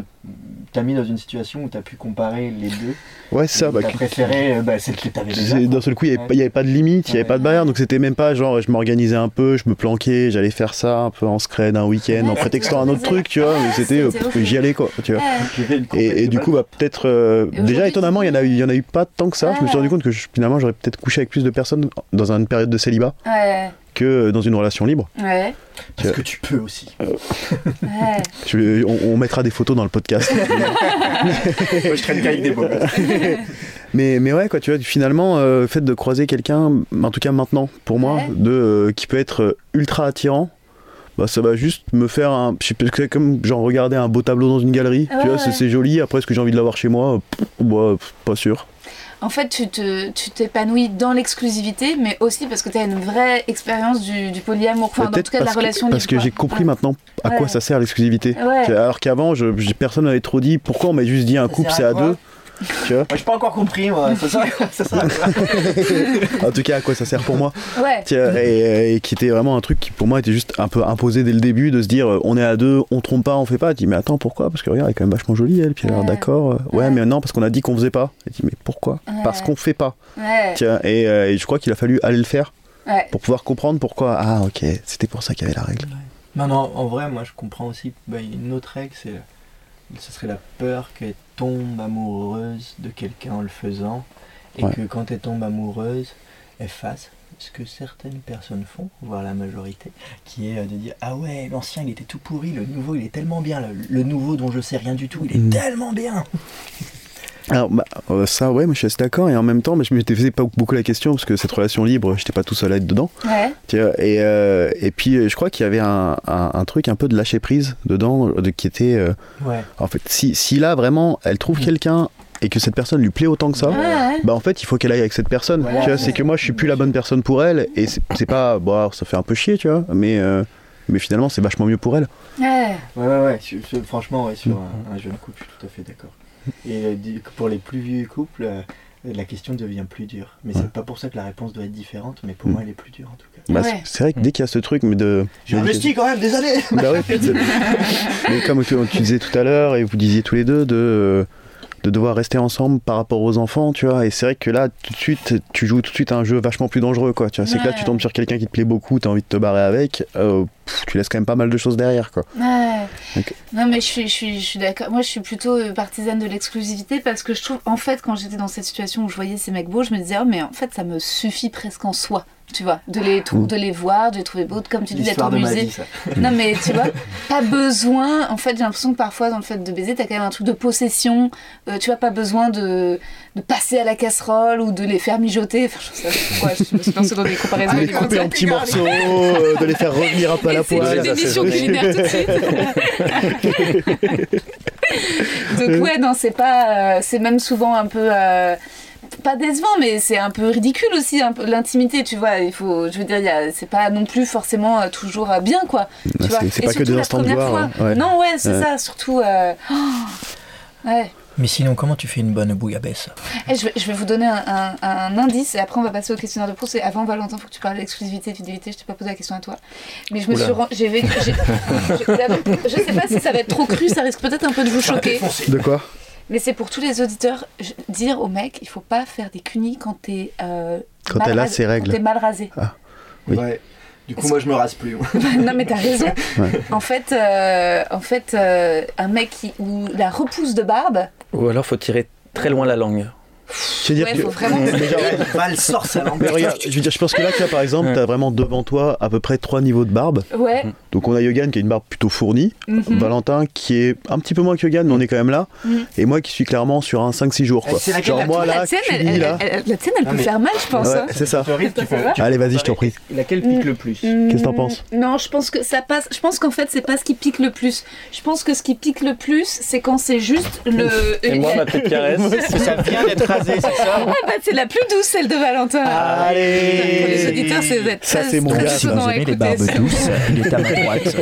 t'a mis dans une situation où t'as pu comparer les deux.
Ouais, c'est ça,
Et
bah,
T'as
que-
préféré euh, bah, celle que t'avais déjà.
C'est- D'un seul coup, il n'y avait, pas- il y avait pas de limite, il n'y avait pas de barrière, donc c'était même pas genre je m'organisais un peu, je me planquais, j'allais faire ça un peu en scred un week-end, en prétextant un autre truc, tu vois, mais c'était euh, pff, j'y allais quoi, tu vois.
Ah,
Et, et du coup, bah, peut-être, euh, déjà étonnamment, il y en, a eu- il y en a eu pas tant que ça, je me suis rendu compte que je- finalement j'aurais peut-être couché avec plus de personnes dans une période de célibat
Ouais,
que euh, dans une relation libre.
ouais,
Parce
que tu peux aussi.
ouais.
on, on mettra des photos dans le
*laughs*
podcast.
Moi, je traîne qu'avec des beaux
*laughs* Mais, mais ouais, quoi, tu vois, finalement, euh, le fait de croiser quelqu'un, en tout cas maintenant, pour moi, de, euh, qui peut être euh, ultra attirant, bah, ça va juste me faire un. je sais pas, C'est comme genre regarder un beau tableau dans une galerie,
Ouais,
tu vois,
ouais.
c'est- c'est joli, après, est-ce que j'ai envie de l'avoir chez moi Euh, pff, bah, pff, Pas sûr.
En fait, tu te- tu t'épanouis dans l'exclusivité, mais aussi parce que tu as une vraie expérience du, du polyamour, enfin,
Bah,
en tout cas de la
parce que-
relation
Parce
libre.
que j'ai compris maintenant à quoi
Ouais.
ça sert l'exclusivité.
Ouais.
Tu vois, Alors qu'avant, je, je- personne n'avait trop dit pourquoi on m'a juste dit un couple,
sert
c'est
à
à
quoi
deux. Tu vois
Moi, j'ai pas encore compris,
*laughs*
moi. Ça sert à quoi Ça sert à quoi
en tout cas, à quoi ça sert pour moi
Ouais.
Tiens, et, et qui était vraiment un truc qui pour moi était juste un peu imposé dès le début de se dire euh, on est à deux, on trompe pas, on fait pas. Tu dis mais attends pourquoi Parce que regarde, elle est quand même vachement jolie elle. Puis elle a l'air d'accord. euh, Ouais, mais non parce qu'on a dit qu'on faisait pas. Et tu dis mais pourquoi Parce qu'on fait pas.
Ouais.
Tiens, et, euh, et je crois qu'il a fallu aller le faire
Ouais.
pour pouvoir comprendre pourquoi. Ah ok, c'était pour ça qu'il y avait la règle.
Non, non, en vrai, moi je comprends aussi. bah, il y a une autre règle, c'est. Ce serait la peur qu'elle tombe amoureuse de quelqu'un en le faisant. Et
Ouais.
que quand elle tombe amoureuse, elle fasse ce que certaines personnes font, voire la majorité, qui est euh, de dire Ah ouais, l'ancien il était tout pourri, le nouveau il est tellement bien, le, le nouveau dont je sais rien du tout, il est
Mm.
tellement bien
Alors bah, euh, ça ouais, moi je suis assez d'accord et en même temps, mais je m'étais posé pas beaucoup la question parce que cette relation libre, j'étais pas tout seul à être dedans.
Ouais.
Tu vois, Et, euh, et puis euh, je crois qu'il y avait un, un- un truc un peu de lâcher prise dedans, de, qui était... euh,
Ouais.
En fait, si, si là vraiment elle trouve quelqu'un et que cette personne lui plaît autant que ça,
Mm. Ouais.
bah en fait il faut qu'elle aille avec cette personne.
Voilà.
Tu vois, c'est que moi je suis plus la bonne personne pour elle et c'est c'est pas... Bon, alors, ça fait un peu chier, tu vois, mais, euh, mais finalement c'est vachement mieux pour elle.
Ouais.
Ouais, ouais, ouais. sur- sur- franchement, ouais, sur
Mm.
un, un jeune couple, je suis tout à fait d'accord. Et euh, du- pour les plus vieux couples, euh, la question devient plus dure. Mais c'est pas pour ça que la réponse doit être différente, mais
Mm.
pour moi, elle est plus dure en tout cas.
Bah, c'est- C'est vrai que dès qu'il y a ce truc mais de...
J'ai investi quand même, désolé
Bah ouais, putain. Mais comme tu, tu disais tout à l'heure et vous disiez tous les deux de, euh, de devoir rester ensemble par rapport aux enfants, tu vois. Et c'est vrai que là, tout de suite, tu joues tout de suite à un jeu vachement plus dangereux, quoi. Tu vois, c'est que là, tu tombes sur quelqu'un qui te plaît beaucoup, t'as envie de te barrer avec, euh, pff, tu laisses quand même pas mal de choses derrière, quoi.
Ouais.
Donc,
Non mais je suis, je suis, je suis d'accord. Moi je suis plutôt euh, partisane de l'exclusivité parce que je trouve en fait quand j'étais dans cette situation où je voyais ces mecs beaux, je me disais oh mais en fait ça me suffit presque en soi. tu vois, de les,
Mmh.
trou- de les voir, de les trouver beaux, comme tu disais,
L'histoire
ton
de ma
musée.
vie, ça.
*laughs* Non mais tu vois, pas besoin. En fait, j'ai l'impression que parfois dans le fait de baiser, t'as quand même un truc de possession. Euh, tu vois, pas besoin de, de passer à la casserole ou de les faire mijoter. Enfin, je sais pas pourquoi je me suis lancée dans des comparaisons.
de les
évidentes.
couper Ah, en petits morceaux, euh, de les faire revenir un peu à la
Et c'est
poêle.
une émission culinaire tout de suite. Donc ouais, non, c'est pas, euh, c'est même souvent un peu. euh, pas décevant, mais c'est un peu ridicule aussi, un peu l'intimité, tu vois. Il faut, je veux dire, il y a- c'est pas non plus forcément euh, toujours euh, bien, quoi.
Bah,
Tu vois.
c'est- c'est
Et
pas que
surtout
des
la
instants de
première
gloire,
fois.
hein. Ouais.
Non, ouais, c'est
Ouais.
ça, surtout. euh, *gasps* oh, ouais.
Mais sinon, comment tu fais une bonne bouillabaisse
Eh, je, vais, je vais vous donner un, un- un indice et après on va passer au questionnaire de Proust. Et avant Valentin, faut que tu parles d'exclusivité, de fidélité. Je t'ai pas posé la question à toi, mais je me
Oula.
suis, ren- j'ai vécu, j'ai- je, là, donc, je sais pas si ça va être trop cru, ça risque peut-être un peu de vous choquer.
De quoi
Mais c'est pour tous les auditeurs je- dire aux mecs, il faut pas faire des cunis quand t'es euh,
Quand
mal
elle a
rasé-
ses
quand
règles.
t'es mal rasé. *laughs*
Oui.
Ouais. Du coup, moi, je me rase plus.
non mais t'as raison.
Ouais.
En fait, euh, en fait, euh, un mec qui ou la repousse de barbe,
Ou alors faut tirer très loin la langue.
Je veux dire
ouais,
que-
faut vraiment.
Mais genre-
Val sort sa langue.
mais regarde, je veux dire, je pense que là, tu vois, par exemple,
Ouais.
t'as vraiment devant toi à peu près trois niveaux de barbe.
Ouais.
Donc on a Yogan qui a une barbe plutôt fournie,
mhm.
Valentin qui est un petit peu moins que Yogan, mais on est quand même là,
Mhm.
et moi qui suis clairement sur un 5-6 jours. Quoi.
C'est laquelle
Genre
la-
moi Oh là,
la tienne,
je suis
elle,
mis
elle-
là.
elle- la tienne, elle peut
Ah, mais-
faire mal, je pense.
Ouais,
hein.
c'est ça.
Farid, tu peux- tu
Allez, vas-y, je t'en prie.
peux- *laughs* Laquelle pique le plus
Qu'est-ce que t'en penses
Mm, Non, je pense que ça passe. Je pense qu'en fait, c'est pas ce qui pique le plus. Je pense que ce qui pique le plus, c'est quand c'est juste le.
Et moi, ma petite caresse.
Ça vient d'être rasé, c'est ça
*laughs* Ah bah, c'est la plus douce, celle de Valentin. Pour les
Allez
auditeurs, c'est vous êtes
Ah, Ça,
très-
c'est mon
très
gars, ça.
Si vous
souvent à
aimez les
écouter
barbes
ça.
douces, il est
*laughs*
à ma droite.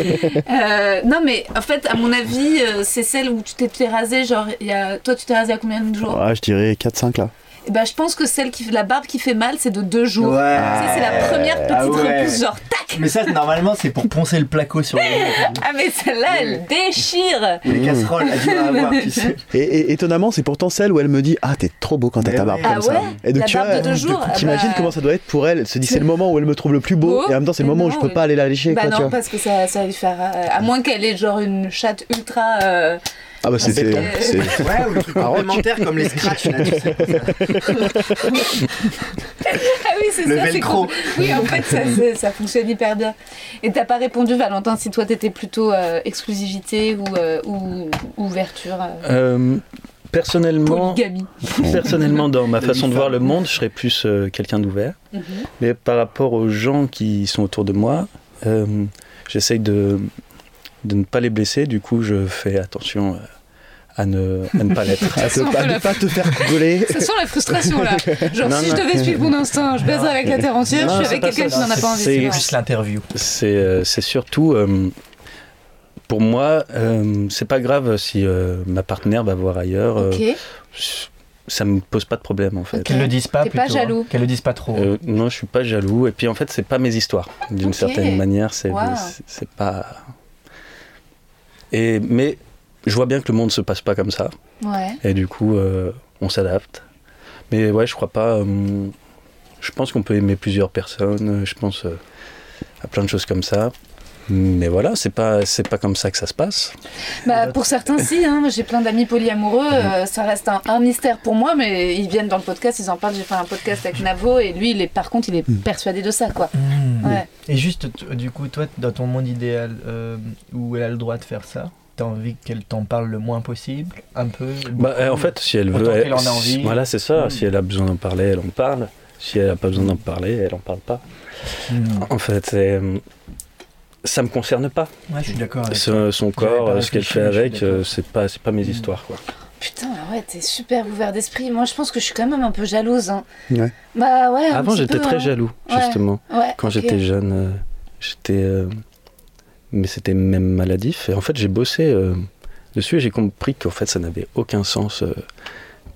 Euh, non, mais en fait, à mon avis, euh, c'est celle où tu t'es fait raser. Genre, il y a... toi, tu t'es rasé à combien de jours
Ah, je dirais 4-5 là.
Et ben, je pense que celle qui la barbe qui fait mal, c'est de deux jours.
Ouais.
Ça, c'est la première petite
Ah ouais.
repousse, genre tac.
Mais ça, normalement, c'est pour poncer le placo sur les,
Mm.
Ah mais celle-là, elle déchire.
les casseroles à dire à avoir, tu sais.
Et, et étonnamment, c'est pourtant celle où elle me dit Ah, t'es trop beau quand t'as
Mais
ta
Eh ouais.
barbe
Ah
comme ça.
ouais
Et
La
tu
barbe
vois,
de deux jours, ah
T'imagines
bah.
comment ça doit être pour elle Elle se dit C'est le moment où elle me trouve le plus beau,
Beau.
et en même temps, c'est le
Mais
moment où
non,
je peux
oui.
pas aller la lécher.
Bah
quoi, tu
non,
vois.
parce que ça, ça va lui faire. euh, à moins qu'elle ait genre une chatte ultra. euh,
Ah, bah c'était.
fait-
c'est-
Ouais, ou le truc complémentaire comme les scratchs, là, tu sais.
*laughs* Ah oui, c'est
Le
ça. c'est
velcro.
con. Oui, en fait, *laughs* ça, c'est- ça fonctionne hyper bien. Et t'as pas répondu, Valentin, si toi t'étais plutôt euh, exclusivité ou, euh, ou ouverture, euh,
*laughs* Euh, personnellement,
polygamie.
personnellement, dans *laughs* ma
De
façon de
l'IFA.
voir le monde, je serais plus euh, quelqu'un d'ouvert.
Mhm.
Mais par rapport aux gens qui sont autour de moi, euh, j'essaye de, de ne pas les blesser. Du coup, je fais attention euh, à ne, à ne pas *laughs* l'être.
à te-
Sans
à
que
ne
la-
pas te faire rigoler.
*laughs* Ça sent la frustration là. Genre,
Non,
si
non.
je devais suivre mon instinct, je baiserais avec la terre entière,
Non,
je suis
c'est
avec
pas
quelqu'un
ça.
qui n'en a pas envie. c'est
C'est-
marrant.
Juste l'interview.
C'est euh, c'est surtout, euh, pour moi, euh, c'est pas grave si euh, ma partenaire va voir ailleurs. euh,
Ok.
ça me pose pas de problème en fait.
Ok.
Qu'elle le dise pas
T'es pas
plutôt. hein.
jaloux.
Qu'elle le dise pas trop.
Euh, non, je suis pas jaloux. Et puis en fait, c'est pas mes histoires. D'une
Ok.
certaine manière, c'est
Wow.
c'est- c'est pas. Et mais je vois bien que le monde se passe pas comme ça.
Ouais.
Et du coup, euh, on s'adapte. Mais ouais, je crois pas. euh, je pense qu'on peut aimer plusieurs personnes. Je pense euh, à plein de choses comme ça. Mais voilà, c'est pas c'est pas comme ça que ça se passe.
Bah, pour certains, si. Hein. J'ai plein d'amis polyamoureux.
Mhm.
euh, ça reste un, un mystère pour moi, mais ils viennent dans le podcast, ils en parlent. J'ai fait un podcast avec Navo et lui, il est, par contre, il est
Mhm.
persuadé de ça, quoi. Ouais.
Et juste, t- du coup, toi, dans ton monde idéal euh, où elle a le droit de faire ça, t'as envie qu'elle t'en parle le moins possible, un peu
Bah, euh, en fait, si elle
Autant
veut,
qu'elle en a envie.
voilà, c'est ça.
Mm.
Si elle a besoin d'en parler, elle en parle. Si elle a pas besoin d'en parler, elle en parle pas.
Hmm.
En fait, c'est, euh, ça me concerne pas.
Ouais, je suis d'accord avec toi.
Ce- son corps,
pas
euh, ce qu'elle
réfléchi,
fait
je suis
avec,
d'accord.
euh, c'est pas, c'est pas mes histoires. Quoi.
Putain, ouais, t'es super ouvert d'esprit. Moi, je pense que je suis quand même un peu jalouse. Hein.
Ouais.
Bah ouais. un
Avant,
petit
j'étais
peu,
très
hein.
jaloux,
Ouais.
justement.
Ouais,
Quand
ok.
j'étais jeune, euh, j'étais, euh, mais c'était même maladif. Et en fait, j'ai bossé euh, dessus et j'ai compris qu'en fait, ça n'avait aucun sens euh,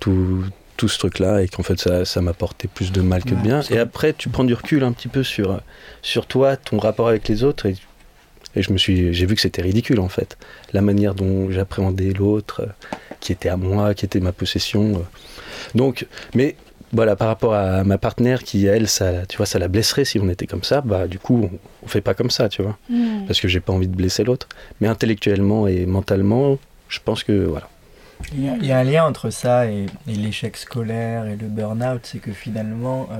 tout, tout ce truc-là et qu'en fait, ça, ça m'apportait plus de mal que de
Ouais,
bien.
parce que-
Et après, tu prends du recul un petit peu sur euh, sur toi, ton rapport avec les autres. Et, et je me suis, j'ai vu que c'était ridicule en fait, la manière dont j'appréhendais l'autre, euh, qui était à moi, qui était ma possession. euh. Donc, mais voilà, par rapport à ma partenaire qui, elle, ça, tu vois, ça la blesserait si on était comme ça, bah du coup, on, on fait pas comme ça, tu vois,
Hmm.
parce que j'ai pas envie de blesser l'autre. Mais intellectuellement et mentalement, je pense que voilà.
Il y, a, il y a un lien entre ça et, et l'échec scolaire et le burn-out, c'est que finalement, euh,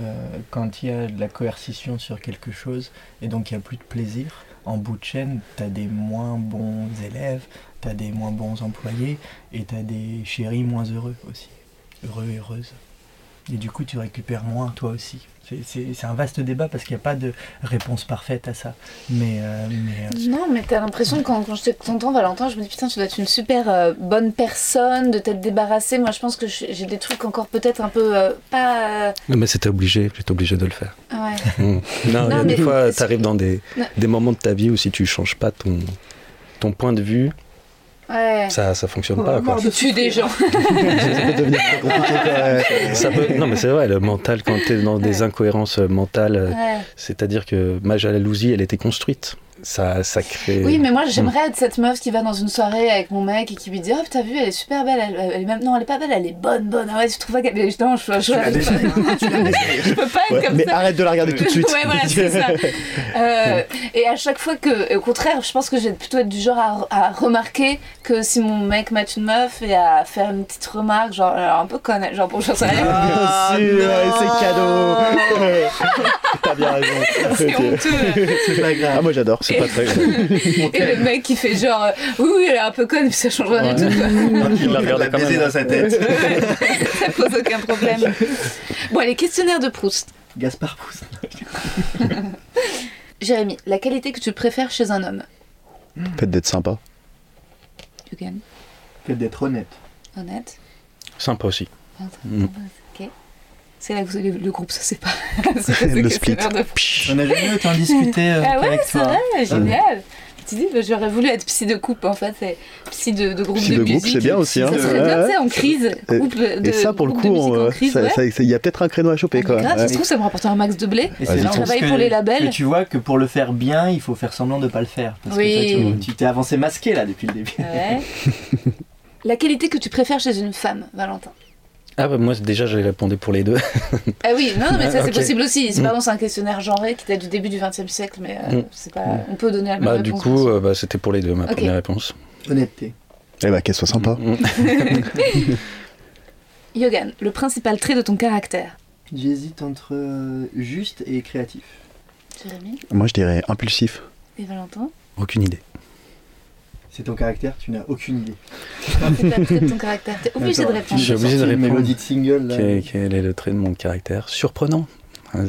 euh, quand il y a de la coercition sur quelque chose et donc il n'y a plus de plaisir, en bout de chaîne, tu as des moins bons élèves, tu as des moins bons employés et tu as des chéris moins heureux aussi, heureux et heureuses. Et du coup, tu récupères moins toi aussi. C'est- C'est c'est un vaste débat parce qu'il n'y a pas de réponse parfaite à ça. Mais, euh, mais, euh,
Non, mais t'as l'impression que quand, quand je t'entends, Valentin, je me dis putain, tu dois être une super euh, bonne personne, de t'être débarrassée. Moi, je pense que je- j'ai des trucs encore peut-être un peu euh, pas. euh,
Non, mais c'était obligé, j'étais obligé de le faire. *laughs*
ouais.
Mm. Non,
Non,
il y a
mais-
des fois, tu arrives dans des,
Non.
des moments de ta vie où si tu changes pas ton, ton point de vue,
Ouais. Oh,
ça ça fonctionne pas. Quoi.
tue des gens.
*laughs* Ça peut- Non, mais c'est vrai, le mental, quand tu es dans des incohérences euh, mentales, euh,
Ouais.
c'est-à-dire que ma jalousie, elle était construite. Ça, ça crée.
Oui, mais
hmm.
moi j'aimerais être cette meuf qui va dans une soirée avec mon mec et qui lui dit Oh, t'as vu, elle est super belle. Elle, elle est même... Non, elle est pas belle, elle est bonne, bonne. Ah ouais, tu trouves pas qu'elle est. Non, je, je, *laughs* je peux pas être
Ouais,
comme
mais ah,
ça.
arrête de la regarder tout de suite.
ouais, voilà, c'est ça.
*laughs*
Euh, et à chaque fois que, et au contraire, je pense que j'ai plutôt être du genre à, à remarquer que si mon mec mate une meuf et à faire une petite remarque, genre alors, un peu conne, genre bon, j'en sais rien.
Ah,
Oh,
Bien sûr, c'est cadeau.
*laughs*
T'as bien raison.
C'est
Ok.
honteux.
C'est pas grave.
Ah, moi j'adore, c'est pas très grave.
*laughs* Et le mec qui fait genre euh, oui, oui, elle est un peu conne, puis ça change rien du tout. quoi.
Il la regardait quand
baiser
même.
dans sa tête.
Ça pose aucun problème.
*laughs*
Bon, les questionnaires de Proust.
Gaspard Proust.
Jérémy, la qualité que tu préfères chez un homme
Le fait d'être sympa.
Yogan,
Fait d'être honnête.
honnête.
Sympa aussi.
Ok. C'est là que vous- le, le groupe se sépare. *laughs* C'est pas ce
Le split.
questionnaire de Proust.
on a jamais eu le temps de discuter euh,
*laughs* Ah ouais,
avec
c'est
toi.
vrai, génial. Tu dis, bah, j'aurais voulu être psy de couple en fait, c'est psy de, de groupe
Psy
de,
de groupe,
musique.
c'est bien aussi, hein.
Ça serait
Ouais,
bien,
ouais.
tu sais, en crise.
Et-
Groupe de,
Et ça, pour le
groupe de
coup,
musique
on,
en
euh,
crise,
ça-
ouais. Ah,
ça- ça- il y a peut-être un créneau à choper
Mais
quand même.
grave, ça
Ouais.
se trouve, ça me rapporte un max de blé.
Et
Vas-y,
c'est
tu
là où
travailles
que-
pour les labels.
que tu vois que pour le faire bien, il faut faire semblant de ne pas le faire. Parce
Oui.
que toi, tu- tu t'es avancé masqué là depuis le début.
Ah Ouais. La qualité que tu préfères chez une femme, Valentin
Ah, bah, moi, déjà, j'avais répondu pour les deux.
Ah oui, non, non, mais ça
Ouais,
c'est
ok.
possible aussi. C'est
Mm.
pas bon, c'est un questionnaire genré qui date du début du XXe siècle, mais euh,
Mm.
c'est pas. On peut donner la même
Bah,
Ah, réponse.
du
aussi.
coup, euh, bah, c'était pour les deux, ma
Ok.
première réponse.
*laughs* Honnêteté.
Eh ben, qu'elle soit sympa.
Mm.
Yogan, le principal trait de ton caractère.
J'hésite entre euh, juste et créatif.
Jérémy
Moi, je dirais impulsif.
et Valentin.
Aucune idée.
C'est ton caractère, tu n'as aucune idée.
C'est pas le trait de ton caractère. T'es obligé
Attends,
de répondre.
J'ai obligé de
Sorti une
répondre.
mélodie de single là.
*laughs*
Quel, quel est le trait de mon caractère Surprenant.
Ah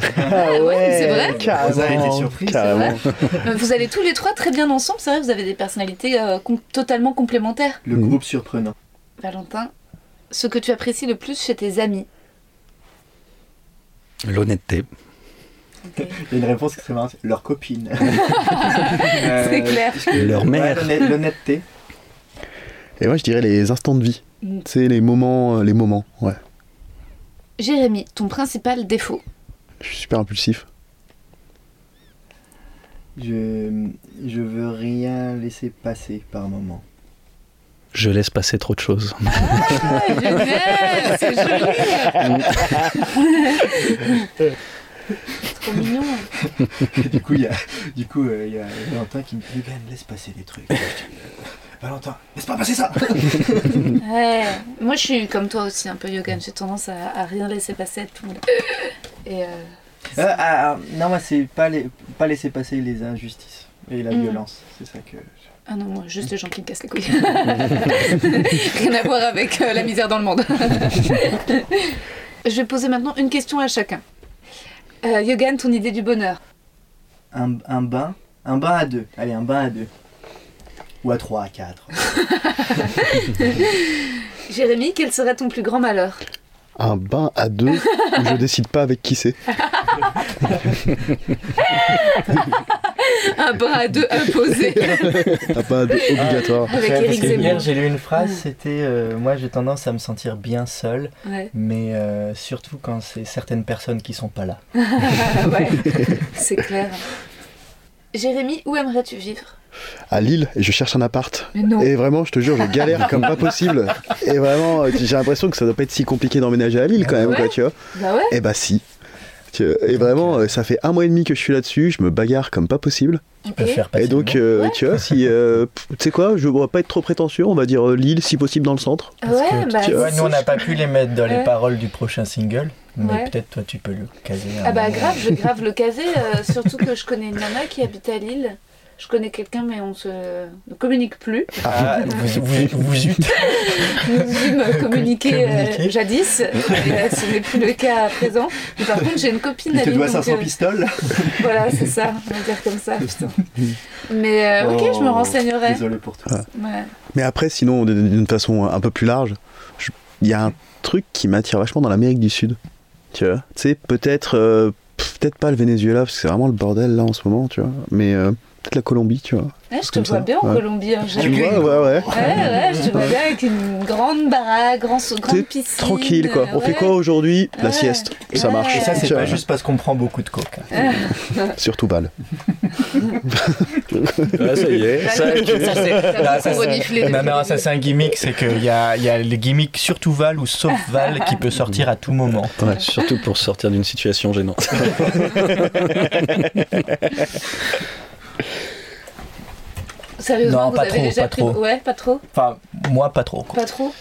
ouais, c'est vrai
Rosa était
Carrément.
surprise.
carrément.
Euh, Vous allez tous les trois très bien ensemble, c'est vrai. Vous avez des personnalités euh, com- totalement complémentaires.
Le
Mhm.
groupe surprenant.
Valentin, ce que tu apprécies le plus chez tes amis.
L'honnêteté.
Il y a une réponse qui est très marrante. c'est Leur
*laughs*
copine. *laughs*
C'est
Euh,
clair.
parce que-
Leur
Ouais,
mère.
l'honnête- L'honnêteté.
Et moi, je dirais les instants de vie.
Mm.
Tu sais, les moments, euh, les moments. Ouais.
Jérémy, ton principal *laughs* défaut.
Je suis super impulsif.
Je, je veux rien laisser passer par moment.
Je laisse passer trop de choses.
Génial, c'est joli. Trop mignon.
du coup, il y a, *laughs* du coup, euh, il y a Valentin qui me dit Ben, laisse passer des trucs. *laughs* Je dis, Valentin, laisse pas passer ça
Ouais. Moi, je suis comme toi aussi, un peu Yogan. J'ai tendance à, à rien laisser passer à tout le monde. Et euh,
Euh, ah, ah, Non, moi, c'est pas, les, pas laisser passer les injustices et la
Mm.
violence. C'est ça que.
ah non, moi, juste les gens qui me cassent les couilles. *laughs* rien à voir avec euh, la misère dans le *laughs* monde. je vais poser maintenant une question à chacun. Euh, Yogan, ton idée du bonheur.
Un, un bain, un bain à deux. Allez, un bain à deux. Ou à trois, à quatre.
Jérémy, quel serait ton plus grand malheur
Un bain à deux où
*laughs*
je décide pas avec qui c'est.
Un bras à deux imposé.
*laughs* Un bain à deux Ah, obligatoire.
*laughs* Avec
Ouais,
Eric
parce que
Zemmour. Mm.
hier, j'ai lu une phrase, c'était euh, Moi, j'ai tendance à me sentir bien seul,
Ouais.
mais euh, surtout quand c'est certaines personnes qui sont pas là.
Ah ouais, c'est clair. Jérémy, où aimerais-tu vivre
À Lille, et je cherche un appart.
Mais non.
Et vraiment, je te jure, je galère comme pas possible. Et vraiment, euh, j'ai l'impression que ça doit pas être si compliqué d'emménager à Lille quand même,
Ouais.
quoi, tu vois.
Bah ouais.
Eh bah si. Tu- Et vraiment, euh, ça fait un mois et demi que je suis là-dessus, je me bagarre comme pas possible.
Tu peux le faire
Et
facilement.
donc, euh, tu vois, si. euh, pff, tu sais quoi, je ne pas être trop prétentieux, on va dire euh, Lille, si possible dans le centre.
Ouais, bah
Tu vois,
si,
nous, on n'a
je-
pas pu les mettre dans les
Ouais.
paroles du prochain single. Mais
Ouais.
peut-être toi, tu peux le caser. à un
Ah bah
moment.
grave, je vais grave le caser, euh, surtout que je connais une nana qui habite à Lille. Je connais quelqu'un mais on se ne communique plus.
Ah, vous, vous, vous eûtes.
Nous eûmes communiqué euh,
*laughs*
Communiqué.
jadis, mais, euh, ce n'est plus le cas à présent. Mais par contre j'ai une copine
Il
à
te
Lille.
doit
donc,
500
*laughs* euh,
pistoles
Voilà, c'est ça, on va dire comme ça. putain. Mais euh, Bah, ok, je me
Oh,
renseignerai.
Désolé pour toi.
Ouais.
Mais après, sinon, d- d'une façon un peu plus large, je- il y a un truc qui m'attire vachement dans l'Amérique du Sud. Tu vois Tu sais, peut-être euh, pff, peut-être pas le Venezuela, parce que c'est vraiment le bordel là en ce moment, tu vois. Mais euh, peut-être la Colombie, tu vois.
Ouais, Eh, je te
Comme
vois
ça,
bien en
ouais.
Colombie. hein, j'ai-
Tu vois, ouais, ouais.
Ouais, ouais, je te vois bien avec une grande baraque, grand,
T'es
grande piscine.
tranquille, quoi. On fait
ouais.
quoi aujourd'hui La
Ouais.
sieste. Ça
Ouais.
marche.
Et
Ça, c'est
Tu
pas
vois.
juste parce qu'on prend beaucoup de coke. hein.
Surtout Val.
Ah, ça y est. Ça,
Ça, c'est- t'as
Ah,
beaucoup
Eh, ça, c'est-
reniflé depuis
non,
le
non, ça
début.
c'est un gimmick, c'est qu'il y a, il y a le gimmick surtout Val ou sauf Val qui peut sortir à tout moment.
*laughs* Surtout pour sortir d'une situation gênante.
Sérieusement,
Non,
vous
pas
avez
trop,
déjà
pas
pris...
trop.
Ouais, pas trop,
Enfin, moi pas trop. quoi.
pas trop.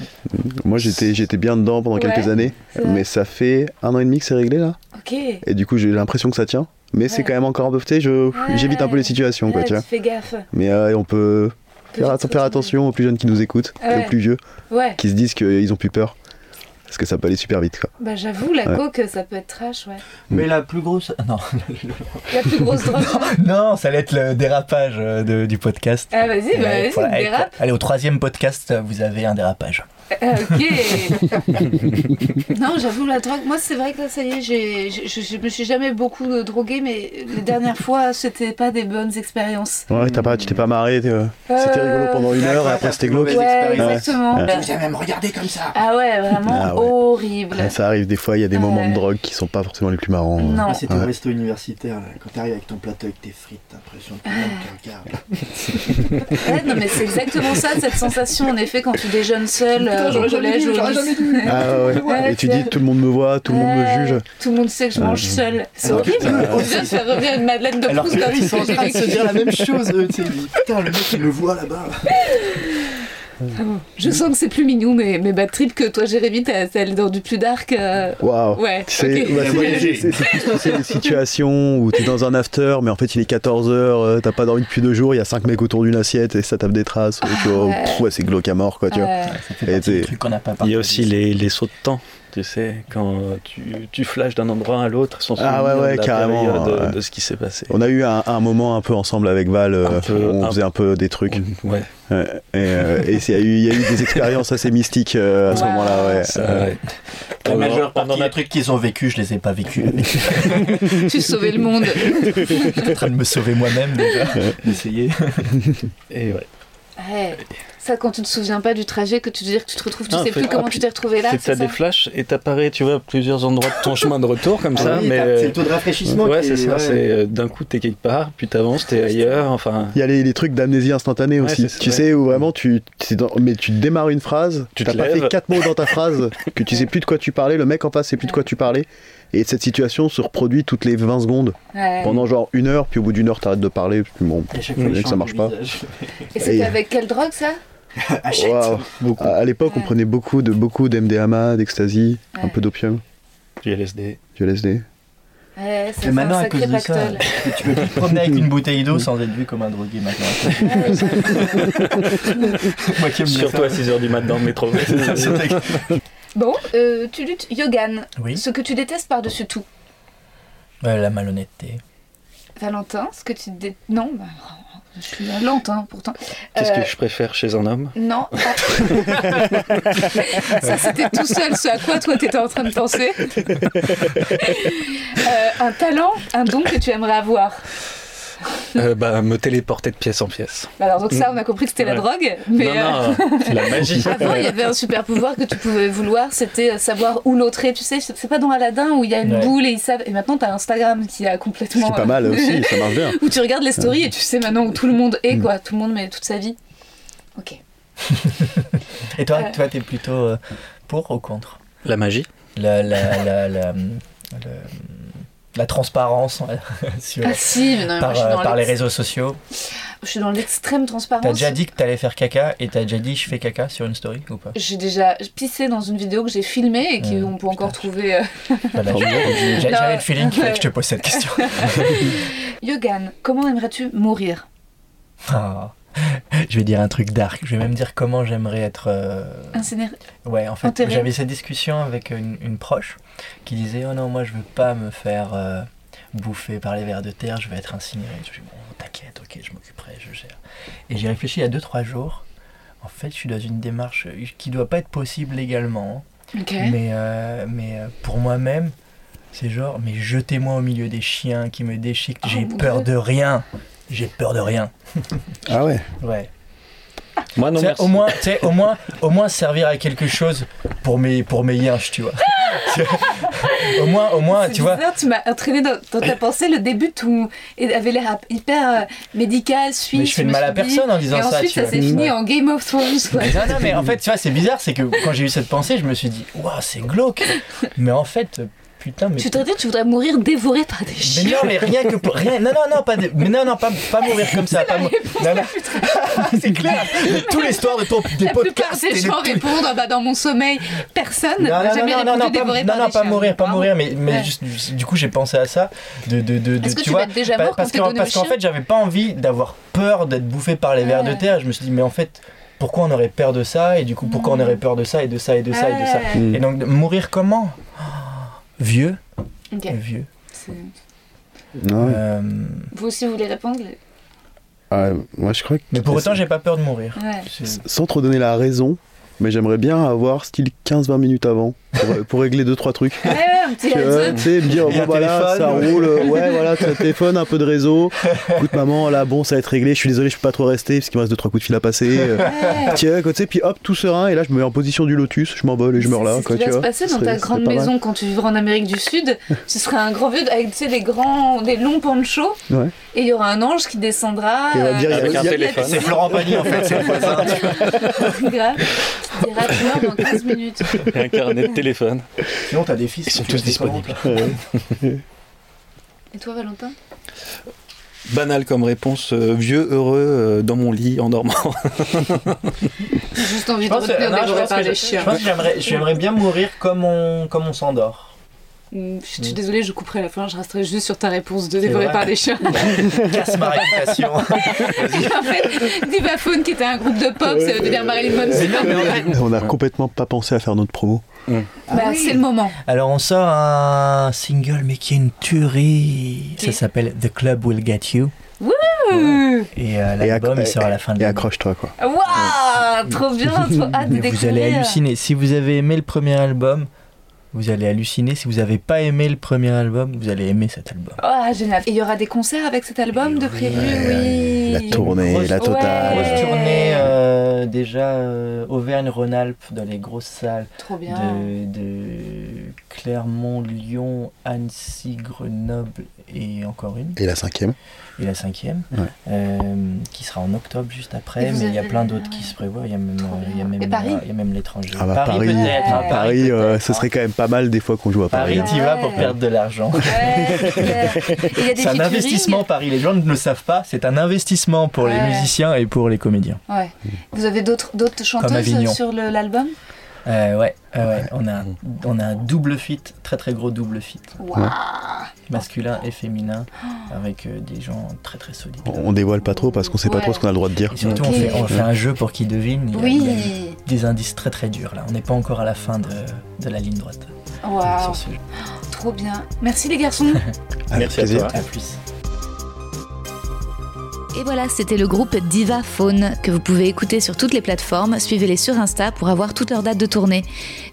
Moi, j'étais j'étais bien dedans pendant quelques
Ouais,
années,
c'est vrai.
mais ça fait un an et demi que c'est réglé là.
Ok. Ouais,
Et du coup, j'ai l'impression que ça tient. Mais c'est
Ouais.
quand même encore un peu frais, je j'évite un peu les situations, quoi, tu
tu
vois.
fais gaffe.
Mais euh, on peut faire,
Peut-être
faire
retourner.
attention aux plus jeunes qui nous écoutent et
Ouais.
aux plus vieux
Ouais,
qui se disent qu'ils ont plus peur. Parce que ça peut aller super vite, quoi.
bah j'avoue, la
Ouais.
coke, ça peut être trash, ouais.
Mais la plus grosse. Non, *laughs*
La plus grosse drogue.
non ça allait être le dérapage euh, de- du podcast.
Ah, vas-y, bah
Ouais,
vas-y,
voilà, allez,
dérape.
Allez, au troisième podcast, vous avez un dérapage.
Ah, ok. non, j'avoue, la drogue. Moi, c'est vrai que là, ça y est, j'ai- je- je je me suis jamais beaucoup euh, droguée, mais les dernières fois, c'était pas des bonnes expériences.
Ouais, t'as pas, tu t'es pas marré, t'es, euh, c'était
Euh,
rigolo pendant une heure et après c'était glauque.
Des
Ouais,
expériences.
exactement.
Ouais.
Vous avez me regarder comme ça
Ah ouais, vraiment
Ah ouais.
horrible.
Ouais, ça arrive des fois, il y a des moments
Ouais.
de drogue qui sont pas forcément les plus marrants.
Non.
Ah, c'était au
Ouais.
resto universitaire, là. quand t'arrives avec ton plateau avec tes frites, t'as l'impression de tout le monde te regarde.
Ouais, non, mais c'est exactement ça, cette sensation, en effet, quand tu déjeunes seul euh, au collège, au lycée.
Ah ouais, ouais.
Ouais,
Et tu dis, tout le monde me voit, tout le monde me juge. Euh,
Tout le monde sait que je mange seule. C'est
Alors que
horrible.
ça-
On vient de faire revenir une Madeleine de
Alors
Proust dans
que
tout
ils
ce
sont en
que j'ai
train de se
vécu.
dire la même chose, eux, tu sais, ils disent, putain, le mec il me voit là-bas.
Je sens que c'est plus mignon, mais mes bad trips que toi, Jérémy, t'as celle dans du plus dark. euh,
Waouh.
Ouais,
Tu sais,
ok.
bah, c'est- c'est c'est- c'est plus- c'est des situations où t'es dans un after, mais en fait il est 14h, t'as pas dormi depuis deux jours, il y a cinq mecs autour d'une assiette et ça tape des traces. et tu vois,
Ah ouais.
pff, ouais, c'est glauque à mort quoi, tu vois.
euh,
Ça fait
Et
partie des
t'es-
trucs qu'on n'a pas
*laughs* Il
parlé.
y a aussi les, les sauts de temps. Tu sais, quand euh, tu, tu flashes d'un endroit à l'autre sans
Ah
souvenir
ouais, ouais,
de la
carrément,
période, euh,
ouais.
de ce qui s'est passé.
On a eu un, un moment un peu ensemble avec Val, euh,
Un peu,
on
un-
faisait un peu des trucs.
Ouais,
Ouais, et euh, et c'est- il y, a eu des expériences assez mystiques euh, à ce
Wow.
moment-là, ouais.
ça,
Euh,
ouais.
La
On en-
majeure
on en
partie
a-
des trucs qu'ils ont vécu, je les ai pas
*laughs*
vécus. Je
tu sauvais le monde.
suis en train de me sauver moi-même déjà.
*laughs*
D'essayer.
Ah Et ouais.
Ouais. Ça, quand tu te souviens pas du trajet, que tu te dis que tu te retrouves, tu
Ah,
sais
fait-
plus comment
ah,
tu t'es retrouvé là.
c'est que t'as
c'est ça
des flashs et t'apparais, tu vois, à plusieurs endroits de ton chemin de retour comme
Ah
ça.
oui,
mais euh,
t'as- c'est le taux de rafraîchissement
Ouais,
qui
c'est
est-
ça.
ouais.
C'est euh, d'un coup t'es quelque part, puis t'avances, t'es ailleurs. Enfin,
Il y a les, les trucs d'amnésie instantanée
Ouais,
aussi.
c'est ça,
tu
ouais.
sais, où vraiment tu, t'es dans- mais tu démarres une phrase,
Tu
tu t'as
te
pas
lèves.
fait quatre mots dans ta phrase, que tu sais plus de quoi tu parlais, le mec en face sait plus de quoi tu parlais. Et cette situation se reproduit toutes les 20 secondes,
Ouais.
pendant genre une heure, puis au bout d'une heure t'arrêtes de parler, puis bon,
Et à chaque
le
fois, ils
mec, ça
changent
marche
de
pas.
visage. *laughs*
Et c'était
Et-
avec quelle drogue, ça
Achète
Waouh.
beaucoup.
À, à l'époque, on
Ouais.
prenait beaucoup de beaucoup d'MDMA, d'ecstasy, un
Ouais.
peu d'opium,
du LSD.
du LSD.
Ouais, ça,
Et
c'est un
maintenant, à
sacré
cause de ça,
pactole.
tu peux plus te promener avec une bouteille d'eau sans être vu comme un drogué maintenant.
Ouais, j'avoue.
Moi qui aime bien
Surtout à 6h du matin dans le *laughs* métro.
ça.
Bon, euh, tu luttes Yogan,
Oui.
ce que tu détestes par-dessus tout.
Euh, la malhonnêteté.
Valentin, ce que tu dé... Non, bah, je suis lente hein, pourtant.
Qu'est-ce
Euh,
que je préfère chez un homme
Non. Ah. Ça, c'était tout seul ce à quoi toi t'étais en train de penser. Euh, un talent, un don que tu aimerais avoir.
Euh, Bah, me téléporter de pièce en pièce.
Alors, donc, ça, on a compris que c'était la
Ouais.
drogue, mais.
non,
euh,
non, la magie.
Avant, il y avait un super pouvoir que tu pouvais vouloir, c'était euh, savoir où l'autre est. Tu sais, c'est c'est pas dans Aladdin où il y a une
Ouais.
boule et ils savent. Et maintenant, t'as Instagram qui a
Ce qui
complètement.
est pas
euh,
mal aussi, ça marche bien.
*laughs* où tu regardes les stories et tu sais maintenant où tout le monde est, quoi. Tout le monde met toute sa vie. Ok.
Et toi,
Euh.
toi t'es plutôt euh, pour ou contre
*laughs* La magie
la, la, la, la, le- la transparence euh, sur-
Ah si, mais non, mais moi,
par,
je suis
euh,
dans
par
le-
les réseaux sociaux.
je suis dans l'extrême transparence.
T'as déjà dit que t'allais faire caca et t'as déjà dit je fais caca sur une story ou pas
J'ai déjà pissé dans une vidéo que j'ai filmée et qu'on peut encore trouver. euh,
Bah là, j'ai- j'ai- J'avais le feeling qu'il fallait que je te pose cette question.
*laughs* Yogan, comment aimerais-tu mourir
Ah. Je vais dire un truc dark. Je vais même dire comment j'aimerais être. euh,
Incinéré
Ouais, en fait,
Enterré.
j'avais cette discussion avec une, une proche qui disait Oh non, moi je veux pas me faire euh, bouffer par les vers de terre, je vais être incinéré. Je dis Bon, t'inquiète, ok, je m'occuperai, je gère. Et j'ai réfléchi il y a 2-3 jours. En fait, je suis dans une démarche euh, qui doit pas être possible légalement. hein.
Ok.
Mais, euh, mais euh, pour moi-même, c'est genre Mais jetez-moi au milieu des chiens qui me déchiquent, j'ai
Oh mon
peur
Dieu.
de rien. J'ai peur de rien.
*laughs* Ah ouais
Ouais.
Moi, non,
Tu sais,
merci.
au moins, tu sais, au moins, au moins servir à quelque chose pour mes, pour mes yinches, tu vois. *laughs* au moins, au moins,
C'est
tu vois.
bizarre, tu m'as entraîné dans, dans
*laughs*
ta pensée le début tout et avait l'air ap- hyper euh, médical, suisse.
je fais
je
de
me
mal à
suis dit-
personne en disant
et
ça,
Ensuite,
tu
ça
vois.
s'est
Mmh.
fini en Game of Thrones. Quoi.
Non, non, mais en fait, tu vois, c'est bizarre, c'est que quand j'ai eu cette pensée, je me suis dit, waouh, c'est glauque. Mais en fait, putain, mais.
Tu te dit, tu voudrais mourir dévoré par des
Mais
chiens.
non, mais rien que pour. Rien, non, non, non, pas, de- mais non, non, pas, pas mourir comme ça. Pas mou- non, non. c'est clair. De toute l'histoire de ton, des
La plupart
podcasts. et
des
de
gens
tout-
répondent ah bah, dans mon sommeil. Personne n'a jamais répondu
non, pas,
dévoré
non,
par
non,
des
pas
chiens.
mourir, pas
Bravo.
mourir, mais, mais
Ouais.
juste, juste- du coup j'ai pensé à ça, de, de, de, de-
Est-ce que tu
vois,
vas être déjà
pa-
mort
parce
quand t'es
qu'en
donné au
parce qu'en
chien
fait j'avais pas envie d'avoir peur d'être bouffé par les vers de
Ouais.
terre, je me suis dit mais en fait pourquoi on aurait peur de ça et du coup pourquoi on aurait peur de ça et de ça et de ça et de ça
Mm. Ouais.
et donc de
*gasps*
mourir comment Oh, Vieux,
Ok,
vieux.
c'est- Ah
Ouais.
Euh,
Vous aussi, vous voulez répondre les-
Ah, moi, je crois que.
mais pour autant j'ai pas peur de mourir.
Ouais.
C'est-
Sans trop donner la raison, mais j'aimerais bien avoir style 15-20 minutes avant
*laughs*
pour, pour régler 2-3 trucs.
Ouais, ouais, un petit
Tu vois,
réseau.
tu sais, me dire,
Et
bon
un
bah là,
téléphone.
ça roule, euh, ouais, voilà, t'as un téléphone, un peu de
*laughs*
réseau. Écoute, maman, là, bon, ça va être réglé, je suis désolé, je peux pas trop rester parce qu'il me reste 2-3 coups de fil à passer. euh, Tiens, quoi, tu sais, puis hop, tout serein, et là, je me mets en position du lotus, je m'envole et je meurs là,
C'est
quoi,
ce qui
tu
va se
vois.
passer
Ce
dans
serait-
ta
ce serait
grande
pas mal.
maison quand tu vivras en Amérique du
*laughs*
Sud. Ce sera un grand vieux avec tu sais, des grands, des longs panchos.
Ouais.
Et il y aura un ange qui descendra.
Et on va
euh, *laughs*
dire, il y a-
Avec un
il y a-
téléphone.
C'est Florent Pagny en fait, c'est le voisin.
grave, qui dira tu meurs dans
*laughs*
15 minutes.
Et un carnet de téléphone.
Sinon, t'as des fils.
Ils sont
tu
tous
sais comment,
disponibles.
toi.
Et toi, Valentin
Banal comme réponse, euh, vieux, heureux, euh, dans mon lit, en dormant.
J'ai juste envie
Je
de
pense,
retenir
non,
des
je
jouets
pense
par
que hein.
les
je- je
chiens.
pense que j'aimerais- j'aimerais bien mourir comme on, comme on s'endort.
Mm, Je suis désolée, je couperai la fin, je resterai juste sur ta réponse de dévoré
vrai.
par les
*laughs*
chiens.
casse ma réputation.
en fait, Divaphone, qui était un groupe de pop, ça veut devenir Marilyn Manson.
On a complètement pas pensé à faire notre promo.
Bah, c'est le moment.
*laughs* Alors on sort un single mais qui est une tuerie. Ça s'appelle The Club Will Get You
Ouh.
et euh,
Et
l'album
accro-
il sort à la fin de
Et
l'année. *laughs*
accroche-toi, quoi.
Waouh, trop bien, trop hâte de
Mais vous
découvrir.
allez halluciner. Si vous avez aimé le premier album, vous allez halluciner. Si vous n'avez pas aimé le premier album, vous allez aimer cet album.
Oh, génial. Et il y aura des concerts avec cet album de prévu, oui.
La tournée,
Grosse-
la totale.
Ouais.
Grosse tournée euh, déjà euh, Auvergne-Rhône-Alpes dans les grosses salles
Trop bien.
de,
Ah.
de Clermont, Lyon, Annecy, Grenoble et encore une.
Et la cinquième.
et la cinquième,
Ouais.
euh, qui sera en octobre juste
Et
après,
vous
mais il y a
avez-
plein d'autres qui
ouais.
se prévoient, il y a même,
Trop
euh, il y a
bien.
même,
Et Paris
euh, il y a même l'étranger.
Ah bah, Paris,
peut-être, hein,
Ouais.
Paris,
Paris, euh,
peut-être,
ce
hein.
serait quand même pas mal des fois qu'on joue à Paris.
Paris,
Ah
hein.
t'y vas pour
Ouais.
perdre de l'argent.
Ouais, c'est clair. Et il y a des
C'est un
featuring.
investissement, Paris. Les gens ne le savent pas. C'est un investissement pour les
Ouais.
musiciens et pour les comédiens.
Ouais. Vous avez d'autres d'autres chanteuses
Avignon.
sur le- l'album
Euh, ouais, euh, ouais. On, a, un- on a un double fit, très très gros double fit,
Waouh.
masculin et féminin,
Oh.
avec euh, des gens très très solides.
On dévoile pas trop parce qu'on sait pas
Ouais.
trop ce qu'on a le droit de dire.
Et surtout,
Ok.
on, fait, on fait un jeu pour qu'ils devinent. Il y a- il y a-
Oui.
des indices très très durs là. On n'est pas encore à la fin de, de la ligne droite.
Waouh.
Sur ce jeu.
Trop bien. Merci les garçons.
Avec
Merci à
plaisir.
toi.
À plus.
Et voilà, c'était le groupe Diva Faune que vous pouvez écouter sur toutes les plateformes. Suivez-les sur Insta pour avoir toutes leurs dates de tournée.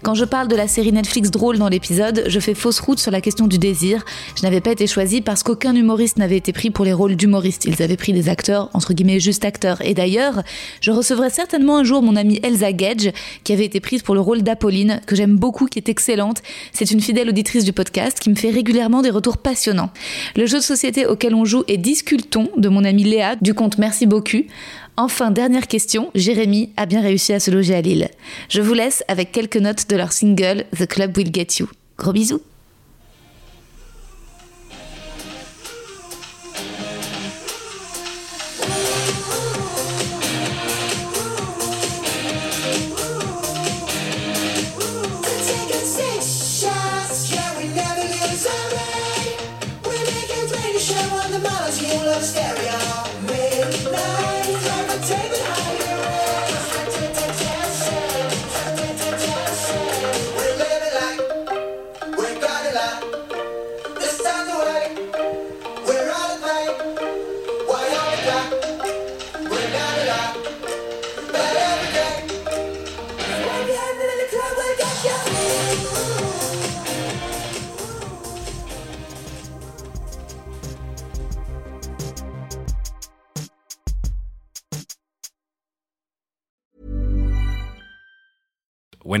Quand je parle de la série Netflix drôle dans l'épisode, je fais fausse route sur la question du désir. Je n'avais pas été choisie parce qu'aucun humoriste n'avait été pris pour les rôles d'humoriste. Ils avaient pris des acteurs, entre guillemets, juste acteurs. Et d'ailleurs, je recevrai certainement un jour mon amie Elsa Gage, qui avait été prise pour le rôle d'Apolline, que j'aime beaucoup, qui est excellente. C'est une fidèle auditrice du podcast qui me fait régulièrement des retours passionnants. Le jeu de société auquel on joue est Discultons de mon amie Léa du compte Merci beaucoup. Enfin, dernière question, Jérémy a bien réussi à se loger à Lille. Je vous laisse avec quelques notes de leur single The Club Will Get You. Gros bisous
Will
when